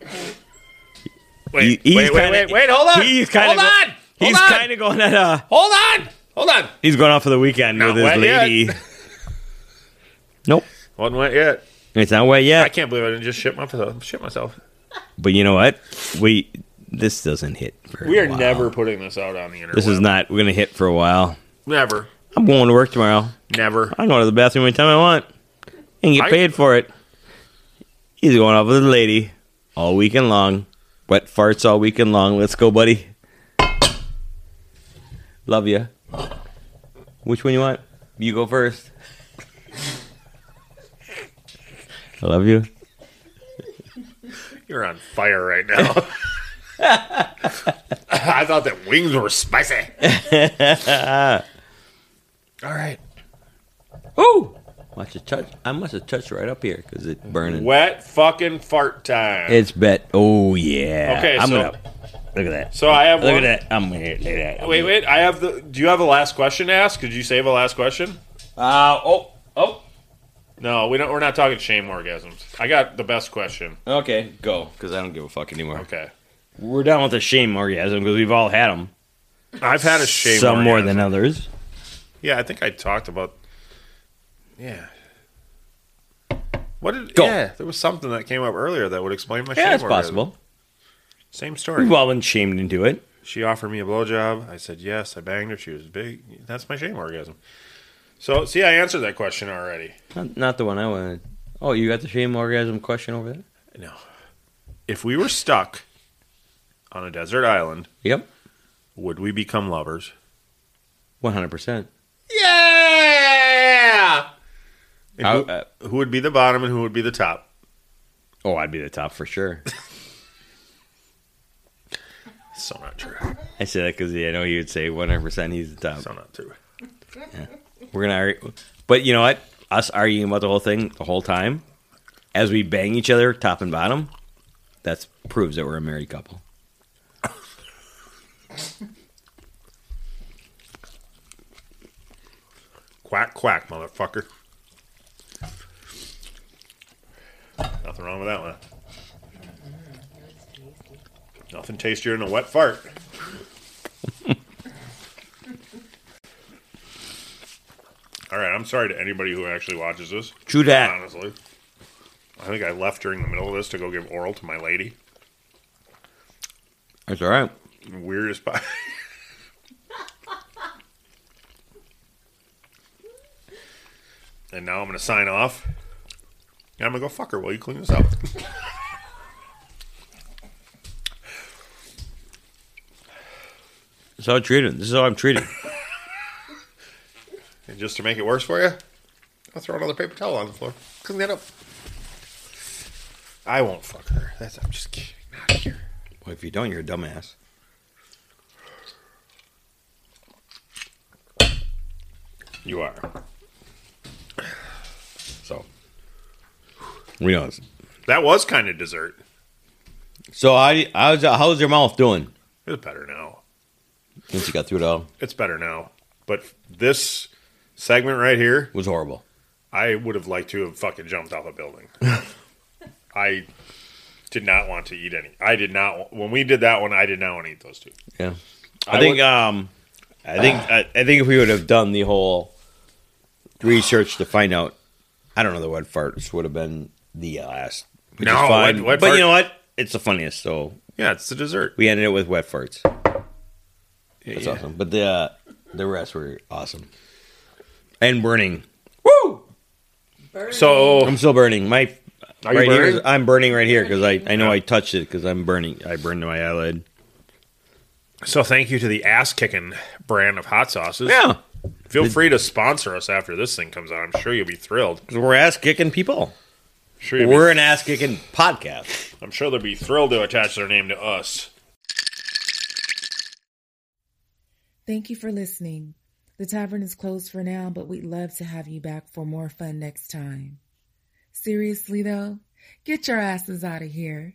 [SPEAKER 3] Wait,
[SPEAKER 4] He- he's
[SPEAKER 3] wait, wait,
[SPEAKER 4] kinda-
[SPEAKER 3] wait, wait, hold on.
[SPEAKER 4] He's
[SPEAKER 3] hold
[SPEAKER 4] kind of.
[SPEAKER 3] on.
[SPEAKER 4] He's
[SPEAKER 3] hold on.
[SPEAKER 4] kind of going at a.
[SPEAKER 3] Hold on. Hold on.
[SPEAKER 4] He's going off for the weekend
[SPEAKER 3] Not
[SPEAKER 4] with his
[SPEAKER 3] wet yet. <laughs>
[SPEAKER 4] lady. nope,
[SPEAKER 3] Wasn't wet yet.
[SPEAKER 4] it's not wet yet.
[SPEAKER 3] I can't believe I didn't just shit myself. Shit myself.
[SPEAKER 4] But you know what? We this doesn't hit. For
[SPEAKER 3] We
[SPEAKER 4] a
[SPEAKER 3] are
[SPEAKER 4] while.
[SPEAKER 3] never putting this out on the internet.
[SPEAKER 4] This is not. We're gonna hit for a while.
[SPEAKER 3] never,
[SPEAKER 4] I'm going to work tomorrow.
[SPEAKER 3] never.
[SPEAKER 4] I can go to the bathroom anytime I want and get
[SPEAKER 3] I-
[SPEAKER 4] paid for it. He's going off with a lady all weekend long. Wet farts all weekend long. Let's go, buddy. Love you. Which one you want? You go first. I love you.
[SPEAKER 3] You're on fire right now. <laughs> I thought that wings were spicy. <laughs> All right.
[SPEAKER 4] Ooh! Must have touched. I must have touched right up here because it's burning.
[SPEAKER 3] Wet fucking fart time.
[SPEAKER 4] It's bet. Oh yeah.
[SPEAKER 3] Okay,
[SPEAKER 4] I'm
[SPEAKER 3] so-
[SPEAKER 4] gonna look at that.
[SPEAKER 3] so I have
[SPEAKER 4] look
[SPEAKER 3] one.
[SPEAKER 4] at that. I'm gonna look at that.
[SPEAKER 3] Wait, wait. I have the. Do you have a last question to ask? Did you save a last question?
[SPEAKER 4] Uh, oh, oh.
[SPEAKER 3] No, we don't. We're not talking shame orgasms. I got the best question.
[SPEAKER 4] Okay, go. Because I don't give a fuck anymore.
[SPEAKER 3] Oh. Okay.
[SPEAKER 4] We're done with the shame orgasm because we've all had them.
[SPEAKER 3] I've had a shame.
[SPEAKER 4] Some more
[SPEAKER 3] orgasm.
[SPEAKER 4] than others.
[SPEAKER 3] Yeah, I think I talked about. Yeah. What did?
[SPEAKER 4] Go.
[SPEAKER 3] Yeah, there was something that came up earlier that would explain my shame.
[SPEAKER 4] Yeah, it's
[SPEAKER 3] orgasm.
[SPEAKER 4] possible.
[SPEAKER 3] Same story.
[SPEAKER 4] We've all been shamed into it.
[SPEAKER 3] She offered me a blowjob. I said yes. I banged her. She was big. That's my shame orgasm. So, see, I answered that question already.
[SPEAKER 4] Not, not the one I wanted. Oh, you got the shame orgasm question over there?
[SPEAKER 3] No. If we were stuck on a desert island,
[SPEAKER 4] Yep.
[SPEAKER 3] would we become lovers?
[SPEAKER 4] 100%.
[SPEAKER 3] Yeah. And
[SPEAKER 4] I-
[SPEAKER 3] who,
[SPEAKER 4] uh,
[SPEAKER 3] who would be the bottom and who would be the top?
[SPEAKER 4] Oh, I'd be the top for sure. <laughs>
[SPEAKER 3] So not true.
[SPEAKER 4] I say that because yeah, I know you would say 100% he's the top.
[SPEAKER 3] So not true.
[SPEAKER 4] We're gonna argue, but you know what? Us arguing about the whole thing the whole time, as we bang each other top and bottom, that proves that we're a married couple.
[SPEAKER 3] Quack quack, motherfucker. Nothing wrong with that one. Nothing tastier than a wet fart. <laughs> All right, I'm sorry to anybody who actually watches this.
[SPEAKER 4] True that.
[SPEAKER 3] Honestly, I think I left during the middle of this to go give oral to my lady.
[SPEAKER 4] That's all right.
[SPEAKER 3] Weirdest part. and now I'm gonna sign off. And I'm gonna go fuck her while you clean this up.
[SPEAKER 4] This is how I treat him. This is how I'm treated.
[SPEAKER 3] and just to make it worse for you, I'll throw another paper towel on the floor. Clean that up. I won't fuck her. That's I'm just kidding. Not here.
[SPEAKER 4] <laughs> well, if you don't, you're a dumbass.
[SPEAKER 3] You are. So
[SPEAKER 4] We know. this.
[SPEAKER 3] that was kind of dessert.
[SPEAKER 4] So I, how's how's your mouth doing
[SPEAKER 3] It's better now.
[SPEAKER 4] since you got through it all?
[SPEAKER 3] It's better now. But this segment right here
[SPEAKER 4] It was horrible.
[SPEAKER 3] I would have liked to have fucking jumped off a building. I did not want to eat any. I did not. When we did that one, I did not want to eat those two.
[SPEAKER 4] Yeah. I, think um, I think I, I think if we would have done the whole research to find out, I don't know the wet farts would have been the last. Which
[SPEAKER 3] No,
[SPEAKER 4] is fine.
[SPEAKER 3] wet- wet
[SPEAKER 4] but
[SPEAKER 3] fart-
[SPEAKER 4] you know what? It's the funniest. So
[SPEAKER 3] Yeah, it's the dessert.
[SPEAKER 4] we ended it with wet farts. That's
[SPEAKER 3] Yeah.
[SPEAKER 4] awesome. But the uh, the rest were awesome and burning.
[SPEAKER 1] Burn.
[SPEAKER 3] So
[SPEAKER 4] I'm still burning. My
[SPEAKER 3] Are you
[SPEAKER 4] right here,
[SPEAKER 3] burning?
[SPEAKER 4] is- I'm burning right here because I, I know I touched it because I'm burning. I burned my eyelid.
[SPEAKER 3] So thank you to the ass kicking brand of hot sauces.
[SPEAKER 4] Yeah.
[SPEAKER 3] Feel free to sponsor us after this thing comes out. I'm sure you'll be thrilled.
[SPEAKER 4] 'Cause We're ass kicking people.
[SPEAKER 3] Sure you'll be-
[SPEAKER 4] We're an ass kicking podcast.
[SPEAKER 3] I'm sure they'll be thrilled to attach their name to us.
[SPEAKER 8] Thank you for listening. The tavern is closed for now, but we'd love to have you back for more fun next time. Seriously, though, get your asses out of here.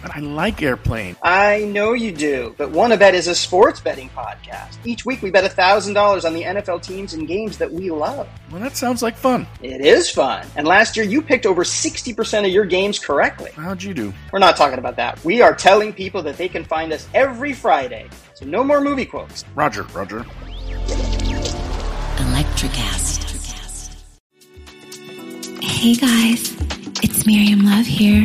[SPEAKER 9] But I like airplane.
[SPEAKER 10] I know you do, but Wanna Bet is a sports betting podcast. Each week we bet $1,000 on the NFL teams and games that we love.
[SPEAKER 9] Well, that sounds like fun.
[SPEAKER 10] It is fun. And last year you picked over 60% of your games correctly.
[SPEAKER 9] How'd you do?
[SPEAKER 10] We're not talking about that. We are telling people that they can find us every Friday. So no more movie quotes.
[SPEAKER 9] Roger, Roger.
[SPEAKER 2] Electricast. Hey guys, it's Miriam Love here,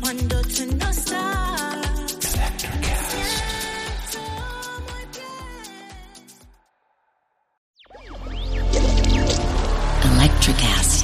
[SPEAKER 2] Electricast.